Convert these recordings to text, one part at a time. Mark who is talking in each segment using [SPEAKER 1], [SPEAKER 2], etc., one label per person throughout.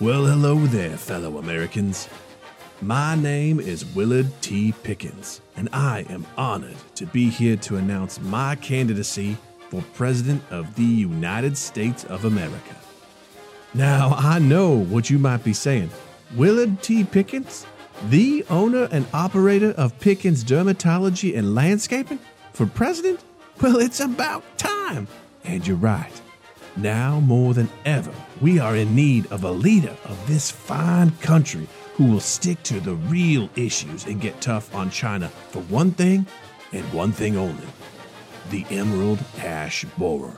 [SPEAKER 1] Well, hello there, fellow Americans. My name is Willard T. Pickens, and I am honored to be here to announce my candidacy for President of the United States of America. Now, I know what you might be saying. Willard T. Pickens? The owner and operator of Pickens Dermatology and Landscaping? For president? Well, it's about time. And you're right. Now more than ever, we are in need of a leader of this fine country who will stick to the real issues and get tough on China for one thing and one thing only the emerald ash borer.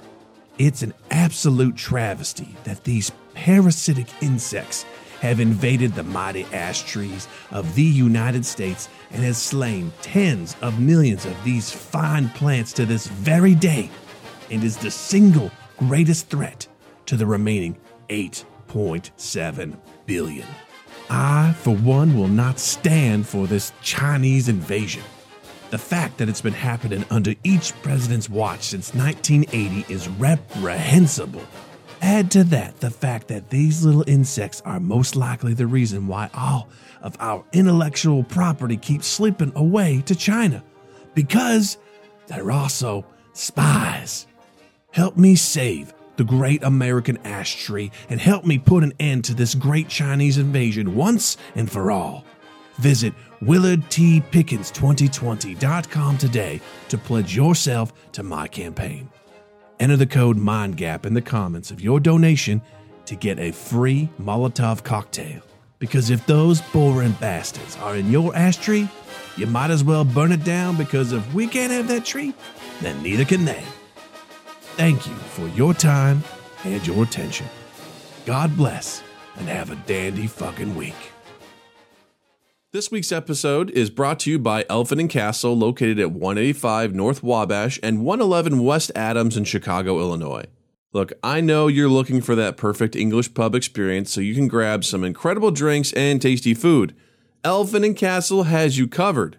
[SPEAKER 1] It's an absolute travesty that these parasitic insects have invaded the mighty ash trees of the United States and has slain tens of millions of these fine plants to this very day and is the single greatest threat to the remaining 8.7 billion. I, for one, will not stand for this Chinese invasion. The fact that it's been happening under each president's watch since 1980 is reprehensible. Add to that the fact that these little insects are most likely the reason why all of our intellectual property keeps slipping away to China. Because they're also spies. Help me save the great American ash tree and help me put an end to this great Chinese invasion once and for all. Visit WillardTPickens2020.com today to pledge yourself to my campaign. Enter the code MINDGAP in the comments of your donation to get a free Molotov cocktail. Because if those boring bastards are in your ash tree, you might as well burn it down because if we can't have that tree, then neither can they. Thank you for your time and your attention. God bless and have a dandy fucking week. This week's episode is brought to you by Elfin and Castle, located at 185 North Wabash and 111 West Adams in Chicago, Illinois. Look, I know you're looking for that perfect English pub experience so you can grab some incredible drinks and tasty food. Elfin and Castle has you covered.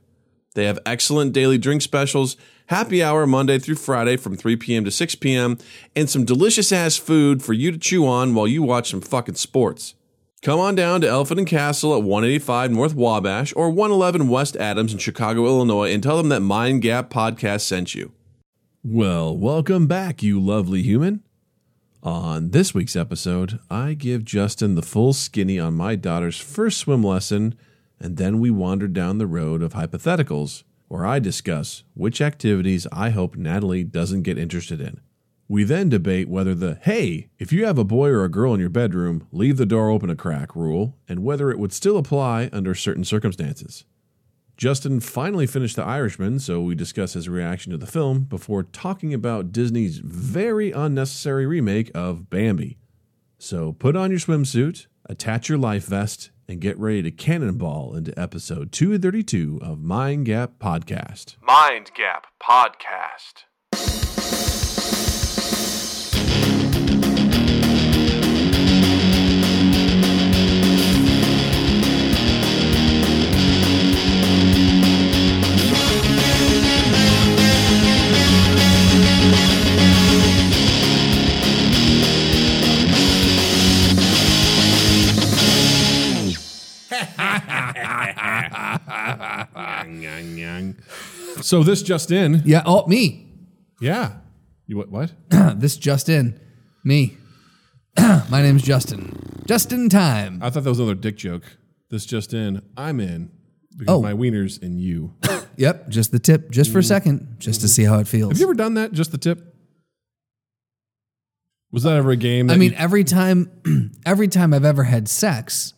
[SPEAKER 1] They have excellent daily drink specials, happy hour Monday through Friday from 3 p.m. to 6 p.m., and some delicious ass food for you to chew on while you watch some fucking sports. Come on down to Elephant and Castle at 185 North Wabash or 111 West Adams in Chicago, Illinois, and tell them that Mind Gap Podcast sent you. Well, welcome back, you lovely human. On this week's episode, I give Justin the full skinny on my daughter's first swim lesson, and then we wander down the road of hypotheticals where I discuss which activities I hope Natalie doesn't get interested in. We then debate whether the hey, if you have a boy or a girl in your bedroom, leave the door open a crack rule and whether it would still apply under certain circumstances. Justin finally finished The Irishman, so we discuss his reaction to the film before talking about Disney's very unnecessary remake of Bambi. So put on your swimsuit, attach your life vest, and get ready to cannonball into episode 232 of Mind Gap Podcast.
[SPEAKER 2] Mind Gap Podcast.
[SPEAKER 1] So this just in,
[SPEAKER 3] Yeah. Oh, me.
[SPEAKER 1] yeah. You what? What?
[SPEAKER 3] this just in. Me. My name's Justin. Justin time.
[SPEAKER 1] I thought that was another dick joke. This just in, I'm in because
[SPEAKER 3] Oh.
[SPEAKER 1] my wiener's in you. Have
[SPEAKER 3] Yep. Just the tip, just for a second, just to see how it feels.
[SPEAKER 1] you ever done that? Just the tip. Was that ever a game? That
[SPEAKER 3] I mean,
[SPEAKER 1] you-
[SPEAKER 3] every time, every time I've ever had sex,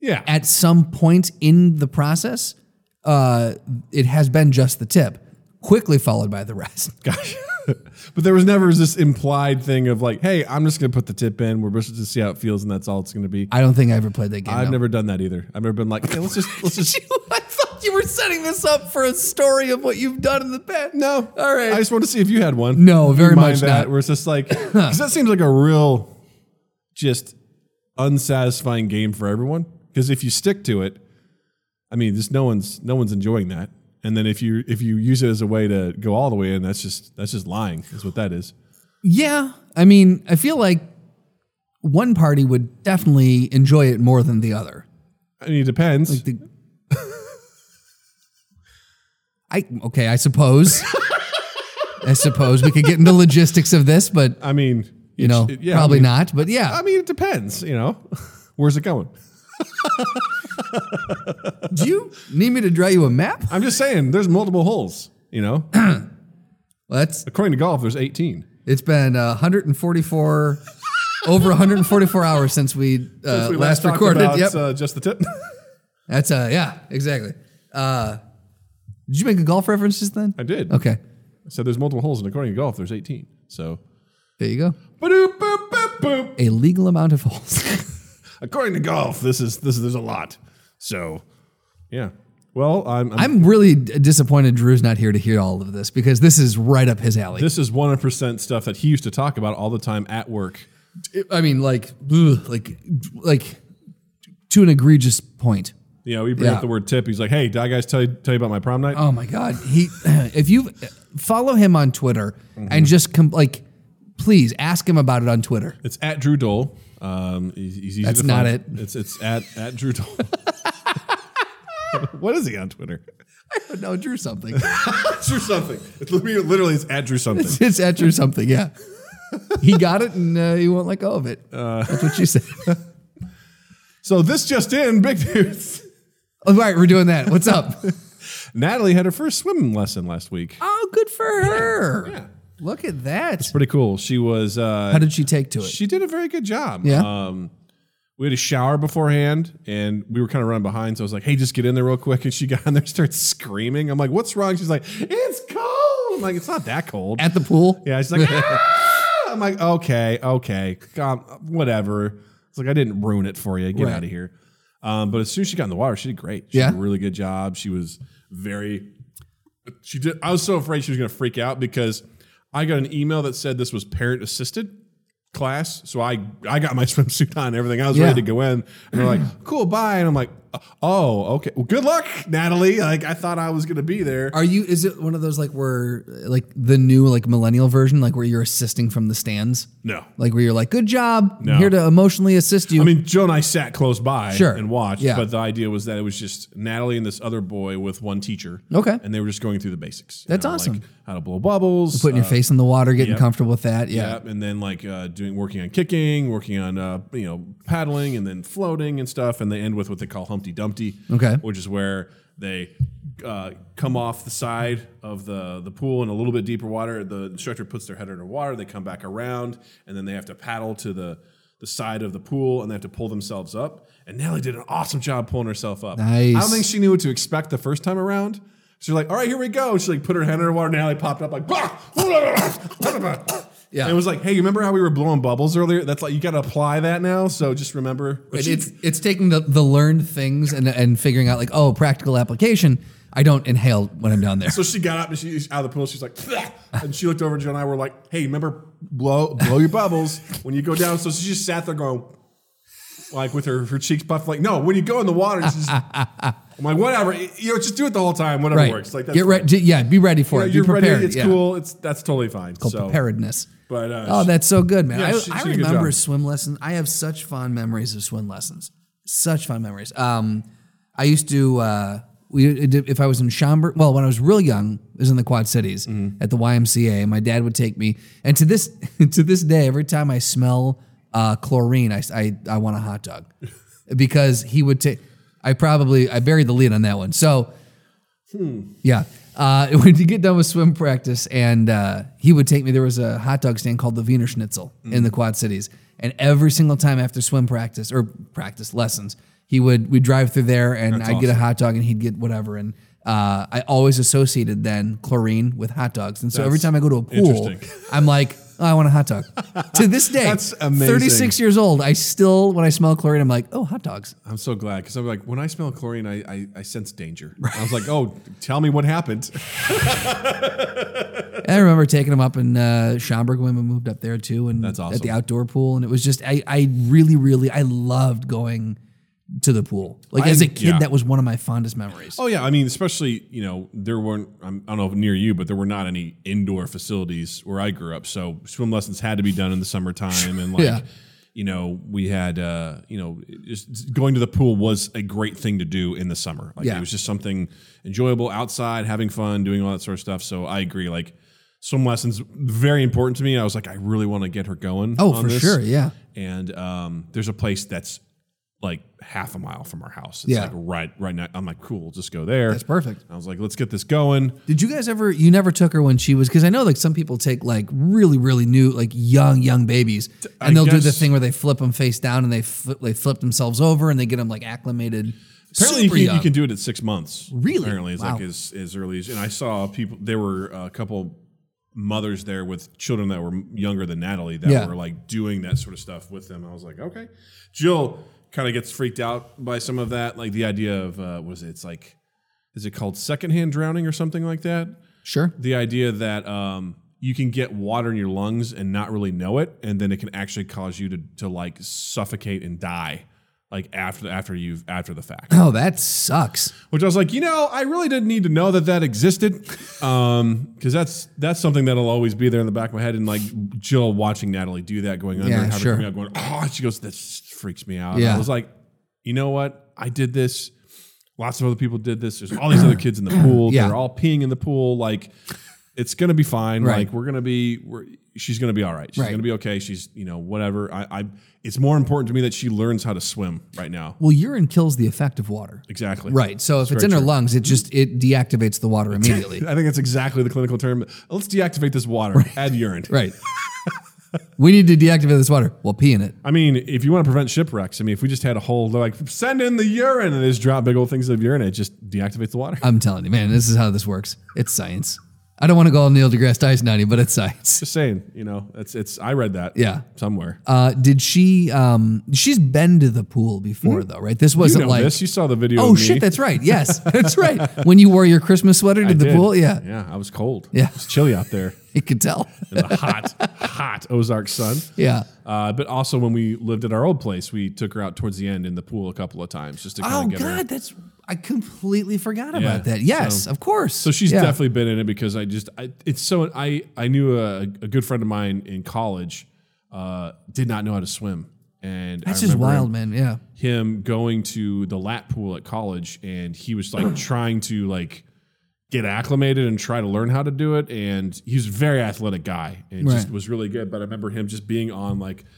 [SPEAKER 1] yeah.
[SPEAKER 3] at some point in the process, uh, it has been just the tip, quickly followed by the rest.
[SPEAKER 1] Gosh. but there was never this implied thing of like, hey, I'm just gonna put the tip in. We're just to see how it feels, and that's all it's gonna be.
[SPEAKER 3] I don't think I ever played that game.
[SPEAKER 1] I, have
[SPEAKER 3] no.
[SPEAKER 1] never done that either. I've never been like, okay, let's just let's just.
[SPEAKER 3] I thought you were setting this up for a story of what you've done in the past.
[SPEAKER 1] No,
[SPEAKER 3] All right.
[SPEAKER 1] I just want to see if you had one.
[SPEAKER 3] No,
[SPEAKER 1] Do you
[SPEAKER 3] very
[SPEAKER 1] mind
[SPEAKER 3] much
[SPEAKER 1] that.
[SPEAKER 3] not.
[SPEAKER 1] Where it's just like, because that seems like a real, just unsatisfying game for everyone. Because if you stick to it, I mean, just no one's no one's enjoying that. And then if you if you use it as a way to go all the way in, that's just that's just lying. Is what that is.
[SPEAKER 3] Yeah. I mean, I feel like one party would definitely enjoy it more than the other.
[SPEAKER 4] I mean, it depends.
[SPEAKER 3] The- I okay, I suppose. I suppose we could get into logistics of this, but
[SPEAKER 4] I mean,
[SPEAKER 3] you know,
[SPEAKER 4] it's- yeah, I
[SPEAKER 3] probably
[SPEAKER 4] mean-
[SPEAKER 3] not. But yeah,
[SPEAKER 4] I mean, it depends. You know, where's it going?
[SPEAKER 3] do you need me to draw you a map?
[SPEAKER 4] I'm just saying, there's multiple holes. You know,
[SPEAKER 3] Well, that's
[SPEAKER 4] according to golf, there's 18.
[SPEAKER 3] It's been uh, 144, over 144 hours since we, uh,
[SPEAKER 4] Since we
[SPEAKER 3] last,
[SPEAKER 4] talked
[SPEAKER 3] recorded.
[SPEAKER 4] about,
[SPEAKER 3] yep,
[SPEAKER 4] uh, just the tip.
[SPEAKER 3] that's uh, yeah, exactly. Uh, did you make a golf reference just then?
[SPEAKER 4] I did.
[SPEAKER 3] Okay,
[SPEAKER 4] So there's multiple holes, and according to golf, there's 18. So,
[SPEAKER 3] there you go.
[SPEAKER 4] Ba-doop, boop, boop, boop.
[SPEAKER 3] A legal amount of holes.
[SPEAKER 4] according to golf, this is this is there's a lot. So, yeah. Well, I'm, I'm
[SPEAKER 3] I'm really d- disappointed Drew's not here to hear all of this because this is right up his alley.
[SPEAKER 4] this is 100% stuff that he used to talk about all the time at work.
[SPEAKER 3] I mean, like, ugh, like, like to an egregious point.
[SPEAKER 4] You know, we bring
[SPEAKER 3] Yeah.
[SPEAKER 4] up the word tip. He's like, "Hey, did I guys tell you, tell you about my prom night?"
[SPEAKER 3] Oh my God. He, if you follow him on Twitter and just com- like, please ask him about it on Twitter.
[SPEAKER 4] It's at Drew Dole. Um, he's, he's easy
[SPEAKER 3] That's
[SPEAKER 4] to
[SPEAKER 3] not
[SPEAKER 4] find.
[SPEAKER 3] it.
[SPEAKER 4] It's it's at at Drew Dole. what is he on Twitter?
[SPEAKER 3] No, Drew something.
[SPEAKER 4] Drew something. It's literally, literally it's at Drew something.
[SPEAKER 3] it's at Drew something. Yeah, he got it, and uh, he won't let go of it. That's what you said.
[SPEAKER 4] So this just in, big news.
[SPEAKER 3] All right, we're doing that. What's up?
[SPEAKER 4] Natalie had her first swimming lesson last week.
[SPEAKER 3] oh, good for her. Look at that.
[SPEAKER 4] Pretty cool. She was. Uh,
[SPEAKER 3] How did she take to it?
[SPEAKER 4] she did a very good job.
[SPEAKER 3] Yeah.
[SPEAKER 4] Um, we had a shower beforehand and we were kind of running behind. So I was like, hey, just get in there real quick. And she got in there and started screaming. I'm like, what's wrong? She's like, it's cold. I'm like, it's not that cold.
[SPEAKER 3] At the pool.
[SPEAKER 4] yeah. She's like, "Ah!" I'm like, okay, okay, um, whatever. It's like, I didn't ruin it for you. Get
[SPEAKER 3] Right.
[SPEAKER 4] out of here. Um, but as soon as she got in the water, she did great. She
[SPEAKER 3] Yeah.
[SPEAKER 4] did a really good job. She was very, she did. I was so afraid she was going to freak out because I got an email that said this was parent assisted class. So I I got my swimsuit on and everything. I was
[SPEAKER 3] Yeah.
[SPEAKER 4] ready to go in. And they're like, cool, bye. And I'm like, oh, okay. Well, good luck, Natalie. Like I thought I was gonna be there.
[SPEAKER 3] Are you? Is it one of those like where uh, like the new like millennial version, like where you're assisting from the stands,
[SPEAKER 4] No.
[SPEAKER 3] like where you're like, good job,
[SPEAKER 4] No.
[SPEAKER 3] I'm here to emotionally assist you.
[SPEAKER 4] I mean, Joe and I sat close by
[SPEAKER 3] Sure.
[SPEAKER 4] and watched,
[SPEAKER 3] Yeah.
[SPEAKER 4] but the idea was that it was just Natalie and this other boy with one teacher.
[SPEAKER 3] Okay.
[SPEAKER 4] And they were just going through the basics. you
[SPEAKER 3] That's
[SPEAKER 4] know,
[SPEAKER 3] awesome.
[SPEAKER 4] Like how to blow bubbles.
[SPEAKER 3] putting your
[SPEAKER 4] uh,
[SPEAKER 3] face in the water, getting
[SPEAKER 4] yep.
[SPEAKER 3] comfortable with that. Yeah.
[SPEAKER 4] Yep, and then like uh, doing working on kicking, working on uh, you know paddling, and then floating and stuff, and they end with what they call Humpty Dumpty,
[SPEAKER 3] Okay.
[SPEAKER 4] which is where they uh, come off the side of the the pool in a little bit deeper water. The instructor puts their head underwater, they come back around, and then they have to paddle to the the side of the pool, and they have to pull themselves up. And Nellie did an awesome job pulling herself up.
[SPEAKER 3] Nice.
[SPEAKER 4] I don't think she knew what to expect the first time around. She's like, all right, here we go. She like put her hand underwater. Natalie popped up like, "Bah!"
[SPEAKER 3] Yeah.
[SPEAKER 4] And it was like, hey, you remember how we were blowing bubbles earlier? That's like you got to apply that now. So just remember. But
[SPEAKER 3] But
[SPEAKER 4] she-
[SPEAKER 3] it's it's taking the, the learned things and and figuring out like oh practical application. I don't inhale when I'm down there.
[SPEAKER 4] so she got up and she's out of the pool. She's like, "Bleh." and she looked over and Joe and I were like, hey, remember blow blow your bubbles when you go down. So she just sat there going, like with her her cheeks puffed, like no, when you go in the water, it's just. I'm like, whatever, you know, just do it the whole time, whatever
[SPEAKER 3] right.
[SPEAKER 4] works. Like, that's
[SPEAKER 3] Get
[SPEAKER 4] fine.
[SPEAKER 3] ready. Yeah, be ready for it.
[SPEAKER 4] you're
[SPEAKER 3] be prepared.
[SPEAKER 4] ready. It's
[SPEAKER 3] yeah.
[SPEAKER 4] cool. It's that's totally fine.
[SPEAKER 3] Called
[SPEAKER 4] so,
[SPEAKER 3] preparedness.
[SPEAKER 4] but uh,
[SPEAKER 3] Oh, that's so good, man.
[SPEAKER 4] Yeah,
[SPEAKER 3] I,
[SPEAKER 4] she-
[SPEAKER 3] I
[SPEAKER 4] she did a good
[SPEAKER 3] remember
[SPEAKER 4] job.
[SPEAKER 3] swim lessons. I have such fond memories of swim lessons. Such fond memories. Um, I used to uh, we if I was in Schaumburg. Well, when I was real young, I was in the Quad Cities
[SPEAKER 4] Mm-hmm.
[SPEAKER 3] at the YMCA, and my dad would take me. And to this to this day, every time I smell uh, chlorine, I, I I want a hot dog because he would take. I probably I buried the lead on that one. So. Yeah. Uh, when you get done with swim practice, and uh, he would take me, there was a hot dog stand called the Wiener Schnitzel in
[SPEAKER 4] Mm.
[SPEAKER 3] the Quad Cities. And every single time after swim practice or practice lessons, he would, we'd drive through there and I'd get a hot dog and he'd get whatever. And uh, I always associated then chlorine with hot dogs. And so every
[SPEAKER 4] That's
[SPEAKER 3] time I go to a pool,
[SPEAKER 4] interesting.
[SPEAKER 3] I'm like, oh, I want a hot dog. to this day,
[SPEAKER 4] That's amazing.
[SPEAKER 3] 36 years old, I still, when I smell chlorine, I'm like, oh, hot dogs.
[SPEAKER 4] I'm so glad because I'm like, when I smell chlorine, I I, I sense danger. I was like, oh, tell me what happened.
[SPEAKER 3] I remember taking him up in uh, Schaumburg when we moved up there too, and
[SPEAKER 4] That's
[SPEAKER 3] at
[SPEAKER 4] awesome.
[SPEAKER 3] the outdoor pool. And it was just I, I really, really, I loved going to the pool. Like as a
[SPEAKER 4] I-
[SPEAKER 3] kid,
[SPEAKER 4] yeah.
[SPEAKER 3] that was one of my fondest memories.
[SPEAKER 4] Oh yeah, I mean, especially you know there weren't I'm, I don't know if near you, but there were not any indoor facilities where I grew up, so swim lessons had to be done in the summertime, and like
[SPEAKER 3] Yeah.
[SPEAKER 4] you know, we had, uh, you know, just going to the pool was a great thing to do in the summer. Like
[SPEAKER 3] Yeah.
[SPEAKER 4] it was just something enjoyable outside, having fun, doing all that sort of stuff. So I agree. Like swim lessons, very important to me. I was like, I really want to get her going.
[SPEAKER 3] Oh,
[SPEAKER 4] on
[SPEAKER 3] for
[SPEAKER 4] this.
[SPEAKER 3] sure. Yeah.
[SPEAKER 4] And um, there's a place that's like half a mile from our house. It's
[SPEAKER 3] Yeah.
[SPEAKER 4] like right, right now. I'm like, cool, we'll just go there.
[SPEAKER 3] That's perfect.
[SPEAKER 4] I was like, let's get this going.
[SPEAKER 3] Did you guys ever? You never took her when she was because I know like some people take like really really new like young young babies and
[SPEAKER 4] I
[SPEAKER 3] they'll do the
[SPEAKER 4] guess-
[SPEAKER 3] thing where they flip them face down and they flip, they flip themselves over and they get them like acclimated.
[SPEAKER 4] Apparently, you
[SPEAKER 3] super
[SPEAKER 4] can, you
[SPEAKER 3] young.
[SPEAKER 4] can do it at six months.
[SPEAKER 3] Really?
[SPEAKER 4] Apparently, it's like
[SPEAKER 3] Wow.
[SPEAKER 4] as, as early as. And I saw people, there were a couple mothers there with children that were younger than Natalie that
[SPEAKER 3] Yeah.
[SPEAKER 4] were like doing that sort of stuff with them. I was like, okay. Jill kind of gets freaked out by some of that. Like the idea of, uh, was it, it's like, is it called secondhand drowning or something like that?
[SPEAKER 3] sure.
[SPEAKER 4] The idea that um, you can get water in your lungs and not really know it, and then it can actually cause you to, to like suffocate and die. Like after after you've after the fact,
[SPEAKER 3] Oh, that sucks.
[SPEAKER 4] which I was like, you know, I really didn't need to know that that existed, because that's that's something that'll always be there in the back of my head. And like Jill watching Natalie do that, going under,
[SPEAKER 3] Yeah,
[SPEAKER 4] having
[SPEAKER 3] sure.
[SPEAKER 4] coming out, going, oh, she goes, this freaks me out.
[SPEAKER 3] Yeah.
[SPEAKER 4] I was like, you know what, I did this. Lots of other people did this. There's all these other kids in the pool.
[SPEAKER 3] Yeah.
[SPEAKER 4] They're all peeing in the pool. Like, it's gonna be fine.
[SPEAKER 3] Right.
[SPEAKER 4] Like, we're gonna be. We're, she's gonna be all right. She's
[SPEAKER 3] Right.
[SPEAKER 4] gonna be okay. She's you know whatever. I, I. It's more important to me that she learns how to swim right now.
[SPEAKER 3] Well, urine kills the effect of water.
[SPEAKER 4] Exactly.
[SPEAKER 3] Right. So if it's in her lungs, it just it deactivates the water immediately.
[SPEAKER 4] I think that's exactly the clinical term. Let's deactivate this water. Add urine.
[SPEAKER 3] right. we need to deactivate this water. Well, pee in it.
[SPEAKER 4] I mean, if you want to prevent shipwrecks, I mean, if we just had a whole like send in the urine and they just drop big old things of urine, it just deactivates the water.
[SPEAKER 3] I'm telling you, man, this is how this works. It's science. I don't want to go all Neil deGrasse Tyson on you, but it's science.
[SPEAKER 4] just saying, you know, it's it's. I read that.
[SPEAKER 3] Yeah.
[SPEAKER 4] somewhere.
[SPEAKER 3] Uh, did she? Um, she's been to the pool before, though, right? This
[SPEAKER 4] Mm-hmm. you
[SPEAKER 3] wasn't
[SPEAKER 4] know
[SPEAKER 3] like.
[SPEAKER 4] this. You saw the video.
[SPEAKER 3] Oh
[SPEAKER 4] of me.
[SPEAKER 3] shit! That's right. Yes, that's right. When you wore your Christmas sweater to
[SPEAKER 4] I
[SPEAKER 3] the
[SPEAKER 4] did.
[SPEAKER 3] pool, yeah,
[SPEAKER 4] yeah. I was cold.
[SPEAKER 3] Yeah.
[SPEAKER 4] it was chilly out there
[SPEAKER 3] you could tell.
[SPEAKER 4] in the hot, hot Ozark sun.
[SPEAKER 3] Yeah.
[SPEAKER 4] Uh, but also when we lived at our old place, we took her out towards the end in the pool a couple of times just to kind
[SPEAKER 3] Oh
[SPEAKER 4] of get her.
[SPEAKER 3] god, that's I completely forgot
[SPEAKER 4] Yeah,
[SPEAKER 3] about that. Yes,
[SPEAKER 4] so-
[SPEAKER 3] of course.
[SPEAKER 4] So she's
[SPEAKER 3] Yeah.
[SPEAKER 4] definitely been in it because I just I, it's so I I knew a, a good friend of mine in college uh, did not know how to swim and
[SPEAKER 3] That's
[SPEAKER 4] I
[SPEAKER 3] just
[SPEAKER 4] remember
[SPEAKER 3] wild,
[SPEAKER 4] him-
[SPEAKER 3] man. Yeah.
[SPEAKER 4] Him going to the lap pool at college and he was like trying to like get acclimated and try to learn how to do it and he was a very athletic guy and just
[SPEAKER 3] Right.
[SPEAKER 4] was really good. But I remember him just being on like.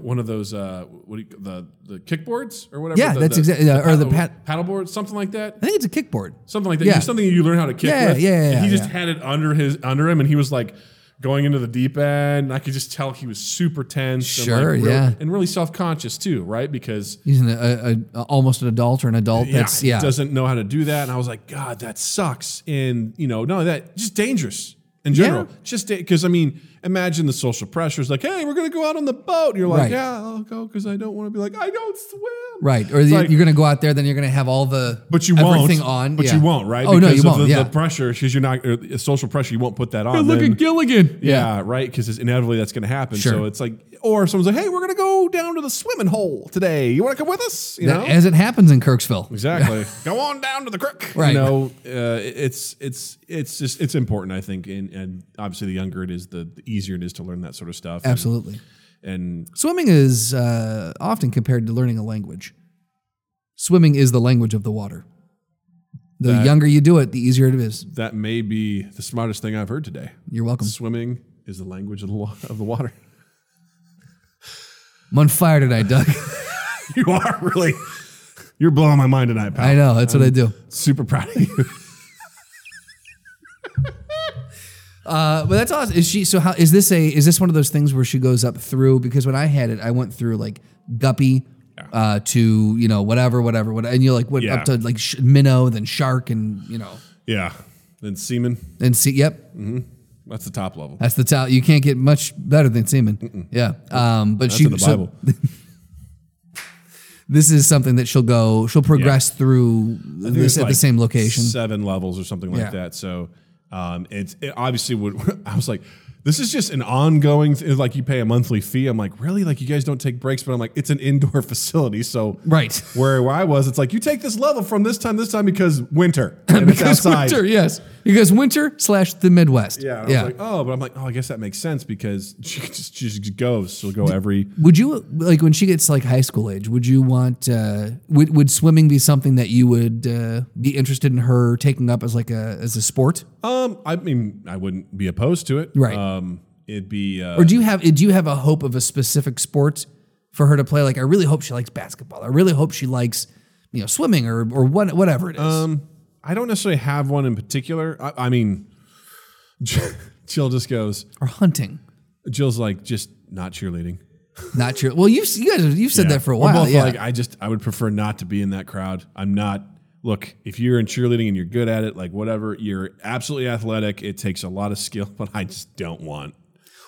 [SPEAKER 4] One of those, uh, what do you, the the kickboards or whatever.
[SPEAKER 3] Yeah,
[SPEAKER 4] the,
[SPEAKER 3] that's exact- yeah, or the pat-
[SPEAKER 4] paddleboard, something like that
[SPEAKER 3] I think it's a kickboard.
[SPEAKER 4] something like that.
[SPEAKER 3] Yeah.
[SPEAKER 4] Something you learn how to kick
[SPEAKER 3] Yeah,
[SPEAKER 4] with.
[SPEAKER 3] yeah, yeah,
[SPEAKER 4] And he
[SPEAKER 3] yeah,
[SPEAKER 4] just
[SPEAKER 3] yeah.
[SPEAKER 4] had it under his under him, and he was like going into the deep end. And I could just tell he was super tense. and
[SPEAKER 3] Sure,
[SPEAKER 4] like, really-
[SPEAKER 3] yeah.
[SPEAKER 4] and really self conscious too, right? Because
[SPEAKER 3] He's an, a, a, a- almost an adult or an adult.
[SPEAKER 4] yeah,
[SPEAKER 3] that's yeah.
[SPEAKER 4] he doesn't know how to do that. And I was like, God, that sucks. And you know, no, that just dangerous in general.
[SPEAKER 3] Yeah.
[SPEAKER 4] Just because I mean, imagine the social pressures. Like, hey, we're gonna go out on the boat. And you're like,
[SPEAKER 3] Right.
[SPEAKER 4] yeah, I'll go because I don't want to be like, I don't swim.
[SPEAKER 3] Right. Or
[SPEAKER 4] It's
[SPEAKER 3] you-
[SPEAKER 4] like-
[SPEAKER 3] you're going to go out there, then you're going to have all the
[SPEAKER 4] But you won't.
[SPEAKER 3] everything on.
[SPEAKER 4] But
[SPEAKER 3] yeah.
[SPEAKER 4] you won't, right?
[SPEAKER 3] Oh, no, you
[SPEAKER 4] of
[SPEAKER 3] won't.
[SPEAKER 4] The,
[SPEAKER 3] yeah.
[SPEAKER 4] the pressure, because you're not or the social pressure. You won't put that on.
[SPEAKER 3] look
[SPEAKER 4] then.
[SPEAKER 3] at Gilligan.
[SPEAKER 4] Yeah, right. Because it's inevitably that's going to happen.
[SPEAKER 3] Sure.
[SPEAKER 4] So it's like, or someone's like, "Hey, we're going to go down to the swimming hole today. You want to come with us?" You
[SPEAKER 3] That-
[SPEAKER 4] know,
[SPEAKER 3] As it happens in Kirksville.
[SPEAKER 4] exactly. go on down to the crook.
[SPEAKER 3] Right.
[SPEAKER 4] You know, uh, it's it's it's just it's important. I think, and, and obviously, the younger it is, the, the easier it is to learn that sort of stuff. And-
[SPEAKER 3] Absolutely.
[SPEAKER 4] And,
[SPEAKER 3] Swimming is uh, often compared to learning a language. Swimming is the language of the water. The younger you do it, the easier it is.
[SPEAKER 4] that may be the smartest thing I've heard today.
[SPEAKER 3] You're welcome.
[SPEAKER 4] Swimming is the language of the wa- of the water.
[SPEAKER 3] I'm on fire tonight, Doug.
[SPEAKER 4] you are really. You're blowing my mind tonight, pal.
[SPEAKER 3] I know. That's what I do.
[SPEAKER 4] Super proud of you.
[SPEAKER 3] Uh, but that's awesome. Is she so? How is this a? Is this one of those things where she goes up through? Because when I had it, I went through like guppy uh, to you know whatever, whatever, what, and you like went
[SPEAKER 4] Yeah.
[SPEAKER 3] up to like sh- minnow, then shark, and you know,
[SPEAKER 4] yeah. Then semen.
[SPEAKER 3] and see. Yep,
[SPEAKER 4] That's the top level.
[SPEAKER 3] that's the towel. You can't get much better than semen. Yeah. Um, but
[SPEAKER 4] That's
[SPEAKER 3] she.
[SPEAKER 4] in the
[SPEAKER 3] so
[SPEAKER 4] Bible.
[SPEAKER 3] this is something that she'll go. She'll progress through
[SPEAKER 4] I think
[SPEAKER 3] this
[SPEAKER 4] it's
[SPEAKER 3] at
[SPEAKER 4] like
[SPEAKER 3] the same location.
[SPEAKER 4] Seven levels or something like
[SPEAKER 3] Yeah.
[SPEAKER 4] that. So um, it's it obviously would. I was like, This is just an ongoing. Th- like you pay a monthly fee. I'm like, really? Like you guys don't take breaks? But I'm like, it's an indoor facility, so
[SPEAKER 3] Right.
[SPEAKER 4] Where, where I was, it's like you take this level from this time, this time because winter and it's
[SPEAKER 3] Because
[SPEAKER 4] outside.
[SPEAKER 3] winter, yes. Because winter slash the Midwest.
[SPEAKER 4] Yeah, and I was like, oh, but I'm like, oh, I guess that makes sense because she just, she just goes. She'll go every.
[SPEAKER 3] would you like when she gets like high school age? Would you want? Uh, would would swimming be something that you would uh, be interested in her taking up as like a as a sport?
[SPEAKER 4] Um, I mean, I wouldn't be opposed to it.
[SPEAKER 3] Right.
[SPEAKER 4] Um, it'd be. Uh,
[SPEAKER 3] Or do you have do you have a hope of a specific sport for her to play? Like, I really hope she likes basketball. I really hope she likes you know swimming or or what, whatever it is.
[SPEAKER 4] Um, I don't necessarily have one in particular. I, I mean, Jill just goes.
[SPEAKER 3] or hunting.
[SPEAKER 4] Jill's like just not cheerleading.
[SPEAKER 3] Not sure. Well, you've you guys you've said
[SPEAKER 4] Yeah.
[SPEAKER 3] that for a
[SPEAKER 4] We're
[SPEAKER 3] while.
[SPEAKER 4] both
[SPEAKER 3] yeah.
[SPEAKER 4] like, I just I would prefer not to be in that crowd. I'm not. Look, if you're in cheerleading and you're good at it, like whatever, you're absolutely athletic. It takes a lot of skill, but I just don't want.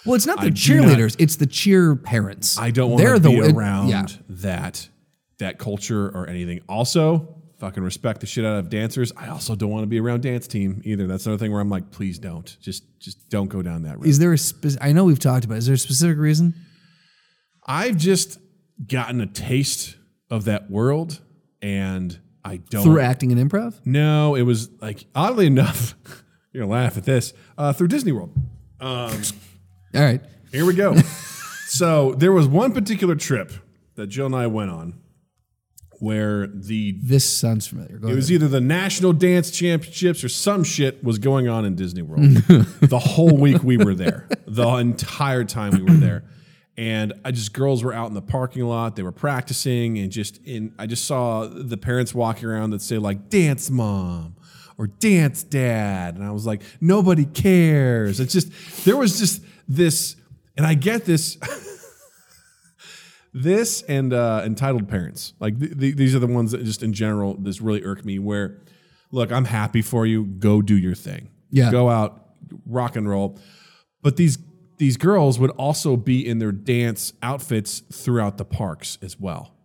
[SPEAKER 3] well, it's not the
[SPEAKER 4] I do not-
[SPEAKER 3] cheerleaders; it's the cheer parents.
[SPEAKER 4] I don't want
[SPEAKER 3] They're
[SPEAKER 4] to
[SPEAKER 3] the
[SPEAKER 4] be
[SPEAKER 3] it-
[SPEAKER 4] around
[SPEAKER 3] yeah.
[SPEAKER 4] that that culture or anything. Also, fucking respect the shit out of dancers. I also don't want to be around dance team either. That's another thing where I'm like, please don't. Just just don't go down that road.
[SPEAKER 3] Is there a spe- I know we've talked about. it. Is there a specific reason?
[SPEAKER 4] I've just gotten a taste of that world and I don't
[SPEAKER 3] through acting and improv?
[SPEAKER 4] No, it was like oddly enough, you're gonna laugh at this, uh, through Disney World.
[SPEAKER 3] All right.
[SPEAKER 4] Here we go. so there was one particular trip that Jill and I went on where the
[SPEAKER 3] This sounds familiar. Go
[SPEAKER 4] It
[SPEAKER 3] ahead.
[SPEAKER 4] was either the National Dance Championships or some shit was going on in Disney World. the whole week we were there, the entire time we were there. And I just, girls were out in the parking lot. They were practicing, and just in, I just saw the parents walking around that say, like, dance mom or dance dad. And I was like, nobody cares. It's just, there was just this, and I get this this and uh, entitled parents like th- th- these are the ones that just in general this really irk me where look i'm happy for you go do your thing
[SPEAKER 3] Yeah.
[SPEAKER 4] go out rock and roll but these these girls would also be in their dance outfits throughout the parks as well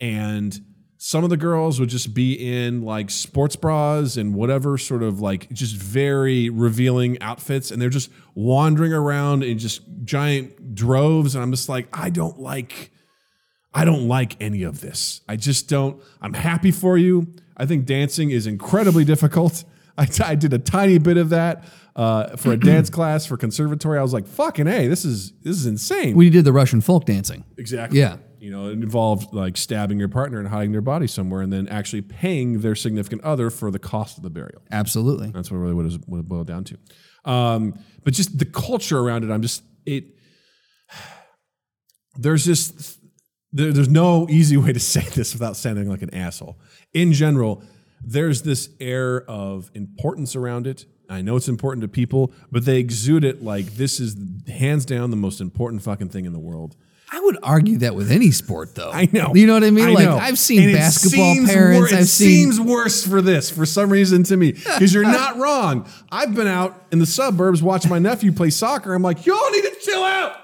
[SPEAKER 4] and some of the girls would just be in like sports bras and whatever sort of like just very revealing outfits and they're just wandering around in just giant droves and i'm just like i don't like I don't like any of this. I just don't. I'm happy for you. I think dancing is incredibly difficult. I, I did a tiny bit of that uh, for a dance class for conservatory. I was like, "Fucking hey, this is this is insane."
[SPEAKER 3] When you did the Russian folk dancing.
[SPEAKER 4] exactly.
[SPEAKER 3] Yeah.
[SPEAKER 4] You know, it involved like stabbing your partner and hiding their body somewhere, and then actually paying their significant other for the cost of the burial.
[SPEAKER 3] Absolutely.
[SPEAKER 4] That's what really what it, what it boiled down to. Um, but just the culture around it, I'm just it. There's just there, there's no easy way to say this without sounding like an asshole. In general, there's this air of importance around it. I know it's important to people, but they exude it like this is hands down the most important fucking thing in the world.
[SPEAKER 3] I would argue that with any sport, though.
[SPEAKER 4] I know.
[SPEAKER 3] You know what I mean? like,
[SPEAKER 4] know.
[SPEAKER 3] I've seen
[SPEAKER 4] And it
[SPEAKER 3] basketball
[SPEAKER 4] seems
[SPEAKER 3] parents.
[SPEAKER 4] wor- it
[SPEAKER 3] I've seen.
[SPEAKER 4] seems worse for this for some reason to me because you're not wrong. I've been out in the suburbs watching my nephew play soccer. I'm like, y'all need to chill out.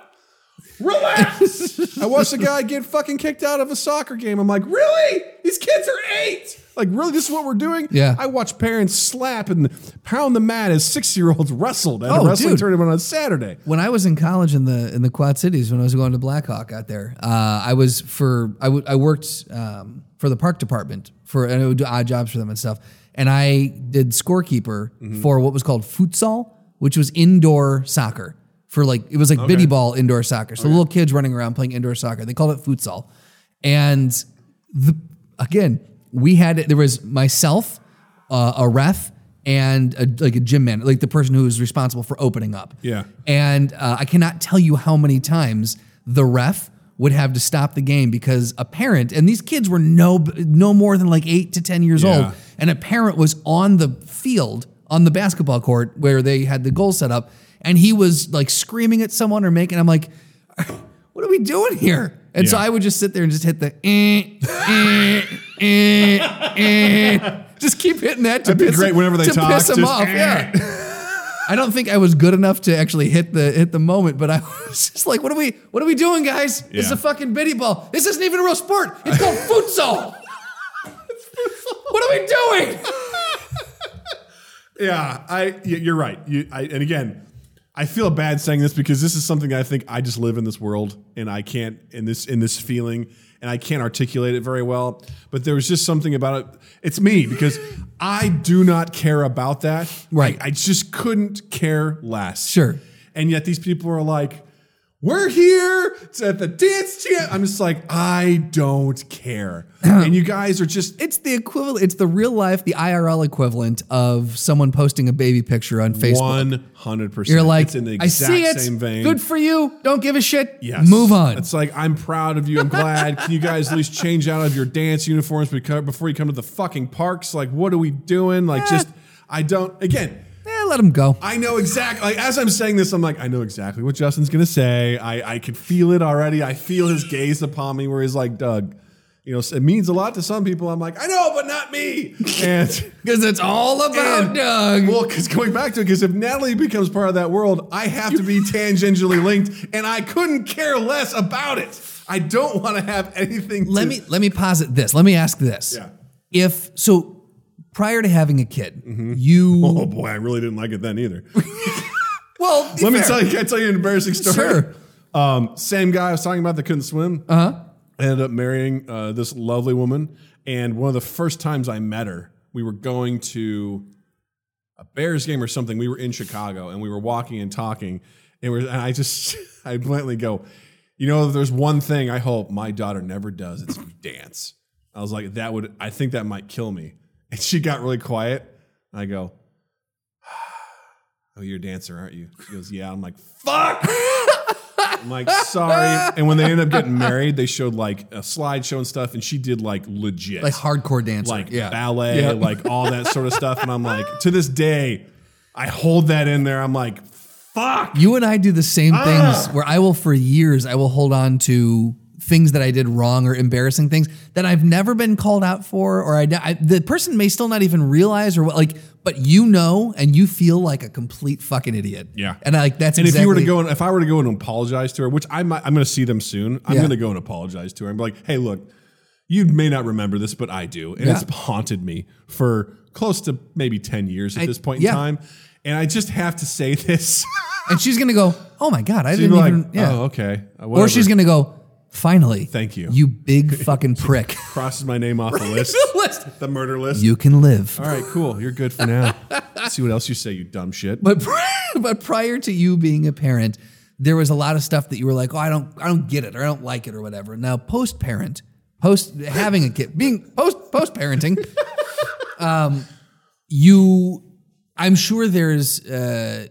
[SPEAKER 4] Relax. I watched a guy get fucking kicked out of a soccer game. I'm like, really? These kids are eight. Like, really? This is what we're doing?
[SPEAKER 3] Yeah.
[SPEAKER 4] I watch parents slap and pound the mat as six year olds wrestled at
[SPEAKER 3] Oh,
[SPEAKER 4] a wrestling
[SPEAKER 3] dude.
[SPEAKER 4] tournament on Saturday.
[SPEAKER 3] when I was in college in the in the Quad Cities, when I was going to Blackhawk out there, uh, I was for I w- I worked um, for the park department for and I would do odd jobs for them and stuff. And I did scorekeeper for what was called futsal, which was indoor soccer for like it was like bitty ball indoor soccer. So little kids running around playing indoor soccer. They called it futsal, and the again we had there was myself uh, a ref and a, like a gym man like the person who was responsible for opening up
[SPEAKER 4] Yeah.
[SPEAKER 3] and uh, i cannot tell you how many times the ref would have to stop the game because a parent and these kids were no no more than like 8 to 10 years
[SPEAKER 4] Yeah.
[SPEAKER 3] old and a parent was on the field on the basketball court where they had the goal set up and he was like screaming at someone or making i'm like what are we doing here and so
[SPEAKER 4] Yeah.
[SPEAKER 3] i would just sit there and just hit the eh, just keep hitting that to
[SPEAKER 4] That'd be
[SPEAKER 3] piss
[SPEAKER 4] great whenever they
[SPEAKER 3] to
[SPEAKER 4] talk,
[SPEAKER 3] piss them
[SPEAKER 4] just,
[SPEAKER 3] off. Yeah. I don't think I was good enough to actually hit the hit the moment, but I was just like, "What are we? What are we doing, guys? This is
[SPEAKER 4] Yeah.
[SPEAKER 3] a fucking bitty ball. This isn't even a real sport. It's called futsal. what are we doing?"
[SPEAKER 4] Yeah, I y- you're right. You I, and again, I feel bad saying this because this is something I think I just live in this world and I can't in this in this feeling and I can't articulate it very well. But there was just something about it. It's me because I do not care about that.
[SPEAKER 3] Right.
[SPEAKER 4] I, I just couldn't care less.
[SPEAKER 3] Sure.
[SPEAKER 4] And yet these people are like, we're here It's at the dance champ. I'm just like, I don't care. and you guys are just
[SPEAKER 3] It's the equivalent. It's the real life, the IRL equivalent of someone posting a baby picture on Facebook.
[SPEAKER 4] one hundred percent.
[SPEAKER 3] You're like,
[SPEAKER 4] it's in the
[SPEAKER 3] I
[SPEAKER 4] exact
[SPEAKER 3] see it.
[SPEAKER 4] same vein.
[SPEAKER 3] Good for you. Don't give a shit.
[SPEAKER 4] Yes.
[SPEAKER 3] Move on.
[SPEAKER 4] It's like I'm proud of you. I'm glad. Can you guys at least change out of your dance uniforms beca- before you come to the fucking parks? Like, what are we doing? Like, just I don't. Again,
[SPEAKER 3] Eh, let him go.
[SPEAKER 4] I know exactly. Like, as I'm saying this, I'm like, I know exactly what Justin's gonna say. I I can feel it already. I feel his gaze upon me, where he's like, Doug, you know, it means a lot to some people. I'm like, I know, but not me. And.
[SPEAKER 3] Because it's all about
[SPEAKER 4] And-
[SPEAKER 3] Doug.
[SPEAKER 4] Well, because going back to it, because if Natalie becomes part of that world, I have to be tangentially linked, and I couldn't care less about it. I don't want to have anything.
[SPEAKER 3] let
[SPEAKER 4] to-
[SPEAKER 3] me let me posit this. Let me ask this.
[SPEAKER 4] Yeah.
[SPEAKER 3] If so, prior to having a kid, you
[SPEAKER 4] Oh boy, I really didn't like it then either.
[SPEAKER 3] well.
[SPEAKER 4] let me tell you. Can I tell you an embarrassing story?
[SPEAKER 3] Sure.
[SPEAKER 4] Um, same guy I was talking about that couldn't swim. Uh huh. Ended up marrying uh, this lovely woman, and one of the first times I met her, we were going to a Bears game or something. We were in Chicago and we were walking and talking, and, we're, and I just I bluntly go, you know, there's one thing I hope my daughter never does. It's dance. I was like, that would I think that might kill me. And she got really quiet. And I go, oh, you're a dancer, aren't you? She goes, yeah. I'm like, fuck. I'm like, sorry. And when they ended up getting married, they showed like a slideshow and stuff, and she did like legit,
[SPEAKER 3] Like hardcore dancer.
[SPEAKER 4] like
[SPEAKER 3] yeah.
[SPEAKER 4] ballet,
[SPEAKER 3] Yeah.
[SPEAKER 4] like all that sort of stuff. And I'm like, to this day, I hold that in there. I'm like, fuck.
[SPEAKER 3] You and I do the same
[SPEAKER 4] Ah.
[SPEAKER 3] things where I will, for years, I will hold on to things that I did wrong or embarrassing things that I've never been called out for, or I, I the person may still not even realize or what, like, but you know, and you feel like a complete fucking idiot.
[SPEAKER 4] Yeah.
[SPEAKER 3] And I like that's
[SPEAKER 4] And
[SPEAKER 3] exactly,
[SPEAKER 4] if you were to go and if I were to go and apologize to her, which I might, I'm going to see them soon, I'm
[SPEAKER 3] Yeah.
[SPEAKER 4] going to go and apologize to her and be like, hey, look, you may not remember this, but I do, and
[SPEAKER 3] Yeah.
[SPEAKER 4] it's haunted me for close to maybe ten years at
[SPEAKER 3] I-
[SPEAKER 4] this point
[SPEAKER 3] yeah.
[SPEAKER 4] in time, and I just have to say this.
[SPEAKER 3] and she's gonna go, oh my god, I
[SPEAKER 4] She'd be
[SPEAKER 3] didn't
[SPEAKER 4] like,
[SPEAKER 3] even, yeah.
[SPEAKER 4] oh, okay.
[SPEAKER 3] or she's gonna go, finally,
[SPEAKER 4] Thank you.
[SPEAKER 3] you big fucking prick.
[SPEAKER 4] crosses my name off the list,
[SPEAKER 3] List.
[SPEAKER 4] the murder list.
[SPEAKER 3] You can live.
[SPEAKER 4] All right, cool. You're good for now. see what else you say, you dumb shit.
[SPEAKER 3] But pri- but prior to you being a parent, there was a lot of stuff that you were like, "Oh, I don't I don't get it or I don't like it or whatever." Now, post parent, post having a kid, being post post parenting, um, you, I'm sure there's uh,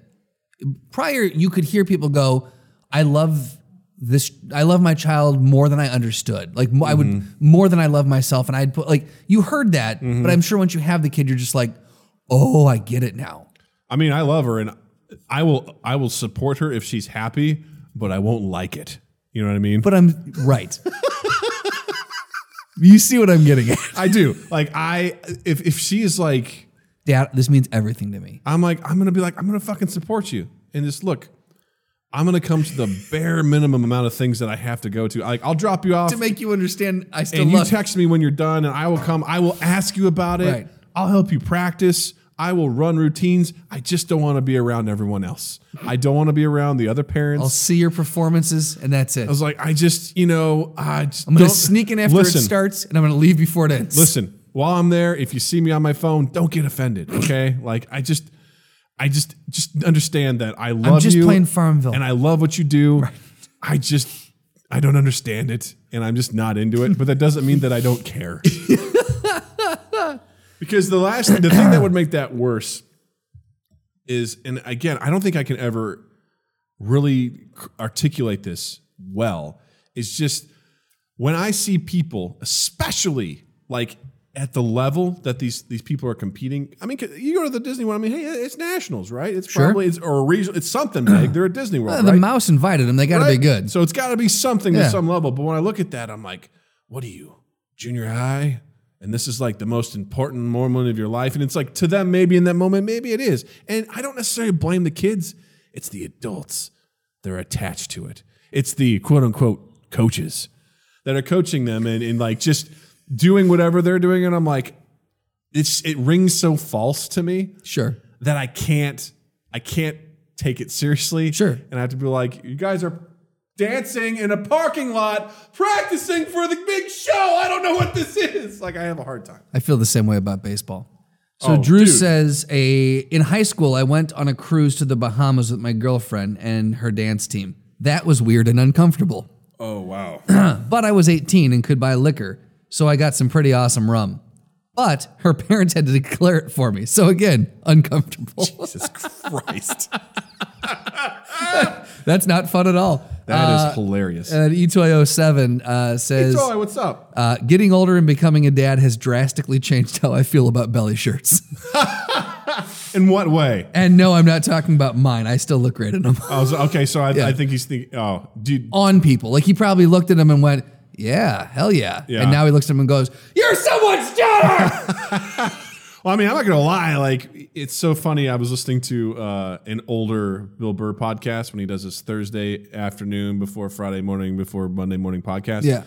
[SPEAKER 3] prior you could hear people go, "I love." This I love my child more than I understood. Like mo- I would more than I love myself, and I'd put like you heard that, but I'm sure once you have the kid, you're just like, oh, I get it now.
[SPEAKER 4] I mean, I love her, and I will I will support her if she's happy, but I won't like it. You know what I mean?
[SPEAKER 3] but I'm right. you see what I'm getting at?
[SPEAKER 4] I do. Like I, if if she is like,
[SPEAKER 3] Dad, this means everything to me.
[SPEAKER 4] I'm like, I'm gonna be like, I'm gonna fucking support you, and just look. I'm gonna come to the bare minimum amount of things that I have to go to. Like, I'll drop you off,
[SPEAKER 3] To make you understand, I still
[SPEAKER 4] and you
[SPEAKER 3] love
[SPEAKER 4] text me when you're done, and I will come. I will ask you about it.
[SPEAKER 3] Right.
[SPEAKER 4] I'll help you practice. I will run routines. I just don't want to be around everyone else. I don't want to be around the other parents.
[SPEAKER 3] I'll see your performances, and that's it.
[SPEAKER 4] I was like, I just, you know, I just
[SPEAKER 3] I'm gonna
[SPEAKER 4] don't-
[SPEAKER 3] sneak in after
[SPEAKER 4] listen,
[SPEAKER 3] it starts, and I'm gonna leave before it ends.
[SPEAKER 4] Listen, while I'm there, if you see me on my phone, don't get offended, okay? like I just, I just, just understand that I love
[SPEAKER 3] just
[SPEAKER 4] you
[SPEAKER 3] playing Farmville.
[SPEAKER 4] and I love what you do. I just, I don't understand it, and I'm just not into it. But that doesn't mean that I don't care. because the last, the thing that would make that worse is, and again, I don't think I can ever really articulate this well is just when I see people, especially like at the level that these these people are competing. I mean, 'cause you go to the Disney one. I mean, hey, it's nationals, right? It's
[SPEAKER 3] Sure.
[SPEAKER 4] probably it's or a regional. It's something big. They're at Disney World.
[SPEAKER 3] Uh, the
[SPEAKER 4] right?
[SPEAKER 3] mouse invited him. They got to
[SPEAKER 4] Right?
[SPEAKER 3] be good.
[SPEAKER 4] So it's got to be something
[SPEAKER 3] Yeah.
[SPEAKER 4] to some level. But when I look at that, I'm like, what are you, junior high? And this is like the most important moment of your life. And it's like to them, maybe in that moment, maybe it is. And I don't necessarily blame the kids. It's the adults. They're attached to it. It's the quote unquote coaches that are coaching them and, and like just doing whatever they're doing. And I'm like, it's it rings so false to me
[SPEAKER 3] sure.
[SPEAKER 4] that I can't I can't take it seriously.
[SPEAKER 3] Sure.
[SPEAKER 4] And I have to be like, you guys are dancing in a parking lot, practicing for the big show. I don't know what this is. Like, I have a hard time.
[SPEAKER 3] I feel the same way about baseball. So
[SPEAKER 4] Oh,
[SPEAKER 3] Drew
[SPEAKER 4] dude.
[SPEAKER 3] says a in high school I went on a cruise to the Bahamas with my girlfriend and her dance team. That was weird and uncomfortable.
[SPEAKER 4] Oh, wow.
[SPEAKER 3] But I was 18 and could buy liquor, so I got some pretty awesome rum. But her parents had to declare it for me. So again, uncomfortable.
[SPEAKER 4] Jesus Christ.
[SPEAKER 3] That's not fun at all. Uh,
[SPEAKER 4] That is hilarious.
[SPEAKER 3] And E E207 uh, says,
[SPEAKER 4] Troy, what's up?
[SPEAKER 3] uh, getting older and becoming a dad has drastically changed how I feel about belly shirts.
[SPEAKER 4] In what way?
[SPEAKER 3] and no, I'm not talking about mine. I still look great in them.
[SPEAKER 4] I was okay, so I, I think he's thinking. Oh, dude,
[SPEAKER 3] on people. Like he probably looked at him and went, "Yeah, hell yeah."
[SPEAKER 4] Yeah.
[SPEAKER 3] And now he looks at him and goes, "You're someone's daughter."
[SPEAKER 4] Well, I mean, I'm not gonna lie. Like, it's so funny. I was listening to uh, an older Bill Burr podcast when he does his Thursday afternoon before Friday morning before Monday morning podcast.
[SPEAKER 3] Yeah.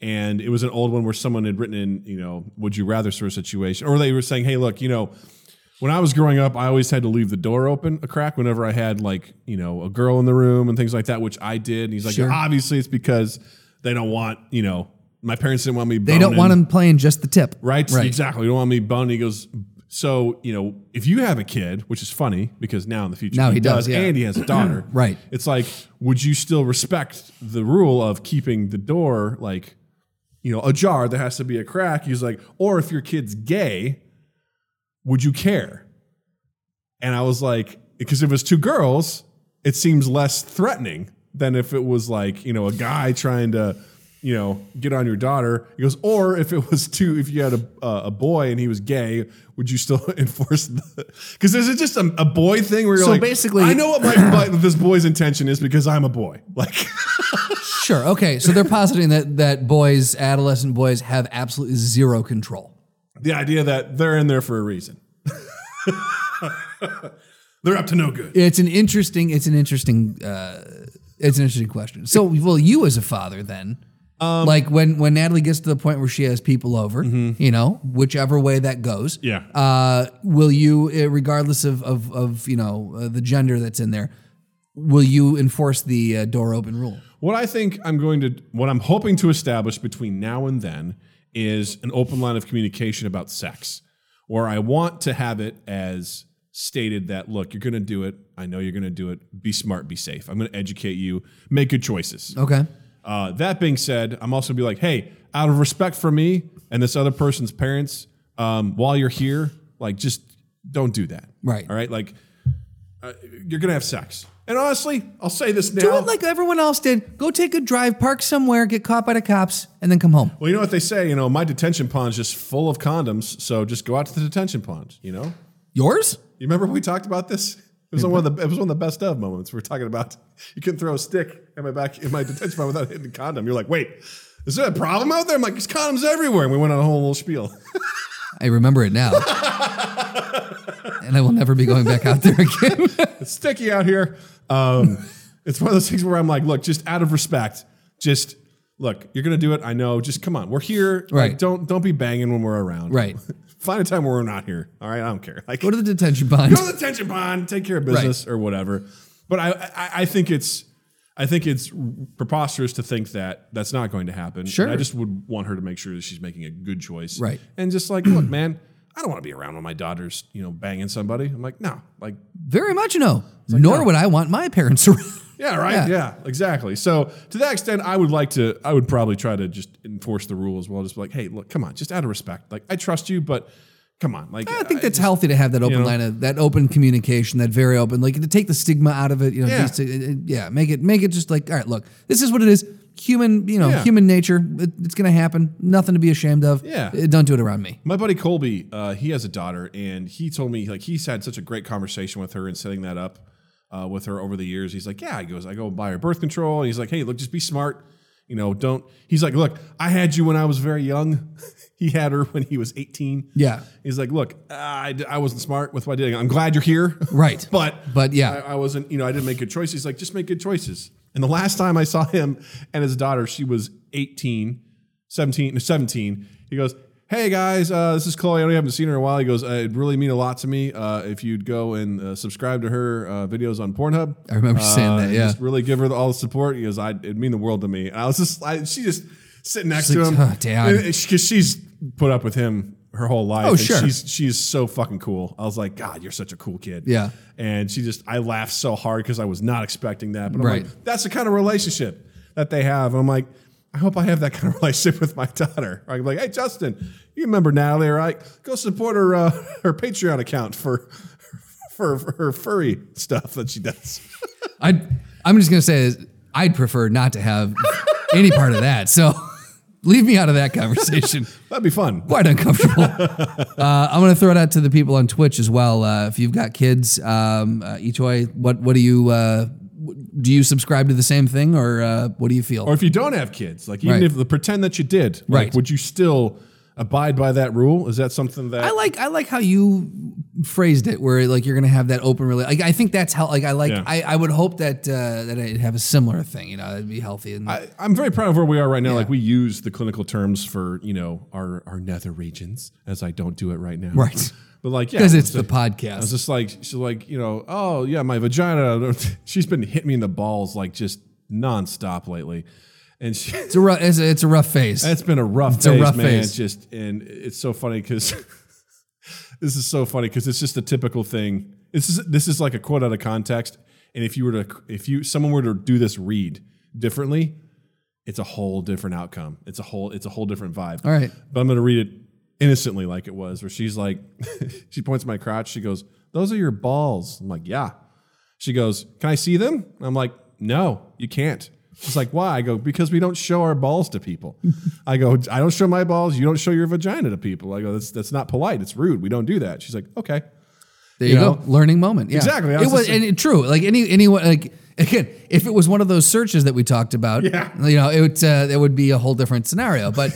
[SPEAKER 4] and it was an old one where someone had written in, you know, would you rather sort of situation, or they were saying, hey, look, you know, when I was growing up, I always had to leave the door open a crack whenever I had like you know a girl in the room and things like that, which I did. And he's like,
[SPEAKER 3] Sure.
[SPEAKER 4] obviously, it's because they don't want you know. My parents didn't want me.
[SPEAKER 3] they don't want him playing just the tip.
[SPEAKER 4] Right?
[SPEAKER 3] Right.
[SPEAKER 4] Exactly. You don't want me boned. He goes, so, you know, if you have a kid, which is funny because now in the future
[SPEAKER 3] Now he does, yeah.
[SPEAKER 4] and he has a daughter.
[SPEAKER 3] Right.
[SPEAKER 4] It's like, would you still respect the rule of keeping the door like, you know, ajar? There has to be a crack. He's like, or if your kid's gay, would you care? And I was like, because if it was two girls, it seems less threatening than if it was like, you know, a guy trying to, you know, get on your daughter. He goes, or if it was two, if you had a, uh, a boy and he was gay, would you still enforce the, because is it just a, a boy thing where you're
[SPEAKER 3] So
[SPEAKER 4] like,
[SPEAKER 3] basically-
[SPEAKER 4] I know what my, my, this boy's intention is because I'm a boy. Like,
[SPEAKER 3] Sure. Okay. So they're positing that that boys, adolescent boys, have absolutely zero control.
[SPEAKER 4] the idea that they're in there for a reason. they're up to no good.
[SPEAKER 3] It's an interesting. It's an interesting. Uh, it's an interesting question. So, well, you as a father, then, like when when Natalie gets to the point where she has people over, you know, whichever way that goes,
[SPEAKER 4] Yeah.
[SPEAKER 3] Uh, will you, eh, regardless of of, of you know uh, the gender that's in there, will you enforce the uh, door open rule?
[SPEAKER 4] What I think I'm going to, what I'm hoping to establish between now and then is an open line of communication about sex, where I want to have it as stated that, look, you're going to do it. I know you're going to do it. Be smart, be safe. I'm going to educate you, make good choices.
[SPEAKER 3] Okay.
[SPEAKER 4] Uh, that being said, I'm also be like, hey, out of respect for me and this other person's parents, um, while you're here, like just don't do that.
[SPEAKER 3] Right.
[SPEAKER 4] All right. Like uh, you're gonna have sex. And honestly, I'll say this now.
[SPEAKER 3] Do it like everyone else did. Go take a drive, park somewhere, get caught by the cops, and then come home.
[SPEAKER 4] Well, you know what they say, you know, my detention pond's just full of condoms, so just go out to the detention pond, you know? You
[SPEAKER 3] Yours?
[SPEAKER 4] remember when we talked about this? It was on one of the it was one of the best of moments. We are talking about you can throw a stick in my back in my detention pond without hitting the condom. You're like, wait, is there a problem out there? I'm like, there's condoms everywhere. And we went on a whole little spiel.
[SPEAKER 3] I remember it now. and I will never be going back out there again.
[SPEAKER 4] it's sticky out here. Um, it's one of those things where I'm like, look, just out of respect, just look, you're gonna do it. I know. Just come on, we're here. Like,
[SPEAKER 3] Right.
[SPEAKER 4] don't don't be banging when we're around.
[SPEAKER 3] Right.
[SPEAKER 4] Find a time where we're not here. All right. I don't care. Like
[SPEAKER 3] Go to the detention bond.
[SPEAKER 4] go to the tension bond, take care of business or whatever. But I, I, I think it's, I think it's preposterous to think that that's not going to happen. And
[SPEAKER 3] Sure.
[SPEAKER 4] I just would want her to make sure that she's making a good choice.
[SPEAKER 3] Right.
[SPEAKER 4] And just like, look, man, I don't want to be around when my daughter's, you know, banging somebody. I'm like, no, like,
[SPEAKER 3] Very much no. Nor would I want my parents around.
[SPEAKER 4] yeah, right. Yeah. exactly. So to that extent, I would like to, I would probably try to just enforce the rule as well. Just be like, hey, look, come on, just out of respect. Like, I trust you, but come on. Like,
[SPEAKER 3] I think that's healthy to have that open
[SPEAKER 4] know.
[SPEAKER 3] line of that open communication, that very open, like to take the stigma out of it. You know,
[SPEAKER 4] Yeah.
[SPEAKER 3] just to- it- it- yeah, make it make it just like, all right, look, this is what it is. Human, you know,
[SPEAKER 4] Yeah.
[SPEAKER 3] human nature. It, it's gonna happen. Nothing to be ashamed of.
[SPEAKER 4] Yeah.
[SPEAKER 3] Uh, don't do it around me.
[SPEAKER 4] My buddy Colby, uh, he has a daughter, and he told me like he's had such a great conversation with her and setting that up uh, with her over the years. He's like, yeah, he goes, I go buy her birth control, and he's like, hey, look, just be smart, you know, don't. He's like, look, I had you when I was very young. he had her when he was eighteen.
[SPEAKER 3] Yeah.
[SPEAKER 4] He's like, look, I, d- I wasn't smart with what I did. I'm glad you're here.
[SPEAKER 3] Right.
[SPEAKER 4] but
[SPEAKER 3] But, yeah.
[SPEAKER 4] I, I wasn't, you know, I didn't make good choices. He's like, just make good choices. And the last time I saw him and his daughter, she was 18, 17, no, 17. He goes, hey guys, uh, this is Chloe. I haven't seen her in a while. He goes, uh, it'd really mean a lot to me uh, if you'd go and uh, subscribe to her uh, videos on Pornhub.
[SPEAKER 3] I remember you saying
[SPEAKER 4] Uh,
[SPEAKER 3] that,
[SPEAKER 4] and
[SPEAKER 3] yeah.
[SPEAKER 4] Just really give her the, all the support. He goes, I, it'd mean the world to me. And I was just, I, she just sitting next
[SPEAKER 3] She's
[SPEAKER 4] to
[SPEAKER 3] like,
[SPEAKER 4] him.
[SPEAKER 3] "Oh, damn."
[SPEAKER 4] Because she's put up with him her whole life.
[SPEAKER 3] Oh,
[SPEAKER 4] and
[SPEAKER 3] sure.
[SPEAKER 4] She's, she's so fucking cool. I was like, God, you're such a cool kid.
[SPEAKER 3] Yeah.
[SPEAKER 4] And she just, I laughed so hard because I was not expecting that. But I'm
[SPEAKER 3] Right.
[SPEAKER 4] like, that's the kind of relationship that they have. And I'm like, I hope I have that kind of relationship with my daughter. I'm like, hey, Justin, you remember Natalie, right? Go support her uh, her Patreon account for, for for her furry stuff that she does.
[SPEAKER 3] I I'm just gonna say is I'd prefer not to have any part of that. So leave me out of that conversation.
[SPEAKER 4] That'd be fun.
[SPEAKER 3] Quite uncomfortable. uh, I'm gonna throw it out to the people on Twitch as well. Uh, if you've got kids, um, uh, Etoy, what what do you uh, w- do? You subscribe to the same thing, or uh, what do you feel?
[SPEAKER 4] Or if you don't have kids, like even
[SPEAKER 3] Right.
[SPEAKER 4] if pretend that you did, like,
[SPEAKER 3] Right.
[SPEAKER 4] Would you still abide by that rule? Is that something that
[SPEAKER 3] I like I like how you phrased it, where like you're gonna have that open really. Like I think that's how. Like I like
[SPEAKER 4] Yeah.
[SPEAKER 3] I, I would hope that uh, that I'd have a similar thing. You know, it'd be healthy and
[SPEAKER 4] I, I'm very proud of where we are right now. Like we use the clinical terms for you know our our nether regions, as I don't do it right now.
[SPEAKER 3] Right.
[SPEAKER 4] But like yeah,
[SPEAKER 3] because it's the
[SPEAKER 4] I was
[SPEAKER 3] podcast.
[SPEAKER 4] just like she's like you know oh yeah my vagina. She's been hitting me in the balls like just nonstop lately, and she.
[SPEAKER 3] It's a rough it's a, it's a rough phase.
[SPEAKER 4] That's been a rough
[SPEAKER 3] a
[SPEAKER 4] phase,
[SPEAKER 3] rough
[SPEAKER 4] man.
[SPEAKER 3] phase.
[SPEAKER 4] It's just and it's so funny because this is so funny because it's just a typical thing. This is this is like a quote out of context. And if you were to if you someone were to do this read differently, it's a whole different outcome. It's a whole it's a whole different vibe.
[SPEAKER 3] All right.
[SPEAKER 4] But I'm gonna read it innocently like it was, where she's like she points at my crotch, she goes, Those are your balls. I'm like, Yeah. She goes, Can I see them? I'm like, No, you can't. She's like, Why? I go, Because we don't show our balls to people. I go, I don't show my balls. You don't show your vagina to people. I go, That's, that's not polite. It's rude. We don't do that. She's like, Okay.
[SPEAKER 3] There you,
[SPEAKER 4] You
[SPEAKER 3] go,
[SPEAKER 4] know?
[SPEAKER 3] learning moment. Yeah.
[SPEAKER 4] Exactly. I
[SPEAKER 3] It
[SPEAKER 4] was
[SPEAKER 3] was
[SPEAKER 4] just-
[SPEAKER 3] and it, true. Like any anyone like again, if it was one of those searches that we talked about,
[SPEAKER 4] Yeah.
[SPEAKER 3] you know, it would uh, that would be a whole different scenario. But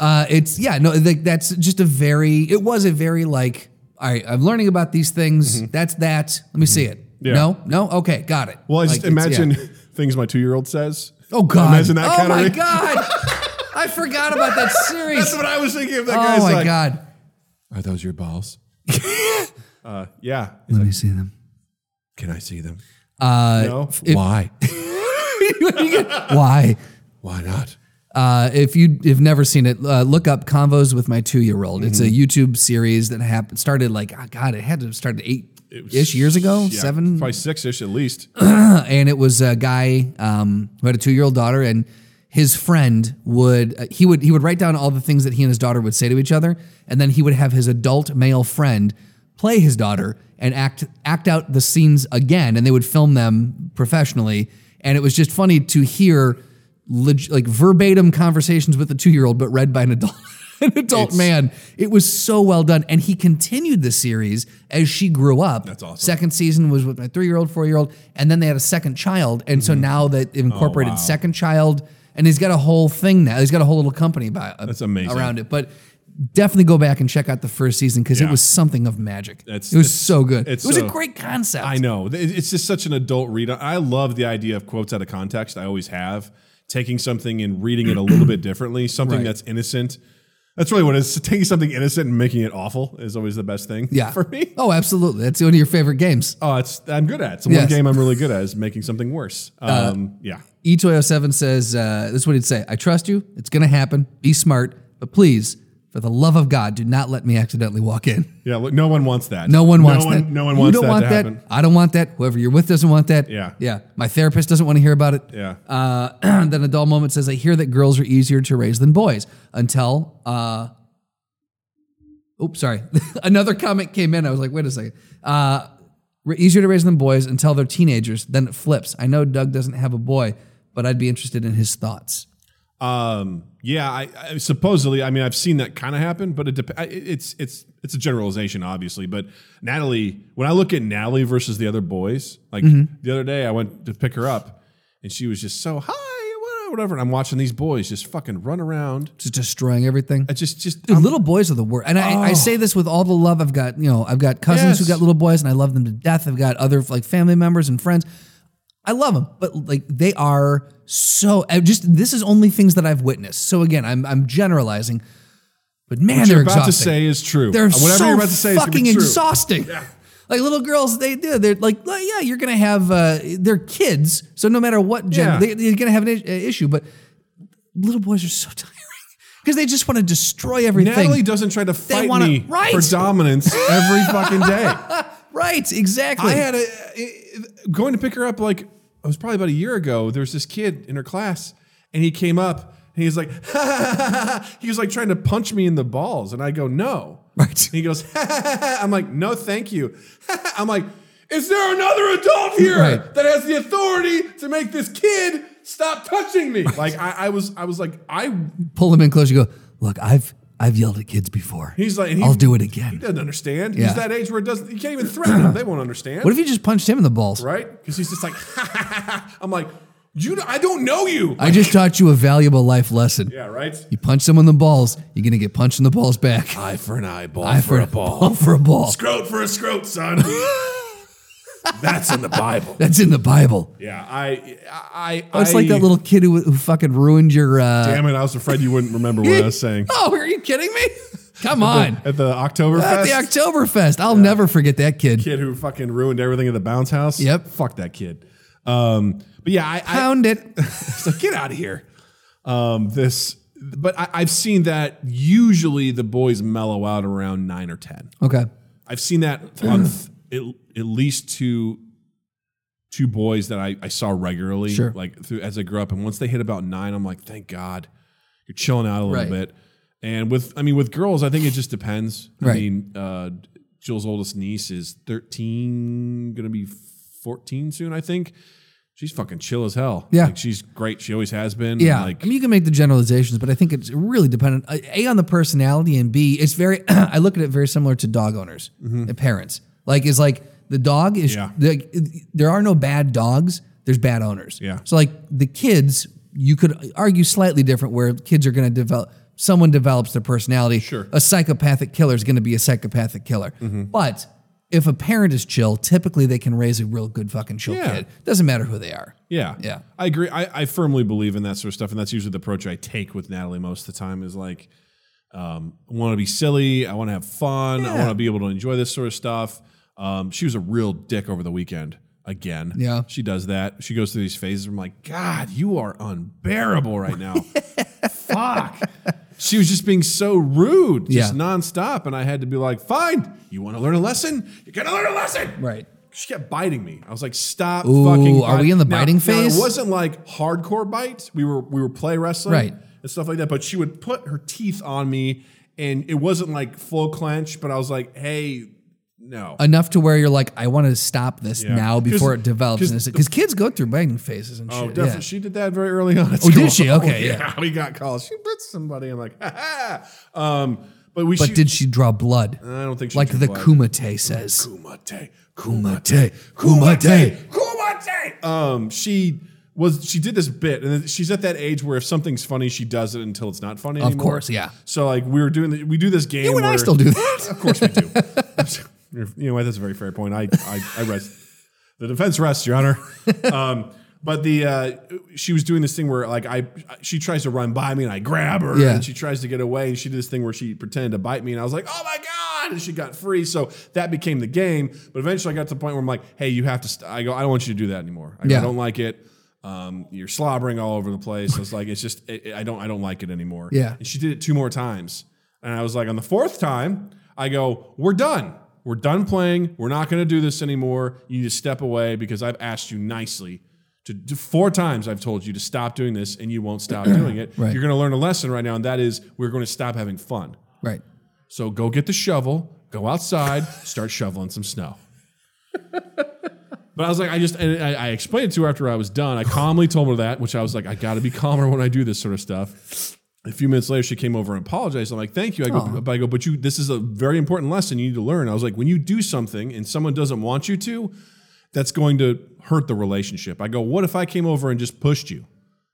[SPEAKER 3] uh, it's yeah, no, like that's just a very. It was a very like. All right, I'm learning about these things. That's that. Let me see it.
[SPEAKER 4] Mm-hmm. Yeah.
[SPEAKER 3] No, no, okay, got it.
[SPEAKER 4] Well, I
[SPEAKER 3] Like,
[SPEAKER 4] just
[SPEAKER 3] it's- yeah.
[SPEAKER 4] imagine things my two year old says.
[SPEAKER 3] Oh God!
[SPEAKER 4] Imagine that
[SPEAKER 3] oh
[SPEAKER 4] kind
[SPEAKER 3] my
[SPEAKER 4] of
[SPEAKER 3] God! I forgot about that series.
[SPEAKER 4] That's what I was thinking of that
[SPEAKER 3] oh
[SPEAKER 4] guy's
[SPEAKER 3] my
[SPEAKER 4] like,
[SPEAKER 3] God!
[SPEAKER 4] Are those your balls? uh, yeah.
[SPEAKER 3] Let me see them.
[SPEAKER 4] Can I see them?
[SPEAKER 3] Uh,
[SPEAKER 4] No.
[SPEAKER 3] if-
[SPEAKER 4] Why?
[SPEAKER 3] Why?
[SPEAKER 4] Why not?
[SPEAKER 3] Uh, if you have never seen it, uh, look up "Convos with My Two Year Old." It's a
[SPEAKER 4] Mm-hmm.
[SPEAKER 3] YouTube series that happened started like oh God, it had to have started eight
[SPEAKER 4] It was-
[SPEAKER 3] ish years ago,
[SPEAKER 4] Yeah,
[SPEAKER 3] seven,
[SPEAKER 4] probably six ish at least.
[SPEAKER 3] and it was a guy um, who had a two year old daughter, and his friend would uh, he would he would write down all the things that he and his daughter would say to each other, and then he would have his adult male friend play his daughter and act act out the scenes again, and they would film them professionally, and it was just funny to hear. Leg- like verbatim conversations with a two-year-old, but read by an adult, an adult man. It was so well done, and he continued the series as she grew up. That's
[SPEAKER 4] awesome.
[SPEAKER 3] Second season was with my three year old, four year old, and then they had a second child. And
[SPEAKER 4] Mm-hmm.
[SPEAKER 3] so now that
[SPEAKER 4] Oh,
[SPEAKER 3] they've incorporated second child, and he's got a whole thing now. He's got a whole little company by, uh,
[SPEAKER 4] That's amazing.
[SPEAKER 3] around it. But definitely go back and check out the first season because
[SPEAKER 4] Yeah.
[SPEAKER 3] it was something of magic.
[SPEAKER 4] It's-
[SPEAKER 3] it was
[SPEAKER 4] it's-
[SPEAKER 3] so good.
[SPEAKER 4] it's
[SPEAKER 3] It was
[SPEAKER 4] so-
[SPEAKER 3] a great concept.
[SPEAKER 4] I know. It- It's just such an adult read. I love the idea of quotes out of context. I always have. Taking something and reading it a little bit differently, something
[SPEAKER 3] Right.
[SPEAKER 4] that's innocent. That's really what it is. Taking something innocent and making it awful is always the best thing
[SPEAKER 3] Yeah.
[SPEAKER 4] for me.
[SPEAKER 3] Oh, absolutely. That's one of your favorite games.
[SPEAKER 4] Oh, it's I'm good at. It's the one
[SPEAKER 3] Yes. Uh,
[SPEAKER 4] game I'm really good at is making something worse. Um, yeah.
[SPEAKER 3] E Etoy07 says, uh, this is what he'd say I trust you. It's going to happen. Be smart. But please, for the love of God, do not let me accidentally walk in.
[SPEAKER 4] Yeah. Look, no one wants that.
[SPEAKER 3] No one wants
[SPEAKER 4] no
[SPEAKER 3] that.
[SPEAKER 4] One, no one wants
[SPEAKER 3] you don't
[SPEAKER 4] that
[SPEAKER 3] want
[SPEAKER 4] to
[SPEAKER 3] that.
[SPEAKER 4] happen.
[SPEAKER 3] I don't want that. Whoever you're with doesn't want that.
[SPEAKER 4] Yeah.
[SPEAKER 3] Yeah. My therapist doesn't want to hear about it.
[SPEAKER 4] Yeah.
[SPEAKER 3] Uh, then a dull moment says, I hear that girls are easier to raise than boys until, uh, oops, sorry. Another comment came in. I was like, wait a second. Uh, "We're easier to raise than boys until they're teenagers. Then it flips. I know Doug doesn't have a boy, but I'd be interested in his thoughts.
[SPEAKER 4] Um, yeah, I, I supposedly, I mean, I've seen that kind of happen, but it dep- I- it's it's it's a generalization, obviously. But Natalie, when I look at Natalie versus the other boys, like
[SPEAKER 3] Mm-hmm.
[SPEAKER 4] the other day, I went to pick her up, and she was just so hi, whatever. And I'm watching these boys just fucking run around.
[SPEAKER 3] Just destroying everything.
[SPEAKER 4] I just just
[SPEAKER 3] Dude, little boys are the worst. And I, I say this with all the love I've got. You know, I've got cousins who
[SPEAKER 4] Oh. Yes.
[SPEAKER 3] got little boys, and I love them to death. I've got other like family members and friends. I love them, but like they are so. I just this is only things that I've witnessed. So again, I'm I'm generalizing. But man,
[SPEAKER 4] What
[SPEAKER 3] they're
[SPEAKER 4] you're about
[SPEAKER 3] exhausting.
[SPEAKER 4] to say is true.
[SPEAKER 3] They're
[SPEAKER 4] Whatever
[SPEAKER 3] so
[SPEAKER 4] you're about to say is gonna
[SPEAKER 3] fucking
[SPEAKER 4] be true.
[SPEAKER 3] exhausting. Like little girls, they do. They're like, like, yeah, you're gonna have uh, they're kids, so no matter what gender,
[SPEAKER 4] Yeah.
[SPEAKER 3] they, they're gonna have an is- uh, issue. But little boys are so tiring because they just want to destroy everything.
[SPEAKER 4] Natalie doesn't try to fight
[SPEAKER 3] wanna-
[SPEAKER 4] me
[SPEAKER 3] right.
[SPEAKER 4] for dominance every fucking day.
[SPEAKER 3] right? Exactly.
[SPEAKER 4] I had a i- going to pick her up like it was probably about a year ago. There was this kid in her class, and he came up and he was like, he was like trying to punch me in the balls, and I go no.
[SPEAKER 3] Right.
[SPEAKER 4] And he goes, I'm like no, thank you. I'm like, is there another adult here
[SPEAKER 3] Right.
[SPEAKER 4] that has the authority to make this kid stop touching me? Like I, I was, I was like, I.
[SPEAKER 3] pull them in close. You go, look, I've I've yelled at kids before.
[SPEAKER 4] He's like, and he-
[SPEAKER 3] I'll do it
[SPEAKER 4] He
[SPEAKER 3] again.
[SPEAKER 4] doesn't understand.
[SPEAKER 3] Yeah.
[SPEAKER 4] He's that age where it doesn't. You can't even threaten him. They won't understand.
[SPEAKER 3] What if you just punched him in the balls?
[SPEAKER 4] right? Because he's just like, I'm like, you, I don't know you.
[SPEAKER 3] I just taught you a valuable life lesson.
[SPEAKER 4] yeah, right.
[SPEAKER 3] You punch someone in the balls, you're gonna get punched in the balls back.
[SPEAKER 4] Eye for an eyeball,
[SPEAKER 3] Eye
[SPEAKER 4] for a ball,
[SPEAKER 3] for a ball.
[SPEAKER 4] scrote for a scrote, son. That's in the Bible.
[SPEAKER 3] That's in the Bible.
[SPEAKER 4] Yeah, I, I, I
[SPEAKER 3] Oh, it's like that little kid who, who fucking ruined your. Uh,
[SPEAKER 4] Damn it! I was afraid you wouldn't remember what I was saying.
[SPEAKER 3] Oh, are you kidding me? Come on.
[SPEAKER 4] At the Oktoberfest,
[SPEAKER 3] At the Oktoberfest. I'll never forget that kid.
[SPEAKER 4] kid who fucking ruined everything at the bounce house.
[SPEAKER 3] Yep.
[SPEAKER 4] fuck that kid. Um, but yeah, I, I
[SPEAKER 3] Pound it.
[SPEAKER 4] So get out of here. Um, this, but I, I've seen that usually the boys mellow out around nine or ten.
[SPEAKER 3] Okay.
[SPEAKER 4] I've seen that on th- at, at least two two boys that I, I saw regularly,
[SPEAKER 3] Sure.
[SPEAKER 4] like through, as I grew up. And once they hit about nine, I'm like, thank God, you're chilling out a little
[SPEAKER 3] Right.
[SPEAKER 4] bit. And with, I mean, with girls, I think it just depends. I
[SPEAKER 3] Right.
[SPEAKER 4] mean, uh, Jill's oldest niece is 13, gonna be 14 soon, I think. She's fucking chill as hell.
[SPEAKER 3] Yeah.
[SPEAKER 4] like, she's great. She always has been.
[SPEAKER 3] Yeah.
[SPEAKER 4] like
[SPEAKER 3] I mean, you can make the generalizations, but I think it's really dependent uh, A, on the personality, and B, it's very, I look at it very similar to dog owners and parents. Like, it's like the dog is,
[SPEAKER 4] Mm-hmm. Yeah.
[SPEAKER 3] like, there are no bad dogs, there's bad owners.
[SPEAKER 4] Yeah.
[SPEAKER 3] So, like, the kids, you could argue slightly different where kids are going to develop, someone develops their personality.
[SPEAKER 4] Sure. Mm-hmm.
[SPEAKER 3] A psychopathic killer is going to be a psychopathic killer. But if a parent is chill, typically they can raise a real good fucking chill
[SPEAKER 4] Yeah.
[SPEAKER 3] kid. Doesn't matter who they are.
[SPEAKER 4] Yeah.
[SPEAKER 3] Yeah.
[SPEAKER 4] I agree. I, I firmly believe in that sort of stuff. And that's usually the approach I take with Natalie most of the time is like, um, I want to be silly. I want to have fun. I
[SPEAKER 3] Yeah.
[SPEAKER 4] want to be able to enjoy this sort of stuff. Um, she was a real dick over the weekend again.
[SPEAKER 3] Yeah.
[SPEAKER 4] She does that. She goes through these phases. I'm like, God, you are unbearable right now. Fuck. She was just being so rude, just
[SPEAKER 3] Yeah.
[SPEAKER 4] nonstop. And I had to be like, fine, you want to learn a lesson? You're going to learn a lesson.
[SPEAKER 3] Right.
[SPEAKER 4] She kept biting me. I was like, stop
[SPEAKER 3] Ooh,
[SPEAKER 4] fucking.
[SPEAKER 3] are
[SPEAKER 4] bite-
[SPEAKER 3] we in the biting
[SPEAKER 4] it
[SPEAKER 3] phase?
[SPEAKER 4] wasn't like hardcore bites. We were we were play wrestling
[SPEAKER 3] Right.
[SPEAKER 4] and stuff like that. But she would put her teeth on me, and it wasn't like full clench. But I was like, hey, no.
[SPEAKER 3] enough to where you're like, I want to stop this
[SPEAKER 4] Yeah.
[SPEAKER 3] now before
[SPEAKER 4] 'Cause-
[SPEAKER 3] it develops.
[SPEAKER 4] 'cause
[SPEAKER 3] Because kids go through biting phases and
[SPEAKER 4] Oh,
[SPEAKER 3] shit.
[SPEAKER 4] definitely.
[SPEAKER 3] yeah.
[SPEAKER 4] She did that very early on. at
[SPEAKER 3] Oh, did
[SPEAKER 4] school.
[SPEAKER 3] she? Okay,
[SPEAKER 4] we got calls. She bit somebody. I'm like, ha ha. Um, but we.
[SPEAKER 3] But
[SPEAKER 4] she,
[SPEAKER 3] did she draw blood?
[SPEAKER 4] I don't think she
[SPEAKER 3] like
[SPEAKER 4] drew
[SPEAKER 3] the
[SPEAKER 4] blood.
[SPEAKER 3] Kumite says.
[SPEAKER 4] Kumate,
[SPEAKER 3] Kumite,
[SPEAKER 4] Kumate,
[SPEAKER 3] Kumite.
[SPEAKER 4] Kumate. Um, she was she did this bit, and then she's at that age where if something's funny, she does it until it's not funny.
[SPEAKER 3] Of
[SPEAKER 4] anymore.
[SPEAKER 3] course, yeah.
[SPEAKER 4] So like we were doing, the, we do this game.
[SPEAKER 3] You and I
[SPEAKER 4] where-
[SPEAKER 3] still do that.
[SPEAKER 4] Of course we do. you know what? That's a very fair point. I I, I rest. The defense rests, Your Honor. Um, but the uh, she was doing this thing where like I she tries to run by me and I grab her
[SPEAKER 3] Yeah.
[SPEAKER 4] and she tries to get away and she did this thing where she pretended to bite me and I was like oh my god and she got free so that became the game but eventually I got to the point where I'm like hey you have to st-. I go I don't want you to do that anymore I, go,
[SPEAKER 3] Yeah.
[SPEAKER 4] I don't like it um, you're slobbering all over the place it's like it's just it, it- I don't I don't like it anymore
[SPEAKER 3] Yeah.
[SPEAKER 4] and she did it two more times. And I was like, on the fourth time, I go, we're done. We're done playing. We're not going to do this anymore. You need to step away because I've asked you nicely to, to four times. I've told you to stop doing this and you won't stop doing it.
[SPEAKER 3] Right.
[SPEAKER 4] You're going to learn a lesson right now. And that is we're going to stop having fun.
[SPEAKER 3] Right.
[SPEAKER 4] So go get the shovel, go outside, start shoveling some snow. But I was like, I just, and I, I explained it to her after I was done. I calmly told her that, which I was like, I got to be calmer when I do this sort of stuff. A few minutes later, she came over and apologized. I'm like, thank you. I go, but I go, but you, this is a very important lesson you need to learn. I was like, when you do something and someone doesn't want you to, that's going to hurt the relationship. I go, what if I came over and just pushed you?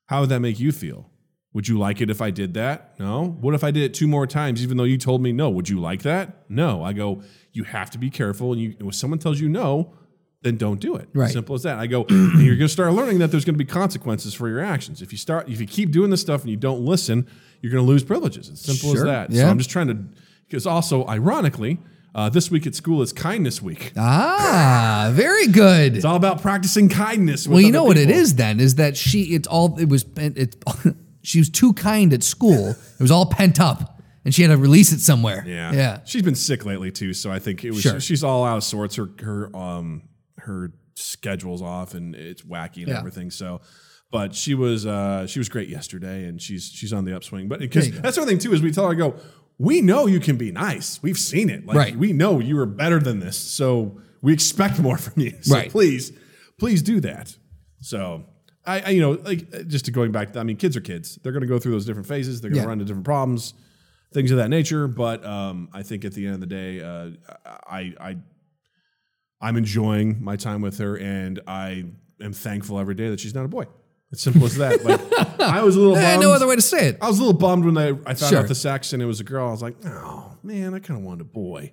[SPEAKER 4] How would that make you feel? Would you like it if I did that? No. What if I did it two more times, even though you told me no? Would you like that? No. I go, you have to be careful. And you, if someone tells you no, then don't do it.
[SPEAKER 3] Right.
[SPEAKER 4] Simple as that. I go, and you're going to start learning that there's going to be consequences for your actions. If you start, if you keep doing this stuff and you don't listen, you're going to lose privileges. It's simple as
[SPEAKER 3] Sure,
[SPEAKER 4] that. So
[SPEAKER 3] yeah.
[SPEAKER 4] I'm just trying to, because also, ironically, uh, this week at school is Kindness Week.
[SPEAKER 3] Ah, very good.
[SPEAKER 4] It's all about practicing kindness. With
[SPEAKER 3] Well, you
[SPEAKER 4] other
[SPEAKER 3] know what it
[SPEAKER 4] people.
[SPEAKER 3] is then is that she it's all it was pent- it's she was too kind at school. It was all pent up, and she had to release it somewhere.
[SPEAKER 4] Yeah.
[SPEAKER 3] yeah.
[SPEAKER 4] She's been sick lately too, so I think it was
[SPEAKER 3] Sure.
[SPEAKER 4] she's all out of sorts. Her her um her schedule's off and it's wacky and
[SPEAKER 3] Yeah.
[SPEAKER 4] everything. So but she was uh she was great yesterday and she's she's on the upswing. But because
[SPEAKER 3] you go.
[SPEAKER 4] that's the other thing too is we tell her go, we know you can be nice. We've seen it. Like
[SPEAKER 3] Right.
[SPEAKER 4] we know you are better than this. So we expect more from you. So
[SPEAKER 3] Right.
[SPEAKER 4] please, please do that. So I, I you know, like uh, just to going back to I mean, kids are kids. They're gonna go through those different phases, they're gonna
[SPEAKER 3] Yeah.
[SPEAKER 4] run into different problems things of that nature. But um, I think at the end of the day, uh, I, I I'm enjoying my time with her, and I am thankful every day that she's not a boy. It's simple as that. Like I was a little.
[SPEAKER 3] Eh,
[SPEAKER 4] Bummed.
[SPEAKER 3] no other way to say it.
[SPEAKER 4] I was a little bummed when I, I found
[SPEAKER 3] Sure.
[SPEAKER 4] out the sex and it was a girl. I was like, oh man, I kind of wanted a boy.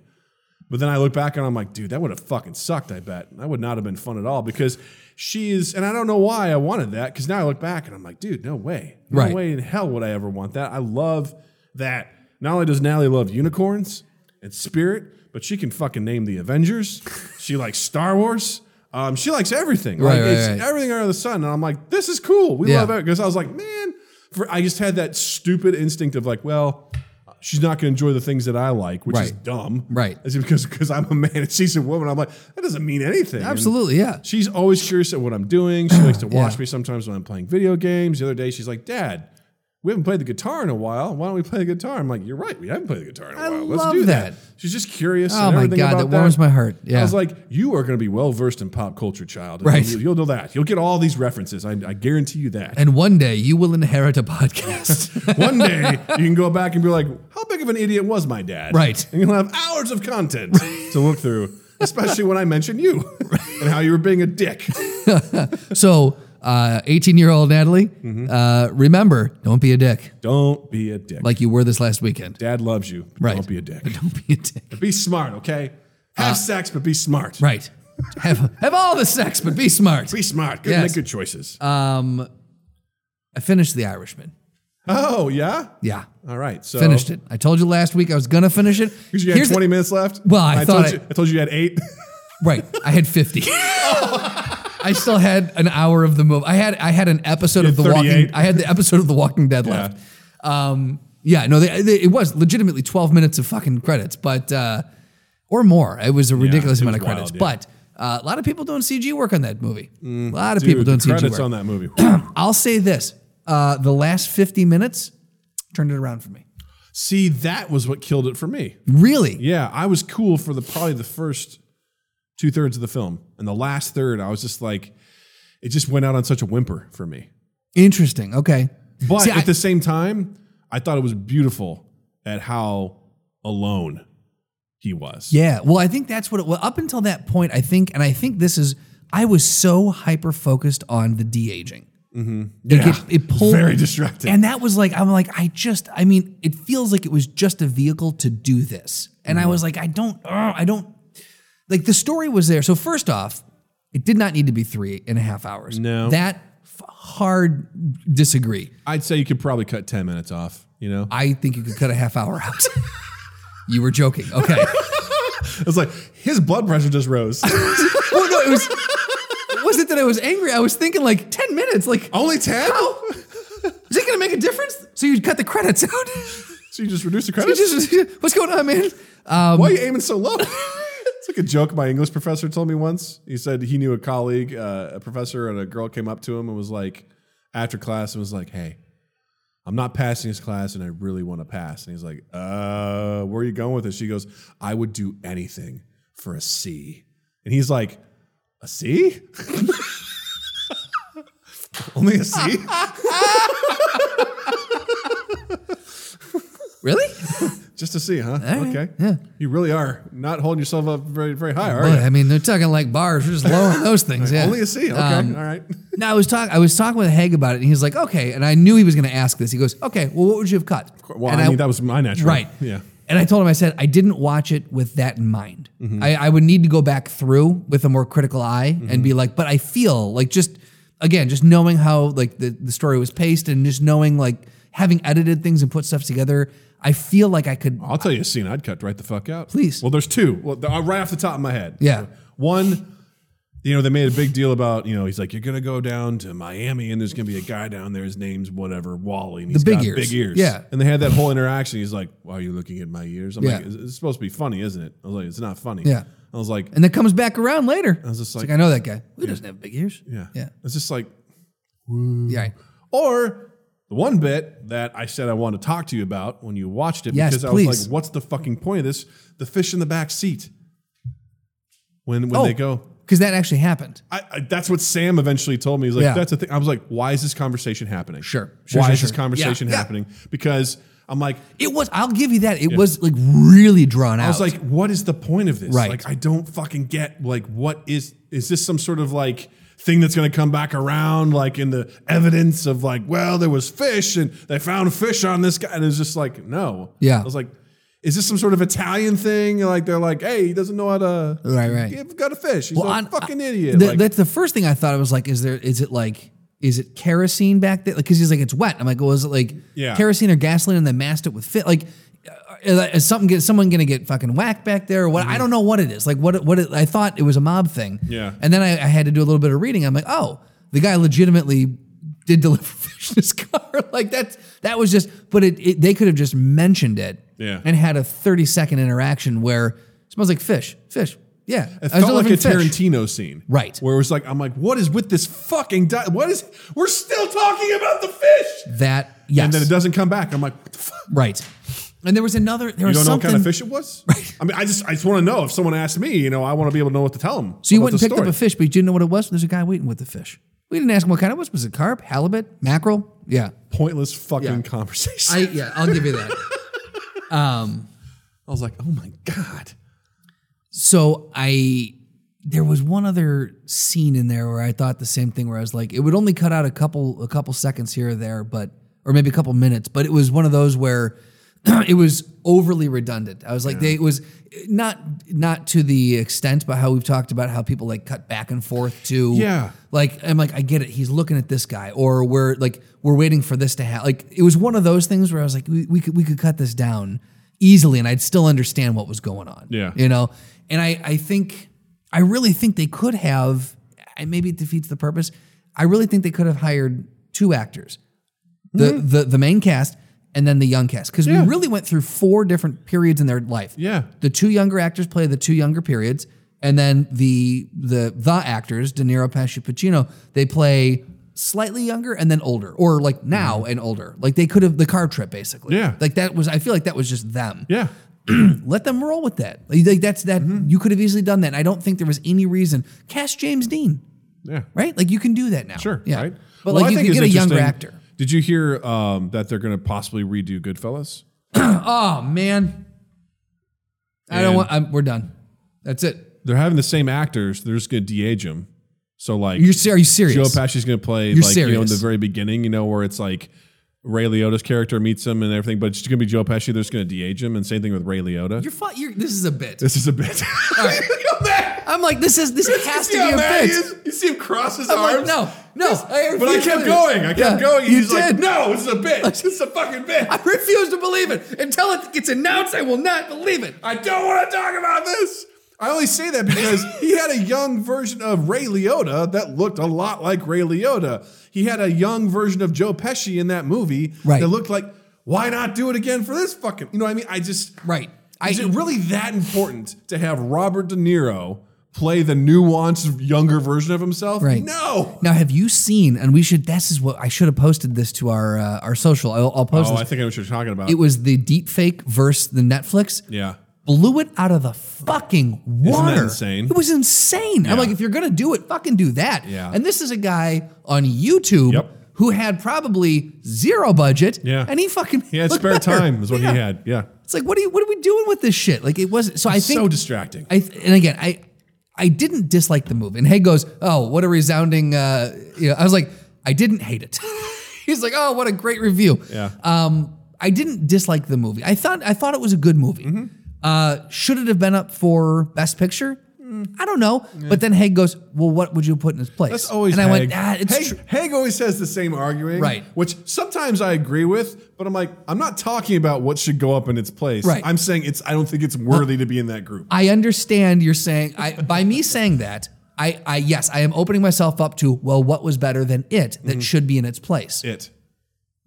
[SPEAKER 4] But then I look back and I'm like, dude, that would have fucking sucked. I bet that would not have been fun at all because she is, and I don't know why I wanted that because now I look back and I'm like, dude, no way, no
[SPEAKER 3] Right.
[SPEAKER 4] way in hell would I ever want that. I love that. Not only does Natalie love unicorns and spirit, but she can fucking name the Avengers. she likes Star Wars. Um, she likes everything.
[SPEAKER 3] Right,
[SPEAKER 4] like
[SPEAKER 3] right,
[SPEAKER 4] it's
[SPEAKER 3] right.
[SPEAKER 4] everything under the sun. And I'm like, this is cool. We
[SPEAKER 3] Yeah.
[SPEAKER 4] love it because I was like, man, for, I just had that stupid instinct of like, well, she's not going to enjoy the things that I like, which is
[SPEAKER 3] Right.
[SPEAKER 4] dumb,
[SPEAKER 3] Right.
[SPEAKER 4] Is it because because I'm a man and she's a woman? I'm like, that doesn't mean anything. And
[SPEAKER 3] Absolutely, yeah.
[SPEAKER 4] she's always curious at what I'm doing. She likes to watch
[SPEAKER 3] Yeah.
[SPEAKER 4] me sometimes when I'm playing video games. The other day, she's like, Dad. We haven't played the guitar in a while. Why don't we play the guitar? I'm like, you're right. We haven't played the guitar in a
[SPEAKER 3] I
[SPEAKER 4] while. Let's
[SPEAKER 3] love
[SPEAKER 4] do that.
[SPEAKER 3] that.
[SPEAKER 4] She's just curious.
[SPEAKER 3] Oh
[SPEAKER 4] and
[SPEAKER 3] my
[SPEAKER 4] everything
[SPEAKER 3] God,
[SPEAKER 4] about
[SPEAKER 3] that warms my heart.
[SPEAKER 4] I
[SPEAKER 3] Yeah.
[SPEAKER 4] was like, you are going to be well versed in pop culture, child.
[SPEAKER 3] Right.
[SPEAKER 4] You, will know that. You'll get all these references. I, I guarantee you that.
[SPEAKER 3] And one day you will inherit a podcast.
[SPEAKER 4] One day you can go back and be like, how big of an idiot was my dad?
[SPEAKER 3] Right.
[SPEAKER 4] And you'll have hours of content to look through, especially when I mention you and how you were being a dick.
[SPEAKER 3] so, uh, 18 year old Natalie, uh, remember, don't be a dick
[SPEAKER 4] Don't be a dick.
[SPEAKER 3] like you were this last weekend.
[SPEAKER 4] dad loves you. but
[SPEAKER 3] Right.
[SPEAKER 4] Don't be a dick.
[SPEAKER 3] Don't be a dick.
[SPEAKER 4] Be smart, okay? Have sex, but be smart.
[SPEAKER 3] Right. Have, have all the sex, but be smart.
[SPEAKER 4] Be smart. Good,
[SPEAKER 3] Yes. Uh,
[SPEAKER 4] Make good choices.
[SPEAKER 3] I finished The Irishman.
[SPEAKER 4] oh, yeah?
[SPEAKER 3] Yeah.
[SPEAKER 4] All right. So
[SPEAKER 3] Finished it. I told you last week I was going to finish it.
[SPEAKER 4] Because you had
[SPEAKER 3] Here's the-
[SPEAKER 4] 20 minutes left?
[SPEAKER 3] Well, I thought
[SPEAKER 4] told
[SPEAKER 3] I-
[SPEAKER 4] you, I told you you had eight.
[SPEAKER 3] Right. I had 50. I still had an hour of the movie. I had I had an episode
[SPEAKER 4] You
[SPEAKER 3] of The
[SPEAKER 4] had 38.
[SPEAKER 3] Walking I had the episode of The Walking Dead left. Um yeah, no they, they, it was legitimately 12 minutes of fucking credits, but uh or more. It was a ridiculous
[SPEAKER 4] it
[SPEAKER 3] amount
[SPEAKER 4] was
[SPEAKER 3] of credits,
[SPEAKER 4] wild,
[SPEAKER 3] but uh, a lot of people doing CG work on that movie. a lot of people
[SPEAKER 4] Mm, Dude,
[SPEAKER 3] doing
[SPEAKER 4] the
[SPEAKER 3] CG
[SPEAKER 4] credits
[SPEAKER 3] work.
[SPEAKER 4] on that movie.
[SPEAKER 3] I'll say this. Uh the last 50 minutes turned it around for me.
[SPEAKER 4] See, that was what killed it for me.
[SPEAKER 3] Really?
[SPEAKER 4] Yeah, I was cool for the probably the first two thirds of the film, and the last third, I was just like, it just went out on such a whimper for me.
[SPEAKER 3] Interesting. Okay.
[SPEAKER 4] But
[SPEAKER 3] See,
[SPEAKER 4] at
[SPEAKER 3] I-
[SPEAKER 4] the same time, I thought it was beautiful at how alone he was.
[SPEAKER 3] Yeah. Well, I think that's what it was. Up until that point, I think, and I think this is, I was so hyper focused on the de aging. Mm-hmm. Like it, it pulled.
[SPEAKER 4] very distracting.
[SPEAKER 3] And that was like, I'm like, I just, I mean, it feels like it was just a vehicle to do this. And
[SPEAKER 4] Mm-hmm.
[SPEAKER 3] I was like, I don't, uh, I don't, like the story was there. So, first off, it did not need to be three and a half hours.
[SPEAKER 4] No.
[SPEAKER 3] That f- hard disagree.
[SPEAKER 4] I'd say you could probably cut ten minutes off. You know,
[SPEAKER 3] I think you could cut a half hour out. you were joking. Okay.
[SPEAKER 4] it's like his blood pressure just rose.
[SPEAKER 3] Well, no, it was. It wasn't that I was angry. I was thinking like ten minutes. Like,
[SPEAKER 4] Only ten.
[SPEAKER 3] how is it going to make a difference? So you cut the credits out.
[SPEAKER 4] So you just reduce the
[SPEAKER 3] You
[SPEAKER 4] credits.
[SPEAKER 3] just- what's going on, man? Um,
[SPEAKER 4] Why are you aiming so low? it's like a joke my English professor told me once. He said he knew a colleague, uh, a professor, and a girl came up to him and was like, after class, and was like, hey, I'm not passing this class and I really want to pass. And he's like, uh, where are you going with this? She goes, I would do anything for a C. And he's like, a C? Only a C?
[SPEAKER 3] really?
[SPEAKER 4] Just a C, huh?
[SPEAKER 3] right,
[SPEAKER 4] Okay.
[SPEAKER 3] yeah.
[SPEAKER 4] You really are not holding yourself up very, very high, are
[SPEAKER 3] Well,
[SPEAKER 4] you?
[SPEAKER 3] I mean, they're talking like bars. We're just lowering those things. Yeah.
[SPEAKER 4] Only a C. Okay.
[SPEAKER 3] Um,
[SPEAKER 4] All right.
[SPEAKER 3] no, I was talking. I was talking with Haig about it, and he was like, "Okay," and I knew he was going to ask this. He goes, "Okay, well, what would you have cut?"
[SPEAKER 4] Well,
[SPEAKER 3] and
[SPEAKER 4] I, mean, that was my natural.
[SPEAKER 3] Right.
[SPEAKER 4] Yeah.
[SPEAKER 3] And I told him, I said, I didn't watch it with that in mind.
[SPEAKER 4] Mm-hmm.
[SPEAKER 3] I, I would need to go back through with a more critical eye and
[SPEAKER 4] Mm-hmm.
[SPEAKER 3] be like, but I feel like just, again, just knowing how like the, the story was paced and just knowing like having edited things and put stuff together, I feel like I could.
[SPEAKER 4] I'll tell you a scene I'd cut right the fuck out.
[SPEAKER 3] Please.
[SPEAKER 4] Well, there's two. Well, th- right off the top of my head.
[SPEAKER 3] Yeah.
[SPEAKER 4] One, you know, they made a big deal about, you know, he's like, you're gonna go down to Miami and there's gonna be a guy down there. His name's whatever, Wally. And he's
[SPEAKER 3] big
[SPEAKER 4] got
[SPEAKER 3] ears.
[SPEAKER 4] Big ears.
[SPEAKER 3] Yeah.
[SPEAKER 4] And they had that whole interaction. He's like, why are you looking at my ears? I'm
[SPEAKER 3] Yeah.
[SPEAKER 4] like, it's, it's supposed to be funny, isn't it? I was like, it's not funny.
[SPEAKER 3] Yeah.
[SPEAKER 4] I was like,
[SPEAKER 3] And that comes back around later. I
[SPEAKER 4] was just like-
[SPEAKER 3] I know that guy. He doesn't have big ears.
[SPEAKER 4] yeah.
[SPEAKER 3] Yeah.
[SPEAKER 4] It's just like, "Mm."
[SPEAKER 3] Yeah. right.
[SPEAKER 4] Or the one bit that I said I want to talk to you about when you watched it
[SPEAKER 3] Yes,
[SPEAKER 4] because I was
[SPEAKER 3] please.
[SPEAKER 4] like, what's the fucking point of this? The fish in the back seat. When when
[SPEAKER 3] Oh.
[SPEAKER 4] they go.
[SPEAKER 3] Because that actually happened.
[SPEAKER 4] I, I, that's what Sam eventually told me. He's like,
[SPEAKER 3] Yeah.
[SPEAKER 4] that's the thing. I was like, why is this conversation happening?
[SPEAKER 3] Sure. Sure,
[SPEAKER 4] why
[SPEAKER 3] sure,
[SPEAKER 4] is this
[SPEAKER 3] sure.
[SPEAKER 4] conversation
[SPEAKER 3] Yeah. Yeah.
[SPEAKER 4] happening? Because I'm like,
[SPEAKER 3] It was, I'll give you that. It was like really drawn out.
[SPEAKER 4] I was like, what is the point of this?
[SPEAKER 3] Right.
[SPEAKER 4] Like, I don't fucking get. Like, what is is this some sort of like thing that's going to come back around? Like in the evidence of like, well, there was fish and they found fish on this guy, and it's just like, no.
[SPEAKER 3] Yeah.
[SPEAKER 4] I was like, is this some sort of Italian thing? Like they're like, hey, he doesn't know how to
[SPEAKER 3] Right, right.
[SPEAKER 4] He got a fish. He's
[SPEAKER 3] Well,
[SPEAKER 4] a
[SPEAKER 3] on- uh,
[SPEAKER 4] fucking
[SPEAKER 3] I-
[SPEAKER 4] idiot.
[SPEAKER 3] the-
[SPEAKER 4] like,
[SPEAKER 3] that's the first thing I thought. I was like, is there? Is it like? Is it kerosene back there? Because he's like, it's wet. I'm like, well, is it like
[SPEAKER 4] Yeah.
[SPEAKER 3] kerosene or gasoline? And they masked it with fit. Like, uh, is something get someone gonna get fucking whacked back there? Or what? I don't know what it is. Like, what? it- What? It, I thought it was a mob thing.
[SPEAKER 4] Mm-hmm. Yeah.
[SPEAKER 3] And then I, I had to do a little bit of reading. I'm like, oh, the guy legitimately did deliver fish in his car. like that's that was just. But it, it they could have just mentioned it.
[SPEAKER 4] Yeah.
[SPEAKER 3] And had a 30 second interaction where it smells like fish, fish. Yeah.
[SPEAKER 4] It felt like a
[SPEAKER 3] Tarantino.
[SPEAKER 4] Tarantino scene.
[SPEAKER 3] Right.
[SPEAKER 4] Where it was like, I'm like, what is with this fucking di- what is we're still talking about the fish?
[SPEAKER 3] That yes,
[SPEAKER 4] And then it doesn't come back. I'm like, what the fuck?
[SPEAKER 3] right. And there was another. There
[SPEAKER 4] You
[SPEAKER 3] was
[SPEAKER 4] don't know what
[SPEAKER 3] something.
[SPEAKER 4] kind of fish it was? I mean, I just I just want to know if someone asked me, you know, I want to be able to know what to tell them.
[SPEAKER 3] So you went and picked up a fish, but you didn't know what it was. There's a guy waiting with the fish. We didn't ask him what kind it was. Was it carp, halibut, mackerel? Yeah,
[SPEAKER 4] pointless fucking
[SPEAKER 3] Yeah.
[SPEAKER 4] conversation.
[SPEAKER 3] I
[SPEAKER 4] I,
[SPEAKER 3] yeah, I'll give you that.
[SPEAKER 4] was like, oh my god.
[SPEAKER 3] So I there was one other scene in there where I thought the same thing where I was like, it would only cut out a couple a couple seconds here or there, but or maybe a couple minutes, but it was one of those where it was overly redundant. I was like, they it was not not to the extent, but how we've talked about how people like cut back and forth to
[SPEAKER 4] Yeah.
[SPEAKER 3] like I'm like I get it. He's looking at this guy, or we're like we're waiting for this to happen. Like it was one of those things where I was like we, we could we could cut this down easily, and I'd still understand what was going on.
[SPEAKER 4] Yeah.
[SPEAKER 3] you know. And I I think I really think they could have. And maybe it defeats the purpose. I really think they could have hired two actors, the the the main cast and then the young cast, because
[SPEAKER 4] Mm-hmm. Yeah.
[SPEAKER 3] we really went through four different periods in their life.
[SPEAKER 4] Yeah.
[SPEAKER 3] The two younger actors play the two younger periods, and then the the the actors, De Niro, Pesci, Pacino, they play slightly younger and then older, or like now and older. Like they could have the car trip basically.
[SPEAKER 4] Mm-hmm. Yeah.
[SPEAKER 3] Like that was I feel like that was just them.
[SPEAKER 4] Yeah. Mm-hmm.
[SPEAKER 3] Let them roll with that. Like like, that's that you could have easily done that. And I don't think there was any reason. Cast James Dean,
[SPEAKER 4] Yeah.
[SPEAKER 3] right? Like you can do that now.
[SPEAKER 4] Sure.
[SPEAKER 3] Yeah.
[SPEAKER 4] Right. Well,
[SPEAKER 3] But like
[SPEAKER 4] I
[SPEAKER 3] you
[SPEAKER 4] think
[SPEAKER 3] could
[SPEAKER 4] it's
[SPEAKER 3] get a younger
[SPEAKER 4] interesting-
[SPEAKER 3] actor.
[SPEAKER 4] Did you hear um, that they're going to possibly redo Goodfellas?
[SPEAKER 3] Oh man. I don't
[SPEAKER 4] And-
[SPEAKER 3] want I'm, we're done. That's it.
[SPEAKER 4] They're having the same actors. They're just going to de-age them. So like,
[SPEAKER 3] You're ser- are you serious?
[SPEAKER 4] Joe Pesci's going to play
[SPEAKER 3] You're
[SPEAKER 4] like you know in
[SPEAKER 3] serious.
[SPEAKER 4] the very beginning, you know, where it's like Ray Liotta's character meets him and everything, but it's just going to be Joe Pesci. They're just going to de-age him, and same thing with Ray Liotta.
[SPEAKER 3] You're, fu- you're this is a bit.
[SPEAKER 4] this is a bit. Look at that.
[SPEAKER 3] I'm like, this is this
[SPEAKER 4] You
[SPEAKER 3] has
[SPEAKER 4] see
[SPEAKER 3] to be
[SPEAKER 4] how
[SPEAKER 3] a
[SPEAKER 4] mad he
[SPEAKER 3] bit.
[SPEAKER 4] is? You see him cross his
[SPEAKER 3] I'm like,
[SPEAKER 4] arms.
[SPEAKER 3] no, no. I
[SPEAKER 4] But I
[SPEAKER 3] refuse
[SPEAKER 4] kept
[SPEAKER 3] to-
[SPEAKER 4] going. I kept
[SPEAKER 3] Yeah,
[SPEAKER 4] going. and
[SPEAKER 3] you
[SPEAKER 4] He's like,
[SPEAKER 3] did.
[SPEAKER 4] no, it's a bit. It's a fucking bit.
[SPEAKER 3] I refuse to believe it until it gets announced. I will not believe it.
[SPEAKER 4] I don't want to talk about this. I only say that because he had a young version of Ray Liotta that looked a lot like Ray Liotta. He had a young version of Joe Pesci in that movie
[SPEAKER 3] Right.
[SPEAKER 4] that looked like, why not do it again for this fucking? You know what I mean? I just
[SPEAKER 3] Right.
[SPEAKER 4] Is
[SPEAKER 3] I-
[SPEAKER 4] it really that important to have Robert De Niro play the nuanced younger version of himself?
[SPEAKER 3] Right.
[SPEAKER 4] No.
[SPEAKER 3] Now, have you seen? And we should. This is what I should have posted this to our uh, our social. I'll, I'll post
[SPEAKER 4] Oh, I
[SPEAKER 3] this.
[SPEAKER 4] think I know what you're talking about.
[SPEAKER 3] It was the deep fake versus the Netflix.
[SPEAKER 4] yeah.
[SPEAKER 3] Blew it out of the fucking water.
[SPEAKER 4] insane?
[SPEAKER 3] It was insane.
[SPEAKER 4] Yeah.
[SPEAKER 3] I'm like, if you're gonna do it, fucking do that.
[SPEAKER 4] Yeah.
[SPEAKER 3] And this is a guy on YouTube
[SPEAKER 4] Yep.
[SPEAKER 3] who had probably zero budget.
[SPEAKER 4] Yeah.
[SPEAKER 3] And he fucking
[SPEAKER 4] He had
[SPEAKER 3] looked
[SPEAKER 4] spare
[SPEAKER 3] better.
[SPEAKER 4] time, is what
[SPEAKER 3] Yeah.
[SPEAKER 4] he had. Yeah.
[SPEAKER 3] It's like, what are you? What are we doing with this shit? Like, it wasn't. So I think
[SPEAKER 4] so distracting.
[SPEAKER 3] I th- and again, I I didn't dislike the movie. And Haig goes, "Oh, what a resounding!" Uh, you know, I was like, I didn't hate it. He's like, "Oh, what a great review."
[SPEAKER 4] Yeah.
[SPEAKER 3] Um, I didn't dislike
[SPEAKER 4] Mm-hmm.
[SPEAKER 3] the movie. I thought I thought it was a good movie. Uh, should it have been up for Best Picture? I don't know. But then Haig goes, well, what would you put in his place?
[SPEAKER 4] Mm. That's always
[SPEAKER 3] and I
[SPEAKER 4] Haig.
[SPEAKER 3] went, ah, it's
[SPEAKER 4] Haig,
[SPEAKER 3] true.
[SPEAKER 4] Haig always has the same arguing,
[SPEAKER 3] Right.
[SPEAKER 4] Which sometimes I agree with, but I'm like, I'm not talking about what should go up in its place.
[SPEAKER 3] Right.
[SPEAKER 4] I'm saying it's. I don't think it's worthy to be in that group.
[SPEAKER 3] I understand you're saying I by me saying that I, I yes I am opening myself up to well what was better than it
[SPEAKER 4] Mm-hmm.
[SPEAKER 3] that should be in its place
[SPEAKER 4] It.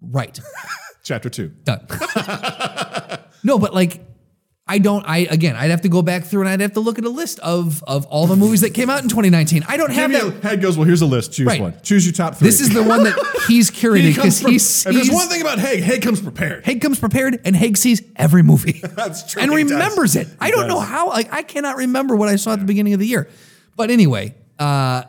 [SPEAKER 3] right
[SPEAKER 4] Chapter two.
[SPEAKER 3] done no but like I don't I again I'd have to go back through and I'd have to look at a list of of all the movies that came out in 2019 I don't have
[SPEAKER 4] Give me
[SPEAKER 3] that
[SPEAKER 4] a- Haig goes. Well, here's a list. Choose
[SPEAKER 3] Right.
[SPEAKER 4] one. Choose your top three.
[SPEAKER 3] this is the one that he's curated
[SPEAKER 4] He comes
[SPEAKER 3] because
[SPEAKER 4] pre-
[SPEAKER 3] he's,
[SPEAKER 4] if there's
[SPEAKER 3] he's-
[SPEAKER 4] one thing about Haig, Haig comes prepared.
[SPEAKER 3] Haig comes prepared and Haig sees every movie.
[SPEAKER 4] That's true,
[SPEAKER 3] And
[SPEAKER 4] he does.
[SPEAKER 3] remembers it. I
[SPEAKER 4] He
[SPEAKER 3] don't know
[SPEAKER 4] does.
[SPEAKER 3] how. Like I cannot remember what I saw at the beginning of the year. But anyway, uh,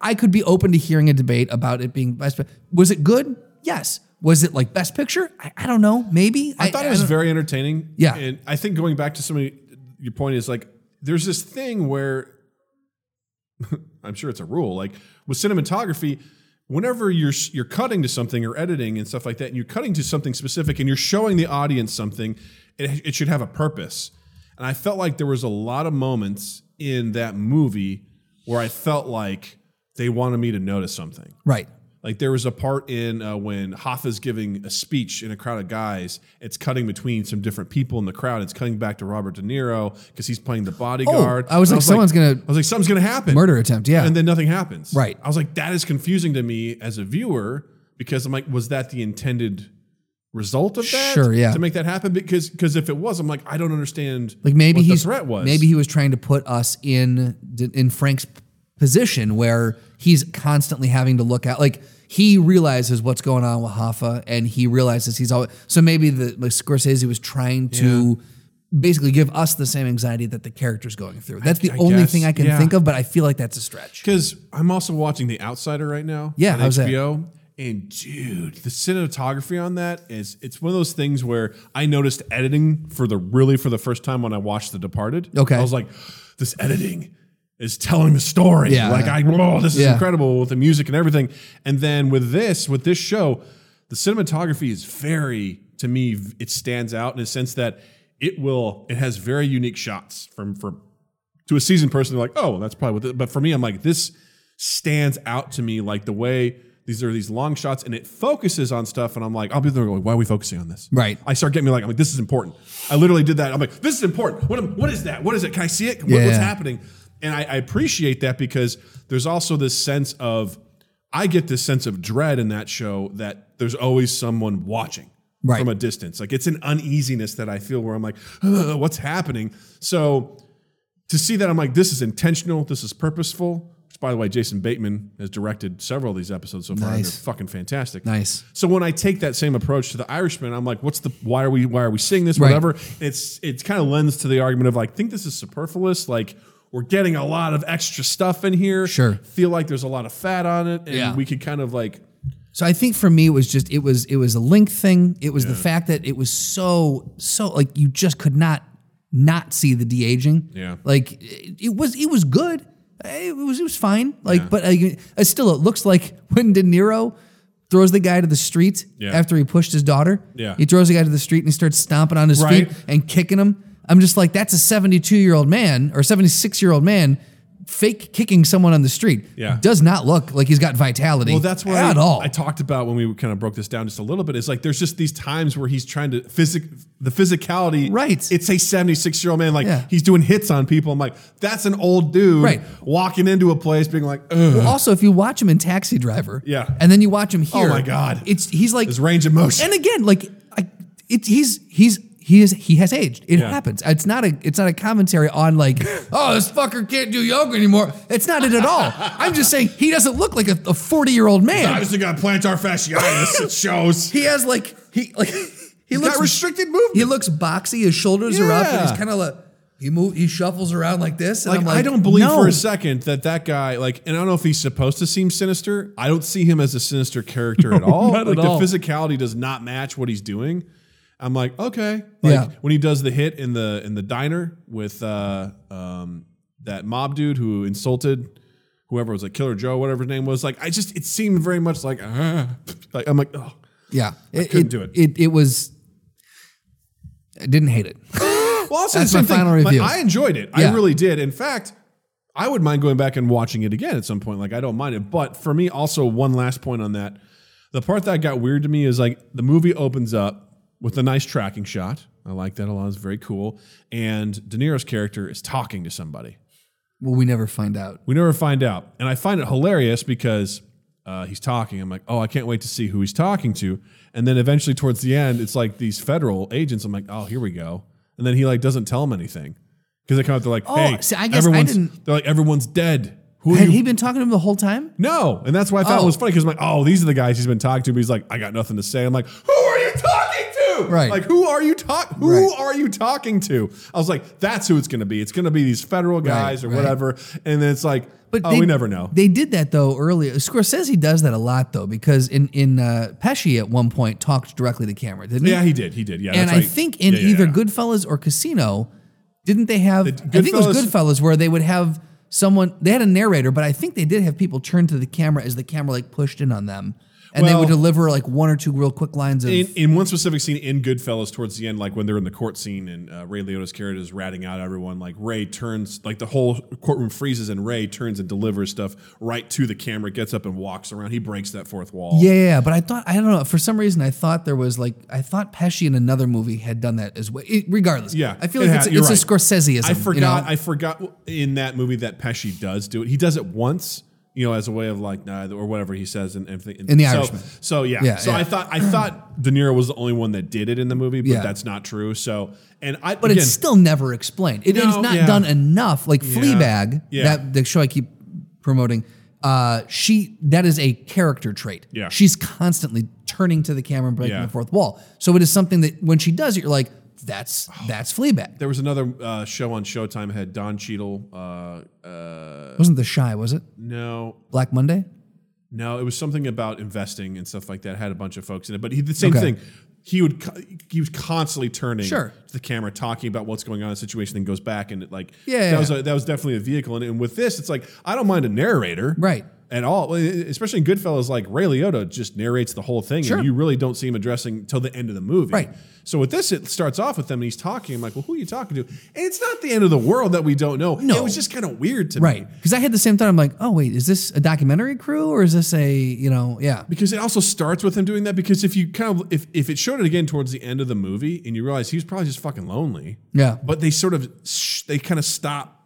[SPEAKER 3] I could be open to hearing a debate about it being best. Pic- Was it good? Yes. Was it like best picture? I, I don't know. Maybe.
[SPEAKER 4] I thought it was
[SPEAKER 3] don't-
[SPEAKER 4] very entertaining.
[SPEAKER 3] Yeah.
[SPEAKER 4] And I think going back to some of your point is like there's this thing where I'm sure it's a rule. Like with cinematography, whenever you're you're cutting to something or editing and stuff like that, and you're cutting to something specific and you're showing the audience something, it, it should have a purpose. And I felt like there was a lot of moments in that movie where I felt like they wanted me to notice something.
[SPEAKER 3] right.
[SPEAKER 4] Like there was a part in uh, when Hoffa's giving a speech in a crowd of guys. It's cutting between some different people in the crowd. It's cutting back to Robert De Niro because he's playing the bodyguard.
[SPEAKER 3] Oh, I was
[SPEAKER 4] And
[SPEAKER 3] like, someone's gonna-
[SPEAKER 4] I was like, something's gonna happen.
[SPEAKER 3] Murder attempt, yeah.
[SPEAKER 4] And then nothing happens.
[SPEAKER 3] Right.
[SPEAKER 4] I was like, that is confusing to me as a viewer because I'm like, was that the intended result of that?
[SPEAKER 3] Sure, yeah.
[SPEAKER 4] To make that happen because because if it was, I'm like, I don't understand.
[SPEAKER 3] Like maybe
[SPEAKER 4] what
[SPEAKER 3] he's
[SPEAKER 4] the threat was
[SPEAKER 3] maybe he was trying to put us in in Frank's position where he's constantly having to look out. Like he realizes what's going on with Hoffa, and he realizes he's always so maybe the like Scorsese was trying to. Basically, give us the same anxiety that the character's going through. That's the
[SPEAKER 4] I
[SPEAKER 3] only
[SPEAKER 4] guess,
[SPEAKER 3] thing I can
[SPEAKER 4] yeah.
[SPEAKER 3] think of, but I feel like that's a stretch.
[SPEAKER 4] Because I'm also watching The Outsider right now.
[SPEAKER 3] Yeah,
[SPEAKER 4] on
[SPEAKER 3] how's that?
[SPEAKER 4] HBO. And dude, the cinematography on that is it's one of those things where I noticed editing for the really for the first time when I watched The Departed.
[SPEAKER 3] Okay.
[SPEAKER 4] I was like, this editing is telling the story.
[SPEAKER 3] Yeah.
[SPEAKER 4] Like I oh, this is
[SPEAKER 3] Yeah.
[SPEAKER 4] incredible with the music and everything. And then with this, with this show, the cinematography is very to me, v- it stands out in a sense that it will it has very unique shots from from to a seasoned person, they're like, oh, that's probably what. This. But for me, I'm like, this stands out to me like the way these are these long shots and it focuses on stuff. And I'm like, I'll be there going, why are we focusing on this?
[SPEAKER 3] Right.
[SPEAKER 4] I start getting me like, I'm like, this is important. I literally did that. I'm like, this is important. What, am- what is that? What is it? Can I see it? What-
[SPEAKER 3] Yeah.
[SPEAKER 4] What's happening? And I, I appreciate that because there's also this sense of, I get this sense of dread in that show that there's always someone watching
[SPEAKER 3] Right.
[SPEAKER 4] from a distance. Like it's an uneasiness that I feel where I'm like, "Ugh, what's happening? So to see that, I'm like, this is intentional. This is purposeful. Which, by the way, Jason Bateman has directed several of these episodes so far. and
[SPEAKER 3] Nice.
[SPEAKER 4] They're fucking fantastic.
[SPEAKER 3] Nice.
[SPEAKER 4] So when I take that same approach to the Irishman, I'm like, what's the why are we why are we seeing this?
[SPEAKER 3] Right.
[SPEAKER 4] Whatever. It's it kind of lends to the argument of like, think this is superfluous. Like we're getting a lot of extra stuff in here.
[SPEAKER 3] Sure.
[SPEAKER 4] Feel like there's a lot of fat on it, and
[SPEAKER 3] Yeah.
[SPEAKER 4] we could kind of like
[SPEAKER 3] So I think for me it was just it was it was a link thing. It was the fact that it was so so like you just could not not see the de aging.
[SPEAKER 4] Yeah.
[SPEAKER 3] Like it, it was it was good. It was it was fine. Like but I, I still it looks like when De Niro throws the guy to the street
[SPEAKER 4] Yeah.
[SPEAKER 3] after he pushed his daughter.
[SPEAKER 4] Yeah.
[SPEAKER 3] He throws the guy to the street and he starts stomping on his
[SPEAKER 4] Right.
[SPEAKER 3] feet and kicking him. I'm just like that's a 72 year old man or 76 year old man fake kicking someone on the street.
[SPEAKER 4] Yeah.
[SPEAKER 3] Does not look like he's got vitality.
[SPEAKER 4] Well, that's what
[SPEAKER 3] at
[SPEAKER 4] I,
[SPEAKER 3] all.
[SPEAKER 4] I talked about when we kind of broke this down just a little bit. Is like there's just these times where he's trying to physic the physicality.
[SPEAKER 3] Right.
[SPEAKER 4] It's a 76 year old man. Like
[SPEAKER 3] Yeah.
[SPEAKER 4] he's doing hits on people. I'm like, that's an old dude.
[SPEAKER 3] Right.
[SPEAKER 4] Walking into a place being like, Ugh,
[SPEAKER 3] Well, also, if you watch him in Taxi Driver,
[SPEAKER 4] Mm-hmm. Yeah.
[SPEAKER 3] and then you watch him here,
[SPEAKER 4] Oh my God.
[SPEAKER 3] it's he's like
[SPEAKER 4] his range of motion.
[SPEAKER 3] and again, like I, it's he's he's he is he has aged. It
[SPEAKER 4] Yeah.
[SPEAKER 3] happens. It's not a it's not a commentary on like oh this fucker can't do yoga anymore. It's not it at all. I'm just saying he doesn't look like a forty year old man.
[SPEAKER 4] obviously got plantar fasciitis. it shows.
[SPEAKER 3] He has like he like he
[SPEAKER 4] He's
[SPEAKER 3] looks
[SPEAKER 4] got restricted movement.
[SPEAKER 3] he looks boxy. His shoulders are up, and
[SPEAKER 4] Yeah.
[SPEAKER 3] he's kind of like he move he shuffles around like this. And
[SPEAKER 4] like,
[SPEAKER 3] I'm like
[SPEAKER 4] I don't believe
[SPEAKER 3] no.
[SPEAKER 4] for a second that that guy like and I don't know if he's supposed to seem sinister. I don't see him as a sinister character at all.
[SPEAKER 3] not
[SPEAKER 4] like
[SPEAKER 3] at
[SPEAKER 4] the
[SPEAKER 3] all.
[SPEAKER 4] physicality does not match what he's doing. I'm like, okay. Like
[SPEAKER 3] Yeah.
[SPEAKER 4] when he does the hit in the in the diner with uh um that mob dude who insulted whoever was like Killer Joe, whatever his name was, like I just it seemed very much like uh, like I'm like, oh
[SPEAKER 3] Yeah, I
[SPEAKER 4] couldn't do it.
[SPEAKER 3] It it was. I didn't hate it.
[SPEAKER 4] Well, also
[SPEAKER 3] That's
[SPEAKER 4] the same
[SPEAKER 3] my
[SPEAKER 4] thing,
[SPEAKER 3] final
[SPEAKER 4] like,
[SPEAKER 3] review.
[SPEAKER 4] I enjoyed it.
[SPEAKER 3] Yeah.
[SPEAKER 4] I really did. In fact, I would mind going back and watching it again at some point. Like I don't mind it, but for me, also one last point on that. The part that got weird to me is like the movie opens up with a nice tracking shot. I like that a lot. It's very cool. And De Niro's character is talking to somebody.
[SPEAKER 3] Well, we never find out.
[SPEAKER 4] We never find out. And I find it hilarious because uh, he's talking. I'm like, oh, I can't wait to see who he's talking to. And then eventually, towards the end, it's like these federal agents. I'm like, oh, here we go. And then he like doesn't tell him anything because they come up. They're like,
[SPEAKER 3] Oh,
[SPEAKER 4] hey,
[SPEAKER 3] see, I guess I
[SPEAKER 4] everyone's,
[SPEAKER 3] didn't-
[SPEAKER 4] They're like, everyone's dead. Who are
[SPEAKER 3] Had
[SPEAKER 4] you?
[SPEAKER 3] he been talking to him the whole time?
[SPEAKER 4] no, and that's why I thought it
[SPEAKER 3] Oh.
[SPEAKER 4] was funny because I'm like, oh, these are the guys he's been talking to. But he's like, I got nothing to say. I'm like, who are you talking to?
[SPEAKER 3] Right.
[SPEAKER 4] Like, who are you talk? Who
[SPEAKER 3] Right.
[SPEAKER 4] are you talking to? I was like, that's who it's going to be. It's going to be these federal guys or
[SPEAKER 3] right.
[SPEAKER 4] whatever. And then it's like,
[SPEAKER 3] But
[SPEAKER 4] oh,
[SPEAKER 3] they-
[SPEAKER 4] we never know.
[SPEAKER 3] They did that though earlier. Scorsese does that a lot though because in in uh, Pesci at one point talked directly to camera, didn't he?
[SPEAKER 4] yeah, he did. He did. Yeah.
[SPEAKER 3] and
[SPEAKER 4] that's
[SPEAKER 3] I
[SPEAKER 4] right.
[SPEAKER 3] think in
[SPEAKER 4] Yeah, yeah,
[SPEAKER 3] either
[SPEAKER 4] yeah.
[SPEAKER 3] Goodfellas or Casino, didn't they have? I think it was Goodfellas where they would have someone. They had a narrator, but I think they did have people turn to the camera as the camera like pushed in on them, and they
[SPEAKER 4] Well-
[SPEAKER 3] would deliver like one or two real quick lines of.
[SPEAKER 4] in, in one specific scene in Goodfellas, towards the end, like when they're in the court scene and uh, Ray Liotta's character is ratting out everyone, like Ray turns, like the whole courtroom freezes and Ray turns and delivers stuff right to the camera, gets up and walks around. He breaks that fourth wall.
[SPEAKER 3] yeah, yeah, yeah, but I thought I don't know for some reason I thought there was like I thought Pesci in another movie had done that as well. It- regardless,
[SPEAKER 4] Yeah,
[SPEAKER 3] I feel
[SPEAKER 4] it
[SPEAKER 3] like
[SPEAKER 4] ha-
[SPEAKER 3] it's,
[SPEAKER 4] you're
[SPEAKER 3] it's a
[SPEAKER 4] right.
[SPEAKER 3] Scorseseism.
[SPEAKER 4] I forgot.
[SPEAKER 3] You know?
[SPEAKER 4] I forgot in that movie that Pesci does do it. He does it once, you know, as a way of like nah, or whatever he says and everything.
[SPEAKER 3] In The
[SPEAKER 4] so,
[SPEAKER 3] Irishman.
[SPEAKER 4] So yeah.
[SPEAKER 3] Yeah,
[SPEAKER 4] so
[SPEAKER 3] yeah.
[SPEAKER 4] I thought I thought De Niro was the only one that did it in the movie, but
[SPEAKER 3] Yeah.
[SPEAKER 4] that's not true. So and I
[SPEAKER 3] but
[SPEAKER 4] again,
[SPEAKER 3] it's still never explained. It- it's
[SPEAKER 4] No,
[SPEAKER 3] not
[SPEAKER 4] yeah.
[SPEAKER 3] done enough. Like Fleabag,
[SPEAKER 4] Yeah.
[SPEAKER 3] that the show I keep promoting. Uh, she that is a character trait.
[SPEAKER 4] Yeah.
[SPEAKER 3] she's constantly turning to the camera and breaking
[SPEAKER 4] Yeah.
[SPEAKER 3] the fourth wall. So it is something that when she does it, you're like, that's
[SPEAKER 4] Oh.
[SPEAKER 3] that's Fleabag.
[SPEAKER 4] There was another uh, show on Showtime had Don Cheadle. Uh, uh,
[SPEAKER 3] Wasn't the shy? Was it
[SPEAKER 4] no,
[SPEAKER 3] Black Monday?
[SPEAKER 4] no, it was something about investing and stuff like that. Had a bunch of folks in it, but he the same
[SPEAKER 3] Okay.
[SPEAKER 4] thing. He would co- he was constantly turning
[SPEAKER 3] Sure.
[SPEAKER 4] to the camera, talking about what's going on in the situation, then goes back and it, like
[SPEAKER 3] Yeah,
[SPEAKER 4] that was
[SPEAKER 3] yeah.
[SPEAKER 4] a, that was definitely a vehicle. And, and with this, it's like I don't mind a narrator,
[SPEAKER 3] Right.
[SPEAKER 4] At all, Well, e, especially in Goodfellas, like Ray Liotta just narrates the whole thing,
[SPEAKER 3] Sure.
[SPEAKER 4] and you really don't see him addressing till the end of the movie,
[SPEAKER 3] Right.
[SPEAKER 4] So with this, it starts off with them, and he's talking. I'm like, well, who are you talking to? And it's not the end of the world that we don't know.
[SPEAKER 3] No.
[SPEAKER 4] it was just kind of weird to me,
[SPEAKER 3] Right, because I had the same thought. I'm like, oh wait, is this a documentary crew or is this a you know yeah?
[SPEAKER 4] because it also starts with him doing that because if you kind of if, if it showed it again towards the end of the movie and you realize he was probably just fucking lonely
[SPEAKER 3] Yeah.
[SPEAKER 4] but they sort of sh- they kind of stop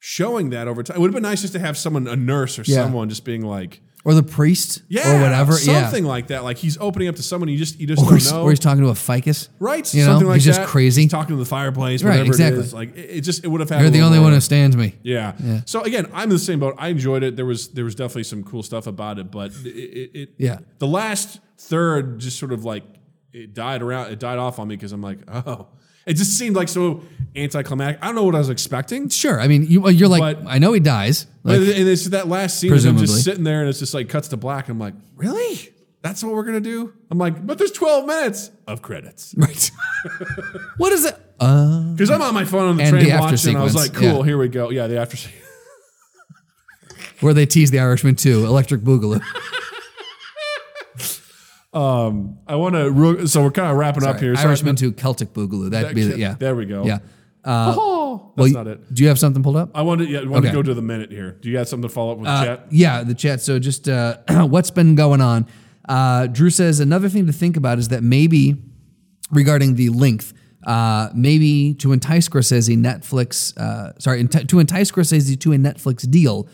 [SPEAKER 4] showing that over time it would have been nice just to have someone a nurse or
[SPEAKER 3] Yeah.
[SPEAKER 4] someone just being like
[SPEAKER 3] Or the priest
[SPEAKER 4] yeah
[SPEAKER 3] or whatever
[SPEAKER 4] something
[SPEAKER 3] yeah.
[SPEAKER 4] like that like he's opening up to someone you just you just
[SPEAKER 3] Or
[SPEAKER 4] don't
[SPEAKER 3] he's,
[SPEAKER 4] know
[SPEAKER 3] or he's talking to a ficus,
[SPEAKER 4] right
[SPEAKER 3] You know,
[SPEAKER 4] something like
[SPEAKER 3] he's just
[SPEAKER 4] that.
[SPEAKER 3] crazy.
[SPEAKER 4] He's talking to the fireplace
[SPEAKER 3] Right,
[SPEAKER 4] whatever
[SPEAKER 3] exactly.
[SPEAKER 4] it is like it, it just it would have had
[SPEAKER 3] You're
[SPEAKER 4] a
[SPEAKER 3] the
[SPEAKER 4] little
[SPEAKER 3] only one
[SPEAKER 4] more-
[SPEAKER 3] who stands me.
[SPEAKER 4] yeah. So again, I'm in the same boat. I enjoyed it. There was there was definitely some cool stuff about it, but it, it, it
[SPEAKER 3] Yeah.
[SPEAKER 4] the last third just sort of like it died around. It died off on me because I'm like, oh, it just seemed like so anticlimactic. I don't know what I was expecting.
[SPEAKER 3] Sure. I mean, you, you're like,
[SPEAKER 4] But-
[SPEAKER 3] I know he dies. Like,
[SPEAKER 4] But and it's that last scene. is I'm
[SPEAKER 3] Presumably.
[SPEAKER 4] just sitting there, and it's just like cuts to black. I'm like, really? That's what we're gonna do? I'm like, but there's 12 minutes of credits
[SPEAKER 3] right. what is it? Uh,
[SPEAKER 4] because I'm on my phone on the
[SPEAKER 3] Mm. And
[SPEAKER 4] train
[SPEAKER 3] the after
[SPEAKER 4] watching. I was like,
[SPEAKER 3] sequence,
[SPEAKER 4] cool,
[SPEAKER 3] yeah.
[SPEAKER 4] here we go. Yeah, the after. scene.
[SPEAKER 3] Where they tease the Irishman too? Electric Boogaloo.
[SPEAKER 4] I want to. So we're kind of wrapping up here. Sorry.
[SPEAKER 3] Irishman too. Celtic Boogaloo. That'd be the, yeah.
[SPEAKER 4] There we go.
[SPEAKER 3] Yeah.
[SPEAKER 4] Oh,
[SPEAKER 3] Well,
[SPEAKER 4] that's not it.
[SPEAKER 3] do you have something pulled up?
[SPEAKER 4] I want to, yeah, I want
[SPEAKER 3] Okay.
[SPEAKER 4] to go to the minute here. Do you got something to follow up with
[SPEAKER 3] Uh,
[SPEAKER 4] chat?
[SPEAKER 3] Yeah, the chat. So just uh, what's been going on? Uh, Drew says another thing to think about is that maybe regarding the length, uh, maybe to entice Scorsese, Netflix, uh, sorry, enti- to entice Scorsese to a Netflix deal,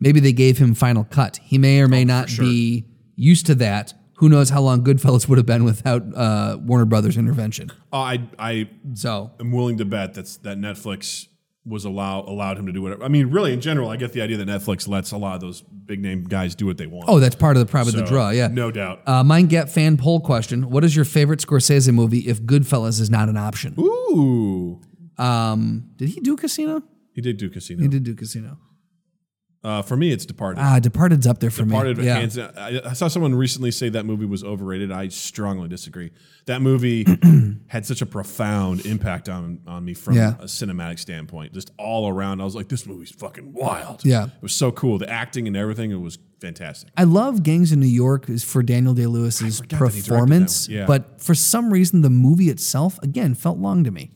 [SPEAKER 3] maybe they gave him final cut. He may or
[SPEAKER 4] Oh,
[SPEAKER 3] may not be used to that. Who knows how long Goodfellas would have been without uh, Warner Brothers intervention?
[SPEAKER 4] Uh, I I
[SPEAKER 3] So
[SPEAKER 4] am willing to bet that's that Netflix was allow allowed him to do whatever. I mean, really, in general, I get the idea that Netflix lets a lot of those big name guys do what they want.
[SPEAKER 3] Oh, that's part of the probably the
[SPEAKER 4] So,
[SPEAKER 3] draw. Yeah,
[SPEAKER 4] no doubt.
[SPEAKER 3] Uh, mind gap fan poll question: What is your favorite Scorsese movie if Goodfellas is not an option?
[SPEAKER 4] Ooh,
[SPEAKER 3] Um, did he do Casino?
[SPEAKER 4] he did do Casino.
[SPEAKER 3] He did do Casino.
[SPEAKER 4] Uh, for me, it's Departed.
[SPEAKER 3] Ah, Departed's up there for
[SPEAKER 4] Departed,
[SPEAKER 3] me. Yeah,
[SPEAKER 4] hands down. I, I saw someone recently say that movie was overrated. I strongly disagree. That movie had such a profound impact on on me from
[SPEAKER 3] Yeah.
[SPEAKER 4] a cinematic standpoint, just all around. I was like, this movie's fucking wild.
[SPEAKER 3] Yeah.
[SPEAKER 4] it was so cool. The acting and everything, it was fantastic.
[SPEAKER 3] I love Gangs of New York is for Daniel Day Lewis's
[SPEAKER 4] that he directed that
[SPEAKER 3] performance,
[SPEAKER 4] one. Yeah.
[SPEAKER 3] but for some reason the movie itself again felt long to me.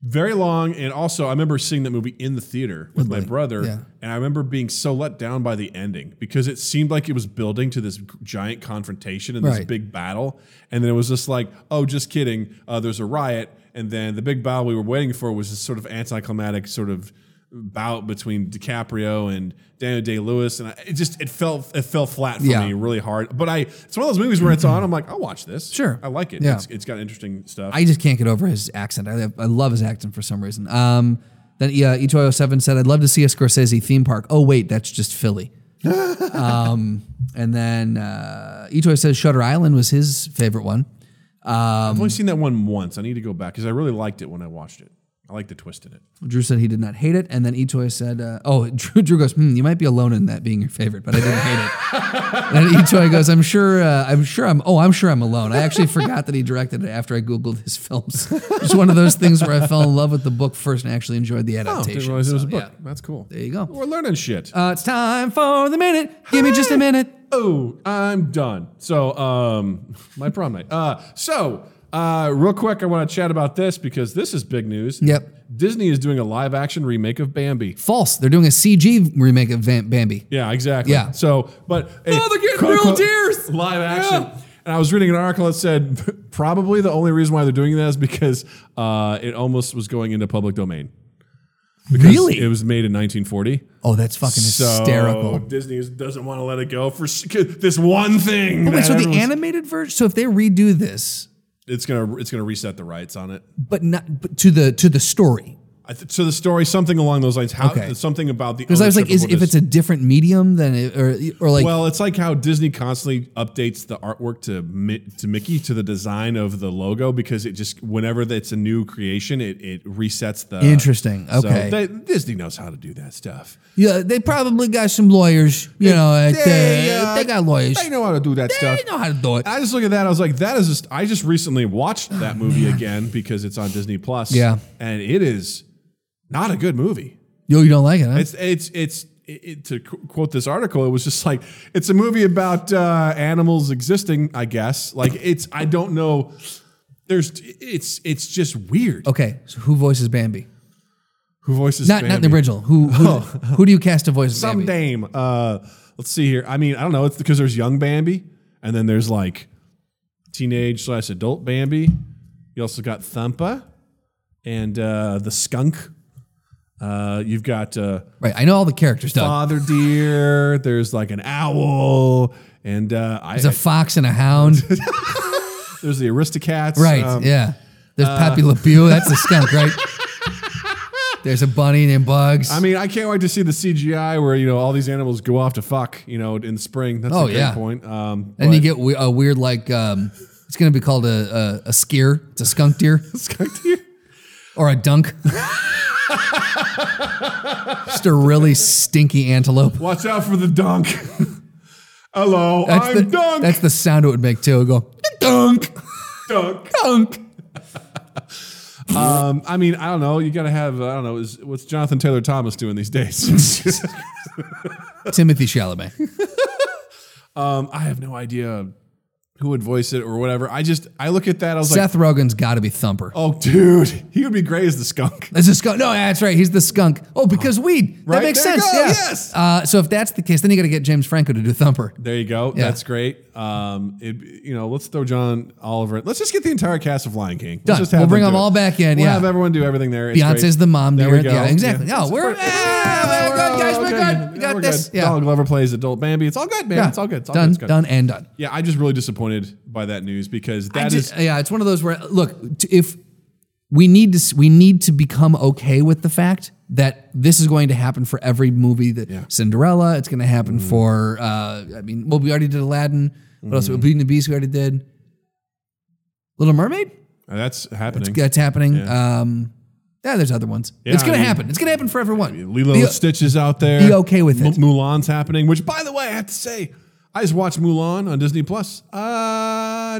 [SPEAKER 4] Very long, and also I remember seeing that movie in the theater with my brother,
[SPEAKER 3] yeah.
[SPEAKER 4] and I remember being so let down by the ending because it seemed like it was building to this g- giant confrontation and this
[SPEAKER 3] Right.
[SPEAKER 4] big battle, and then it was just like, oh, just kidding, uh, there's a riot, and then the big battle we were waiting for was this sort of anticlimactic sort of bout between DiCaprio and Daniel Day Lewis, and I, it just it fell it fell flat for
[SPEAKER 3] Yeah.
[SPEAKER 4] me really hard. But I, it's one of those movies where it's on, I'm like, I'll watch this,
[SPEAKER 3] Sure.
[SPEAKER 4] I like it,
[SPEAKER 3] Yeah.
[SPEAKER 4] it's, it's got interesting stuff.
[SPEAKER 3] I just can't get over his accent. I, I love his accent for some reason. Um, then yeah, E207 said, I'd love to see a Scorsese theme park. Oh, wait, that's just Philly. um, and then uh, E2 says Shutter Island was his favorite one.
[SPEAKER 4] I've only seen that one once. I need to go back because I really liked it when I watched it. I like the twist in it.
[SPEAKER 3] Drew said he did not hate it. And then Etoy said, uh, Oh, Drew, Drew goes, Hmm, you might be alone in that being your favorite, but I didn't hate it. and Etoy goes, I'm sure, uh, I'm sure I'm, oh, I'm sure I'm alone. I actually forgot that he directed it after I Googled his films. It's one of those things where I fell in love with the book first and actually enjoyed the adaptation.
[SPEAKER 4] Oh, didn't realize it was a
[SPEAKER 3] So,
[SPEAKER 4] book.
[SPEAKER 3] yeah.
[SPEAKER 4] That's cool.
[SPEAKER 3] There you go.
[SPEAKER 4] We're learning shit.
[SPEAKER 3] Uh, it's time for the minute. Give me just a minute.
[SPEAKER 4] oh, I'm done. So, um, my prom night. Uh, so, uh, real quick, I want to chat about this because this is big news.
[SPEAKER 3] Yep.
[SPEAKER 4] Disney is doing a live action remake of Bambi.
[SPEAKER 3] False. They're doing a CG remake of Van- Bambi.
[SPEAKER 4] Yeah, exactly.
[SPEAKER 3] Yeah.
[SPEAKER 4] So, but hey,
[SPEAKER 3] No, they're getting
[SPEAKER 4] quote,
[SPEAKER 3] real
[SPEAKER 4] quote,
[SPEAKER 3] deers.
[SPEAKER 4] Live action.
[SPEAKER 3] Yeah.
[SPEAKER 4] And I was reading an article that said probably the only reason why they're doing that is because uh, it almost was going into public domain. Because
[SPEAKER 3] Really?
[SPEAKER 4] It was made in 1940.
[SPEAKER 3] Oh, that's fucking
[SPEAKER 4] So
[SPEAKER 3] hysterical.
[SPEAKER 4] Disney is- doesn't want to let it go for s- this one thing.
[SPEAKER 3] Oh, wait,
[SPEAKER 4] that
[SPEAKER 3] so the
[SPEAKER 4] everyone's-
[SPEAKER 3] animated version. So if they redo this,
[SPEAKER 4] it's gonna it's gonna reset the rights on it.
[SPEAKER 3] but not but to the to the story,
[SPEAKER 4] I th- so the story, something along those lines. How
[SPEAKER 3] Okay.
[SPEAKER 4] something about the
[SPEAKER 3] Because I was like, is, if it's
[SPEAKER 4] ownership of
[SPEAKER 3] a different medium than it, or or like
[SPEAKER 4] this- well, it's like how Disney constantly updates the artwork to Mi- to Mickey to the design of the logo because it just whenever it's a new creation, it it resets the
[SPEAKER 3] Interesting.
[SPEAKER 4] So
[SPEAKER 3] Okay.
[SPEAKER 4] they- Disney knows how to do that stuff.
[SPEAKER 3] yeah, they probably got some lawyers. You know, at the- they,
[SPEAKER 4] uh,
[SPEAKER 3] got lawyers.
[SPEAKER 4] They know how to do that stuff.
[SPEAKER 3] They know how to do it.
[SPEAKER 4] I just look at that. I was like, that is. Just, I just recently watched that movie again because it's on Disney Plus.
[SPEAKER 3] Oh, Yeah.
[SPEAKER 4] and it is not a good movie.
[SPEAKER 3] Yo, you don't like it? Huh?
[SPEAKER 4] It's it's it's. It, it- to qu- quote this article, it was just like it's a movie about uh, animals existing. I guess like it's. I don't know. There's. It's it's just weird.
[SPEAKER 3] okay, so who voices Bambi?
[SPEAKER 4] Who voices
[SPEAKER 3] Oh, Not not the
[SPEAKER 4] Bambi? Oh.
[SPEAKER 3] original. Who who, who do you cast to voice
[SPEAKER 4] Some
[SPEAKER 3] Bambi?
[SPEAKER 4] dame. Uh, let's see here. I mean, I don't know. It's because there's young Bambi, and then there's like teenage slash adult Bambi. You also got Thumpa and uh, the skunk. Uh, you've got uh,
[SPEAKER 3] Right, I know all the characters. Doug.
[SPEAKER 4] father deer. There's like an owl, and uh, I,
[SPEAKER 3] There's a fox and a hound.
[SPEAKER 4] there's the Aristocats.
[SPEAKER 3] Right,
[SPEAKER 4] Um,
[SPEAKER 3] yeah. There's Pappy Le Pew. That's a skunk, right? There's a bunny named Bugs.
[SPEAKER 4] I mean, I can't wait to see the CGI where you know all these animals go off to fuck. You know, in the spring. That's
[SPEAKER 3] Oh,
[SPEAKER 4] a great
[SPEAKER 3] yeah.
[SPEAKER 4] point. Um,
[SPEAKER 3] and you
[SPEAKER 4] but-
[SPEAKER 3] get we- a weird like um, it's gonna be called a a, a skier. It's a skunk deer.
[SPEAKER 4] skunk deer.
[SPEAKER 3] or a dunk. Just a really stinky antelope.
[SPEAKER 4] Watch out for the dunk. Hello, I'm
[SPEAKER 3] the,
[SPEAKER 4] dunk.
[SPEAKER 3] That's the sound it would make too. It would go dunk,
[SPEAKER 4] dunk.
[SPEAKER 3] dunk.
[SPEAKER 4] Um, I mean, I don't know. You got to have. I don't know. Is, what's Jonathan Taylor Thomas doing these days?
[SPEAKER 3] Timothy Chalamet.
[SPEAKER 4] um, I have no idea who would voice it or whatever. I just I look at that. I was like,
[SPEAKER 3] Seth Rogen's got to be Thumper.
[SPEAKER 4] oh, dude, he would be great as the skunk.
[SPEAKER 3] That's a skunk. No, that's right. He's the skunk. Oh, because weed.
[SPEAKER 4] Right,
[SPEAKER 3] That makes
[SPEAKER 4] there you
[SPEAKER 3] sense.
[SPEAKER 4] go,
[SPEAKER 3] Yeah.
[SPEAKER 4] yes.
[SPEAKER 3] Uh, so if that's the case, then you got to get James Franco to do Thumper.
[SPEAKER 4] There you go.
[SPEAKER 3] Yeah.
[SPEAKER 4] That's great. Um, it, you know, let's throw John Oliver. Let's just get the entire cast of Lion King. Let's
[SPEAKER 3] Done.
[SPEAKER 4] just
[SPEAKER 3] We'll bring
[SPEAKER 4] do
[SPEAKER 3] them
[SPEAKER 4] it.
[SPEAKER 3] all back in,
[SPEAKER 4] We'll
[SPEAKER 3] yeah.
[SPEAKER 4] have everyone do everything there. It's
[SPEAKER 3] Beyonce's
[SPEAKER 4] great.
[SPEAKER 3] the mom
[SPEAKER 4] There
[SPEAKER 3] deer.
[SPEAKER 4] we go.
[SPEAKER 3] Yeah, exactly.
[SPEAKER 4] Yeah.
[SPEAKER 3] No, we're, ah, we're good, guys. We're good. We got this.
[SPEAKER 4] Yeah.
[SPEAKER 3] Yeah.
[SPEAKER 4] Donald Glover plays adult Bambi. It's all good, man.
[SPEAKER 3] Yeah.
[SPEAKER 4] It's all good. It's all good.
[SPEAKER 3] done,
[SPEAKER 4] It's good.
[SPEAKER 3] done, and done.
[SPEAKER 4] Yeah, I'm just really disappointed by that news because
[SPEAKER 3] I
[SPEAKER 4] that is
[SPEAKER 3] just- yeah, it's one of those where look, t- if we need to s- we need to become okay with the fact that this is going to happen for every movie that Cinderella, it's going to
[SPEAKER 4] Mm.
[SPEAKER 3] happen for uh I mean, well we already did Aladdin, what else?
[SPEAKER 4] Mm.
[SPEAKER 3] Beauty and the Beast we already did. Little Mermaid?
[SPEAKER 4] uh, that's happening.
[SPEAKER 3] That's happening. Um yeah, there's other ones. it's
[SPEAKER 4] I
[SPEAKER 3] going to
[SPEAKER 4] mean-
[SPEAKER 3] happen. It's going to happen for everyone.
[SPEAKER 4] Lilo
[SPEAKER 3] The-
[SPEAKER 4] and Stitch is out there.
[SPEAKER 3] Be okay with it.
[SPEAKER 4] Mulan's happening, which by the way, I have to say, I just watched Mulan on Disney Plus. Uh,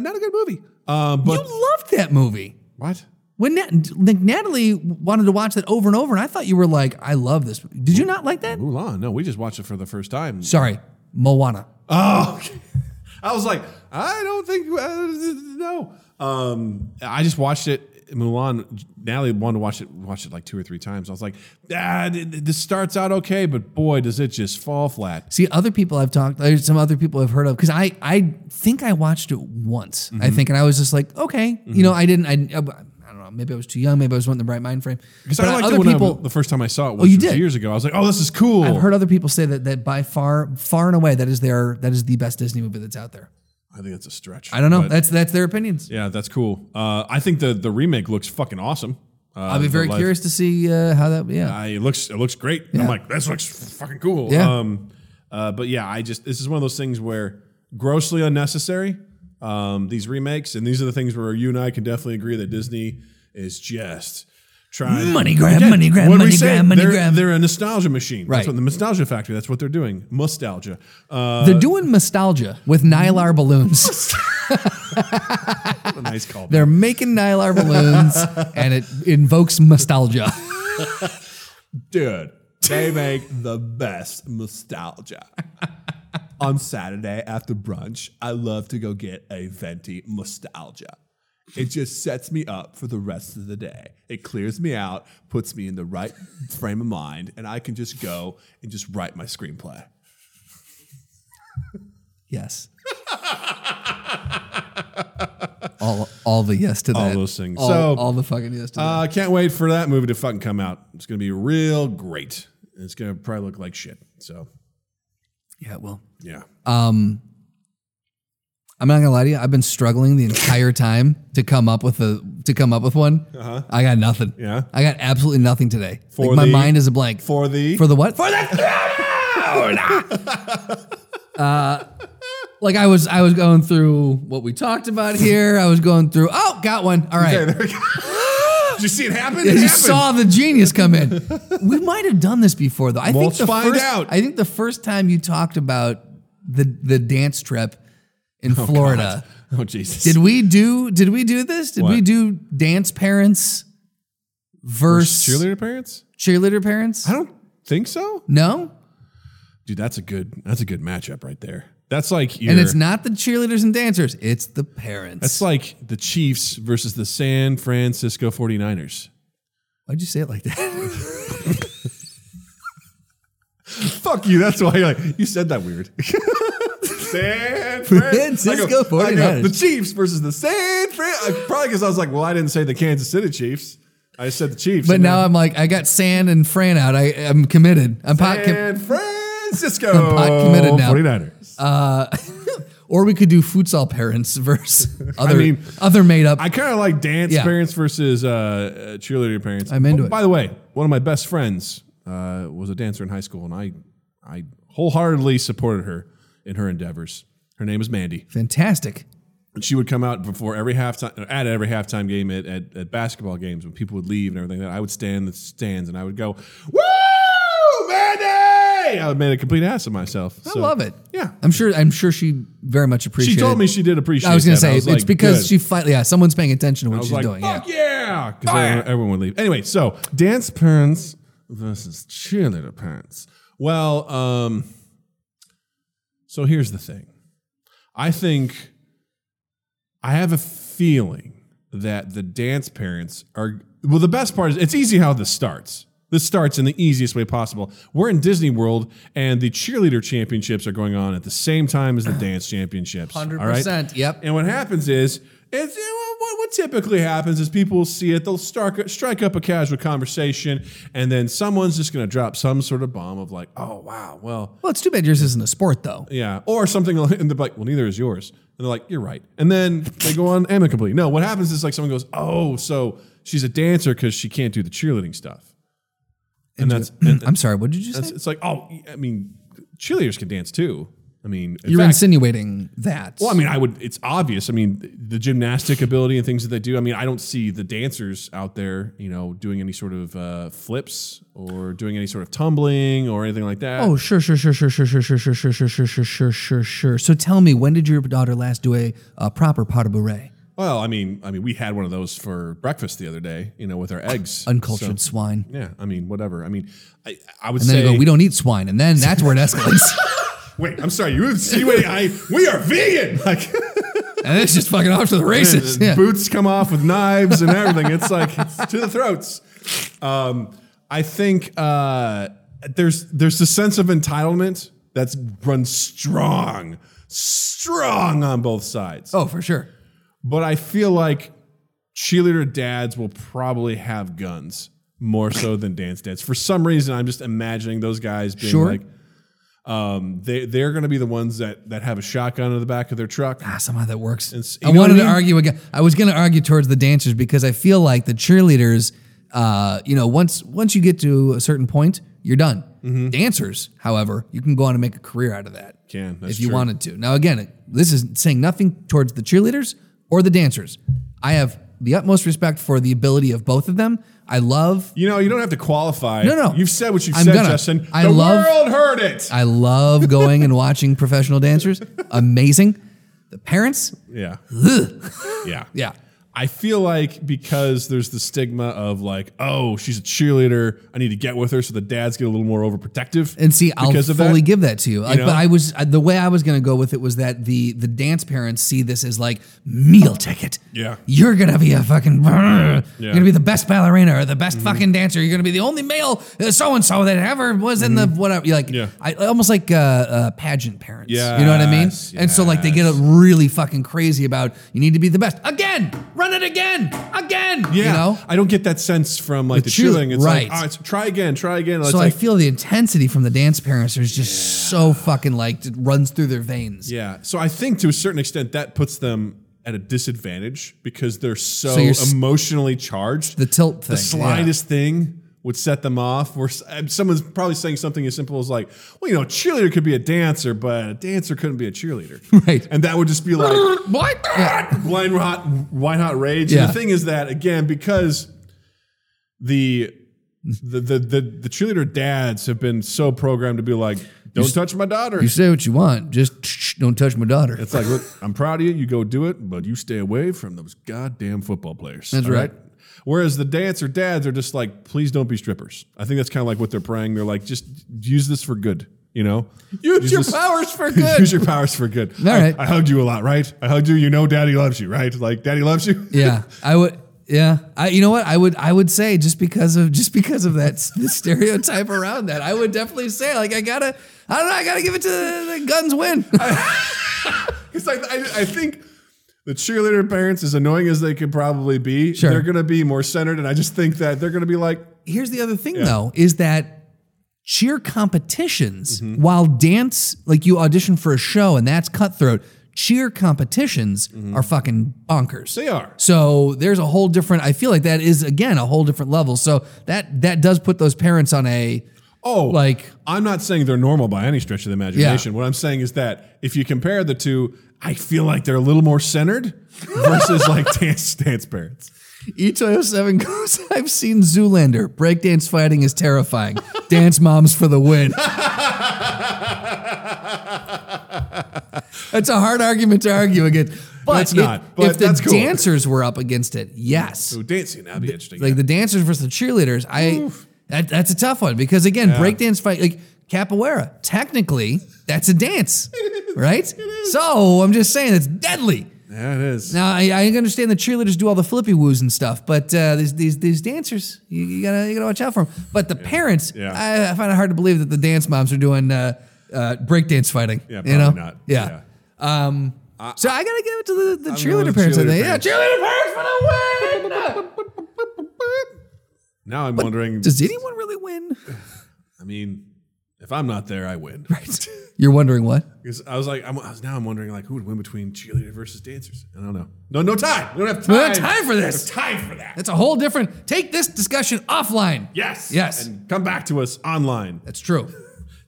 [SPEAKER 4] not a good movie. Uh,
[SPEAKER 3] you
[SPEAKER 4] but
[SPEAKER 3] loved that movie.
[SPEAKER 4] what?
[SPEAKER 3] When Nat- like Natalie wanted to watch that over and over, and I thought you were like, "I love this." Did you not like that?
[SPEAKER 4] Mulan? No, we just watched it for the first time.
[SPEAKER 3] Sorry, Moana.
[SPEAKER 4] Oh, okay. I was like, I don't think uh, no. Um, I just watched it Mulan, Natalie wanted to watch it, watch it like two or three times. I was like, ah, th- th- this starts out okay, but boy, does it just fall flat.
[SPEAKER 3] See, other people I've talked, there's some other people I've heard of because I, I think I watched it once,
[SPEAKER 4] Mm-hmm.
[SPEAKER 3] I think, and I was just like, okay, you know, I didn't, I, I, don't know, maybe I was too young, maybe I was not in the right mind frame.
[SPEAKER 4] Because
[SPEAKER 3] But
[SPEAKER 4] I liked
[SPEAKER 3] other
[SPEAKER 4] it when I-
[SPEAKER 3] people, Oh,
[SPEAKER 4] the first time I saw it, which
[SPEAKER 3] you
[SPEAKER 4] was
[SPEAKER 3] did.
[SPEAKER 4] years ago. I was like, oh, this is cool.
[SPEAKER 3] I've heard other people say that that by far, far and away, that is their, that is the best Disney movie that's out there.
[SPEAKER 4] I think that's a stretch.
[SPEAKER 3] I don't know,
[SPEAKER 4] but-
[SPEAKER 3] that's that's their opinions.
[SPEAKER 4] yeah, that's cool. Uh, I think the the remake looks fucking awesome. Uh,
[SPEAKER 3] I'll be
[SPEAKER 4] the
[SPEAKER 3] very
[SPEAKER 4] live-
[SPEAKER 3] curious to see uh, how that, yeah.
[SPEAKER 4] I, it looks it looks great.
[SPEAKER 3] Yeah.
[SPEAKER 4] I'm like, this looks fucking cool.
[SPEAKER 3] Yeah.
[SPEAKER 4] Um, uh, but yeah, I just this is one of those things where grossly unnecessary. Um, these remakes and these are the things where you and I can definitely agree that Disney is just trying
[SPEAKER 3] Money grab, money grab,
[SPEAKER 4] what'd we
[SPEAKER 3] money
[SPEAKER 4] say?
[SPEAKER 3] grab, money
[SPEAKER 4] they're,
[SPEAKER 3] grab.
[SPEAKER 4] They're a nostalgia machine.
[SPEAKER 3] Right.
[SPEAKER 4] That's what the nostalgia factory. That's what they're doing. Nostalgia. Uh,
[SPEAKER 3] They're doing nostalgia with Nylar balloons.
[SPEAKER 4] a nice call.
[SPEAKER 3] They're making Nylar balloons, and it invokes nostalgia.
[SPEAKER 4] dude, they make the best nostalgia. On Saturday after brunch, I love to go get a venti nostalgia. It just sets me up for the rest of the day. It clears me out, puts me in the right frame of mind, and I can just go and just write my screenplay.
[SPEAKER 3] Yes. all all the yes to that.
[SPEAKER 4] those things.
[SPEAKER 3] All,
[SPEAKER 4] So-
[SPEAKER 3] all the fucking yes to
[SPEAKER 4] Uh, can't wait for that movie to fucking come out. It's gonna be real great. It's gonna probably look like shit. So
[SPEAKER 3] that. Yeah, well.
[SPEAKER 4] yeah,
[SPEAKER 3] Uh, I'm not gonna lie to you. I've been struggling the entire time to come up with a to come up with one. Uh-huh. I got nothing.
[SPEAKER 4] Yeah.
[SPEAKER 3] I got absolutely nothing today.
[SPEAKER 4] For
[SPEAKER 3] like my
[SPEAKER 4] the-
[SPEAKER 3] mind is a blank.
[SPEAKER 4] for the
[SPEAKER 3] For the what? For the uh, like I was, I was going through what we talked about here. I was going through. Oh, got one. All right.
[SPEAKER 4] did you see it happen? It
[SPEAKER 3] you
[SPEAKER 4] happened.
[SPEAKER 3] saw the genius come in. we might have done this before, though. I
[SPEAKER 4] Well,
[SPEAKER 3] think the
[SPEAKER 4] let's find
[SPEAKER 3] first,
[SPEAKER 4] out.
[SPEAKER 3] I think the first time you talked about the the dance trip in Florida,
[SPEAKER 4] Oh Jesus!
[SPEAKER 3] did we do? Did we do this? Did we
[SPEAKER 4] What?
[SPEAKER 3] do dance parents versus
[SPEAKER 4] cheerleader parents?
[SPEAKER 3] cheerleader parents?
[SPEAKER 4] I don't think so.
[SPEAKER 3] No,
[SPEAKER 4] Dude, that's a good that's a good matchup right there. That's like your,
[SPEAKER 3] and it's not the cheerleaders and dancers; it's the parents.
[SPEAKER 4] that's like the Chiefs versus the San Francisco 49ers.
[SPEAKER 3] Why'd you say it like that?
[SPEAKER 4] Fuck you. That's why you're like you said that weird. San
[SPEAKER 3] Francisco
[SPEAKER 4] I go- I go,
[SPEAKER 3] 49ers.
[SPEAKER 4] The Chiefs versus the San Fran. I- Probably because I was like, well, I didn't say the Kansas City Chiefs. I just said the Chiefs.
[SPEAKER 3] but
[SPEAKER 4] And
[SPEAKER 3] now I'm like, I got San and Fran out. I, I'm committed. I'm pot.
[SPEAKER 4] then
[SPEAKER 3] com-
[SPEAKER 4] San Francisco
[SPEAKER 3] pot committed now.
[SPEAKER 4] 49ers.
[SPEAKER 3] or we could do futsal parents versus other
[SPEAKER 4] mean,
[SPEAKER 3] other made up.
[SPEAKER 4] I kind of like dance
[SPEAKER 3] Yeah.
[SPEAKER 4] parents versus uh, uh, cheerleader parents.
[SPEAKER 3] I'm into
[SPEAKER 4] Oh,
[SPEAKER 3] it.
[SPEAKER 4] By the way, one of my best friends uh, was a dancer in high school, and I, I wholeheartedly supported her in her endeavors. Her name is Mandy,
[SPEAKER 3] Fantastic.
[SPEAKER 4] and she would come out before every halftime, at every halftime game at, at, at basketball games when people would leave and everything. Like that I would stand in the stands and I would go, "Woo, Mandy!" I made a complete ass of myself.
[SPEAKER 3] I love it.
[SPEAKER 4] Yeah,
[SPEAKER 3] I'm sure. I'm sure she very much
[SPEAKER 4] she
[SPEAKER 3] appreciated.
[SPEAKER 4] told me she did appreciate.
[SPEAKER 3] I was going
[SPEAKER 4] that.
[SPEAKER 3] to say
[SPEAKER 4] was
[SPEAKER 3] it's
[SPEAKER 4] like,
[SPEAKER 3] because
[SPEAKER 4] good.
[SPEAKER 3] she finally. Yeah, someone's paying attention to what
[SPEAKER 4] I was
[SPEAKER 3] she's
[SPEAKER 4] like,
[SPEAKER 3] doing.
[SPEAKER 4] fuck
[SPEAKER 3] yeah.
[SPEAKER 4] yeah, because everyone, everyone would leave. Anyway, so dance parents versus cheerleader parents. Well, um, so here's the thing. I think I have a feeling that the dance parents are well. The best part is it's easy how this starts. This starts in the easiest way possible. We're in Disney World, and the cheerleader championships are going on at the same time as the dance championships. all right?
[SPEAKER 3] 100%, yep.
[SPEAKER 4] And what happens is, it's, what, what typically happens is people see it, they'll start, strike up a casual conversation, and then someone's just going to drop some sort of bomb of like, oh, wow, well,
[SPEAKER 3] Well, it's too bad yours isn't a sport though.
[SPEAKER 4] yeah, or something, like- and they're like, "Well, neither is yours," and they're like, "You're right," and then they go on amicably. No, what happens is like someone goes, "Oh, so she's a dancer because she can't do the cheerleading stuff," and that's, and
[SPEAKER 3] I'm sorry. What did you
[SPEAKER 4] that's
[SPEAKER 3] say?
[SPEAKER 4] it's like, oh, I mean, cheerleaders can dance too. I mean, in
[SPEAKER 3] You're
[SPEAKER 4] fact-
[SPEAKER 3] insinuating that.
[SPEAKER 4] well, I mean, I would. It's obvious. I mean, the gymnastic ability and things that they do. I mean, I don't see the dancers out there, you know, doing any sort of uh, flips or doing any sort of tumbling or anything like that.
[SPEAKER 3] oh, sure, sure, sure, sure, sure, sure, sure, sure, sure, sure, sure, sure, sure, sure, sure. So tell me, when did your daughter last do a, uh proper pot de bourrée?
[SPEAKER 4] Well, I mean, I mean, we had one of those for breakfast the other day, you know, with our eggs.
[SPEAKER 3] Uncultured
[SPEAKER 4] So,
[SPEAKER 3] swine.
[SPEAKER 4] yeah, I mean, whatever. I mean, I, I would
[SPEAKER 3] And then
[SPEAKER 4] say.
[SPEAKER 3] they go, we don't eat swine, and then that's where it escalates.
[SPEAKER 4] wait, I'm sorry. You insinuating I we are vegan? Like,
[SPEAKER 3] and it's just fucking off to the races. Yeah.
[SPEAKER 4] Boots come off with knives and everything. It's like it's to the throats. Um, I think uh, there's there's a sense of entitlement that's run strong, strong on both sides.
[SPEAKER 3] Oh, for sure.
[SPEAKER 4] But I feel like cheerleader dads will probably have guns more so than dance dads. For some reason, I'm just imagining those guys being
[SPEAKER 3] Sure.
[SPEAKER 4] like. Um, they they're going to be the ones that that have a shotgun in the back of their truck.
[SPEAKER 3] Ah, somehow that works.
[SPEAKER 4] It's-
[SPEAKER 3] I
[SPEAKER 4] you know
[SPEAKER 3] wanted
[SPEAKER 4] what I
[SPEAKER 3] to
[SPEAKER 4] mean?
[SPEAKER 3] argue again. I was going to argue towards the dancers because I feel like the cheerleaders, uh, you know, once once you get to a certain point, you're done.
[SPEAKER 4] Mm-hmm.
[SPEAKER 3] Dancers, however, you can go on and make a career out of that.
[SPEAKER 4] Can, that's
[SPEAKER 3] if you
[SPEAKER 4] true.
[SPEAKER 3] wanted to. Now, again, this is saying nothing towards the cheerleaders or the dancers. I have the utmost respect for the ability of both of them. I love
[SPEAKER 4] You know, you don't have to qualify.
[SPEAKER 3] No, no.
[SPEAKER 4] You've said what you've
[SPEAKER 3] I'm
[SPEAKER 4] said,
[SPEAKER 3] gonna.
[SPEAKER 4] Justin.
[SPEAKER 3] I
[SPEAKER 4] the
[SPEAKER 3] love-
[SPEAKER 4] world heard it.
[SPEAKER 3] I love going and watching professional dancers. Amazing. The parents,
[SPEAKER 4] yeah. yeah.
[SPEAKER 3] yeah.
[SPEAKER 4] I feel like because there's the stigma of like, oh, she's a cheerleader. I need to get with her. So the dads get a little more overprotective.
[SPEAKER 3] And see, I'll
[SPEAKER 4] because of
[SPEAKER 3] fully
[SPEAKER 4] that.
[SPEAKER 3] give that to you. Like,
[SPEAKER 4] know?
[SPEAKER 3] But I was I, the way I was going to go with it was that the the dance parents see this as like meal ticket.
[SPEAKER 4] Yeah.
[SPEAKER 3] you're gonna be a fucking. You're
[SPEAKER 4] Yeah. Mm-hmm.
[SPEAKER 3] gonna be the best ballerina or the best fucking dancer. You're gonna be the only male so and so that ever was in the whatever. You're like,
[SPEAKER 4] Mm-hmm. Yeah.
[SPEAKER 3] I almost like uh, uh, pageant parents. you know what I mean.
[SPEAKER 4] Yes,
[SPEAKER 3] And so like they get
[SPEAKER 4] yes.
[SPEAKER 3] really fucking crazy about you need to be the best again. Run it again, again.
[SPEAKER 4] Yeah.
[SPEAKER 3] you know.
[SPEAKER 4] I don't get that sense from like the,
[SPEAKER 3] cheer-
[SPEAKER 4] cheerleading. It's
[SPEAKER 3] right.
[SPEAKER 4] like, all right, so try again, try again. It's
[SPEAKER 3] So
[SPEAKER 4] like,
[SPEAKER 3] I feel the intensity from the dance parents is just so fucking like it runs through their veins.
[SPEAKER 4] yeah. So I think to a certain extent that puts them at a disadvantage because they're so,
[SPEAKER 3] So you're s-
[SPEAKER 4] emotionally charged.
[SPEAKER 3] The tilt thing.
[SPEAKER 4] the slightest thing would set them off. Where s- uh, someone's probably saying something as simple as like, "Well, you know, a cheerleader could be a dancer, but a dancer couldn't be a cheerleader,"
[SPEAKER 3] Right.
[SPEAKER 4] And that would just be like
[SPEAKER 3] What?
[SPEAKER 4] blind hot, white hot rage.
[SPEAKER 3] Yeah.
[SPEAKER 4] And the thing is that again, because the the, the the the cheerleader dads have been so programmed to be like, "Don't touch my daughter."
[SPEAKER 3] You say what you want, just shh, don't touch my daughter.
[SPEAKER 4] It's like, look, I'm proud of you. You go do it, but you stay away from those goddamn football players.
[SPEAKER 3] That's
[SPEAKER 4] all
[SPEAKER 3] right.
[SPEAKER 4] Whereas the dancer dads are just like, please don't be strippers. I think that's kind of like what they're praying. They're like, just use this for good. You know, use,
[SPEAKER 3] your powers for good.
[SPEAKER 4] use your powers for good.
[SPEAKER 3] All
[SPEAKER 4] I-
[SPEAKER 3] right.
[SPEAKER 4] I, hugged you a lot, right? I hugged you. You know, daddy loves you, right? Like, daddy loves you.
[SPEAKER 3] yeah, I would. Yeah, I. You know what? I would. I would say just because of just because of that s- the stereotype around that, I would definitely say like I gotta. I don't know. I gotta give it to the, the guns win.
[SPEAKER 4] It's like I, I think the cheerleader parents, as annoying as they could probably be,
[SPEAKER 3] Sure.
[SPEAKER 4] they're going to be more centered. And I just think that they're going to be like,
[SPEAKER 3] Here's the other thing though: is that cheer competitions while dance like you audition for a show and that's cutthroat. Cheer competitions are fucking bonkers.
[SPEAKER 4] they are.
[SPEAKER 3] So there's a whole different. I feel like that is again a whole different level. So that that does put those parents on a
[SPEAKER 4] Oh,
[SPEAKER 3] like
[SPEAKER 4] I'm not saying they're normal by any stretch of the imagination. What I'm saying is that if you compare the two, I feel like they're a little more centered versus like dance dance parents.
[SPEAKER 3] Ito E Seven goes. I've seen Zoolander. Breakdance fighting is terrifying. Dance moms for the win. That's a hard argument to argue against. But
[SPEAKER 4] That's
[SPEAKER 3] if-
[SPEAKER 4] not, but
[SPEAKER 3] if the
[SPEAKER 4] that's cool.
[SPEAKER 3] dancers were up against it, yes.
[SPEAKER 4] So dancing, that'd be interesting.
[SPEAKER 3] Like the dancers versus the cheerleaders, I that, that's a tough one because again, breakdance fight like capoeira, technically that's a dance, right? So I'm just saying it's deadly.
[SPEAKER 4] yeah, it is.
[SPEAKER 3] Now I, I understand the cheerleaders do all the flippy woos and stuff, but uh, these these these dancers, you, you gotta you gotta watch out for them. But the parents,
[SPEAKER 4] Yeah.
[SPEAKER 3] I, I find it hard to believe that the dance moms are doing uh, uh, breakdance fighting.
[SPEAKER 4] Yeah,
[SPEAKER 3] you know,
[SPEAKER 4] probably not.
[SPEAKER 3] yeah. Um, so I gotta give it to the, the
[SPEAKER 4] going
[SPEAKER 3] cheerleader
[SPEAKER 4] with
[SPEAKER 3] parents. I
[SPEAKER 4] cheerleader
[SPEAKER 3] think, yeah,
[SPEAKER 4] parents.
[SPEAKER 3] cheerleader parents for the win.
[SPEAKER 4] now I'm wondering.
[SPEAKER 3] Does anyone really win?
[SPEAKER 4] I mean, if I'm not there, I win.
[SPEAKER 3] Right. You're wondering what?
[SPEAKER 4] 'Cause I was like, I'm, I was, now I'm wondering like who would win between cheerleader versus dancers. I don't know. No, no time. We don't have time.
[SPEAKER 3] We don't have time for this.
[SPEAKER 4] We don't have time for that.
[SPEAKER 3] That's a whole different. Take this discussion offline.
[SPEAKER 4] Yes.
[SPEAKER 3] Yes.
[SPEAKER 4] And come back to us online.
[SPEAKER 3] That's true.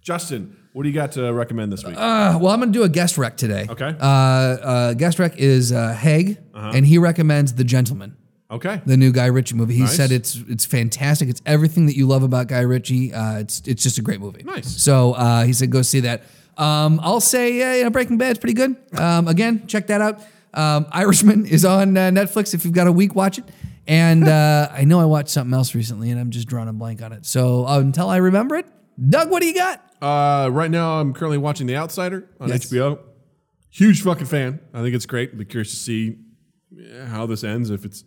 [SPEAKER 4] Justin, what do you got to recommend this week?
[SPEAKER 3] Uh, well, I'm going to do a guest rec today.
[SPEAKER 4] Okay. Uh-huh.
[SPEAKER 3] Uh, uh, guest rec is uh, Haig, and he recommends The Gentleman,
[SPEAKER 4] okay.
[SPEAKER 3] the new Guy Ritchie movie. He
[SPEAKER 4] Nice.
[SPEAKER 3] said it's it's fantastic. It's everything that you love about Guy Ritchie. Uh, it's it's just a great movie.
[SPEAKER 4] Nice.
[SPEAKER 3] So uh, he said go see that. Um, I'll say uh, you know, Breaking Bad's pretty good. Um, again, check that out. Um, Irishman is on uh, Netflix. If you've got a week, watch it. And uh, I know I watched something else recently, and I'm just drawing a blank on it. So until I remember it, Doug, what do you got?
[SPEAKER 4] Uh, right now, I'm currently watching The Outsider on
[SPEAKER 3] Yes.
[SPEAKER 4] HBO. Huge fucking fan. I think it's great. Be curious to see eh, how this ends if it's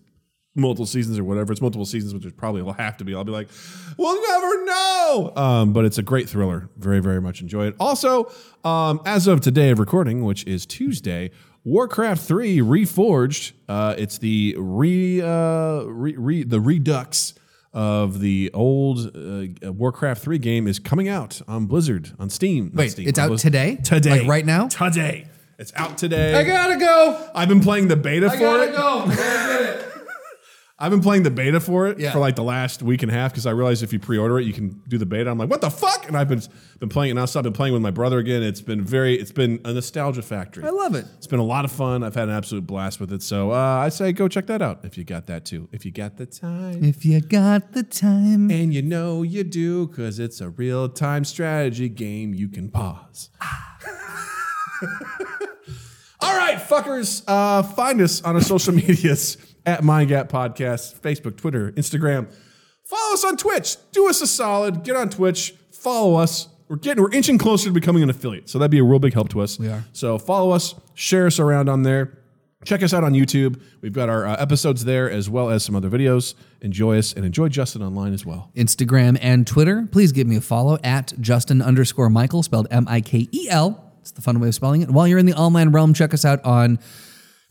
[SPEAKER 4] multiple seasons or whatever. It's multiple seasons, which it probably will have to be. I'll be like, we'll never know. Um, but it's a great thriller. Very, very much enjoy it. Also, um, as of today of recording, which is Tuesday, Warcraft 3 Reforged. Uh, it's the re, uh, re, re the redux of the old uh, Warcraft 3 game is coming out on Blizzard on Steam. Not
[SPEAKER 3] Wait,
[SPEAKER 4] Steam,
[SPEAKER 3] it's
[SPEAKER 4] on
[SPEAKER 3] out
[SPEAKER 4] Blizz-
[SPEAKER 3] today?
[SPEAKER 1] Today.
[SPEAKER 3] Like right now?
[SPEAKER 1] Today.
[SPEAKER 4] It's out today.
[SPEAKER 3] gotta go.
[SPEAKER 4] I've been playing the beta for it.
[SPEAKER 3] go.
[SPEAKER 4] I've been playing the beta for it
[SPEAKER 3] Yeah.
[SPEAKER 4] for like the last week and a half because I realized if you pre-order it, you can do the beta. I'm like, what the fuck? And I've been been playing it nonstop. I've been playing with my brother again. It's been very, it's been a nostalgia factory.
[SPEAKER 3] I love it.
[SPEAKER 4] It's been a lot of fun. I've had an absolute blast with it. So uh, I say go check that out if you got that too. If you got the time,
[SPEAKER 3] If you got the time.
[SPEAKER 4] and you know you do because it's a real time strategy game. You can pause. All right, fuckers. Uh, find us on our social medias at MindGap Podcast, Facebook, Twitter, Instagram. Follow us on Twitch. Do us a solid. Get on Twitch. Follow us. We're getting we're inching closer to becoming an affiliate, so that'd be a real big help to us. We
[SPEAKER 3] are.
[SPEAKER 4] So follow us. Share us around on there. Check us out on YouTube. We've got our uh, episodes there as well as some other videos. Enjoy us and enjoy Justin online as well.
[SPEAKER 3] Instagram and Twitter. Please give me a follow at Justin underscore Michael, spelled M I K E L. It's the fun way of spelling it. While you're in the online realm, check us out on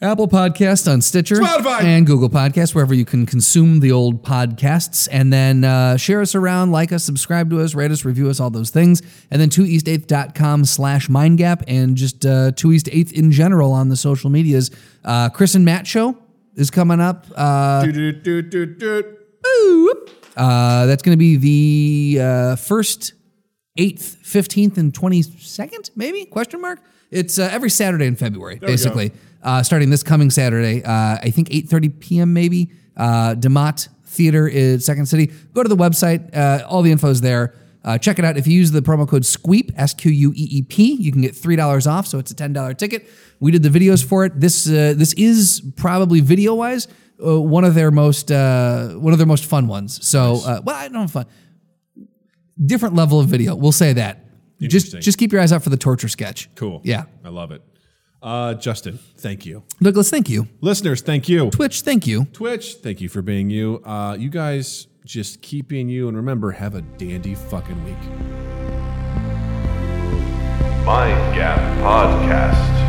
[SPEAKER 3] Apple Podcasts, on Stitcher,
[SPEAKER 4] Spotify.
[SPEAKER 3] and Google Podcasts, wherever you can consume the old podcasts. And then uh, share us around, like us, subscribe to us, rate us, review us, all those things. And then 2east8th.com slash mindgap and just uh, 2east8th in general on the social medias. Uh, Chris and Matt Show is coming up. Uh, uh, that's going to be the uh, first, eighth, fifteenth, and twenty second, maybe? Question mark. It's uh, every Saturday in February, basically. Uh, starting this coming Saturday, uh, I think eight thirty p.m. Maybe. Uh, Demott Theater is Second City. Go to the website. Uh, all the info's there. Uh, check it out. If you use the promo code SQUEEP, S Q U E E P, you can get three dollars off. So it's a ten dollar ticket. We did the videos for it. This uh, this is probably video wise uh, one of their most uh, one of their most fun ones. So uh, well, I don't know if fun. Different level of video. We'll say that. Just
[SPEAKER 4] Interesting.
[SPEAKER 3] just keep your eyes out for the torture sketch.
[SPEAKER 4] Cool.
[SPEAKER 3] Yeah.
[SPEAKER 4] I love it. Uh, Justin, thank you.
[SPEAKER 3] Douglas, thank you.
[SPEAKER 4] Listeners, thank you.
[SPEAKER 3] Twitch, thank you.
[SPEAKER 4] Twitch, thank you for being you. Uh, you guys just keep being you. And remember, have a dandy fucking week.
[SPEAKER 2] Mind Gap Podcast.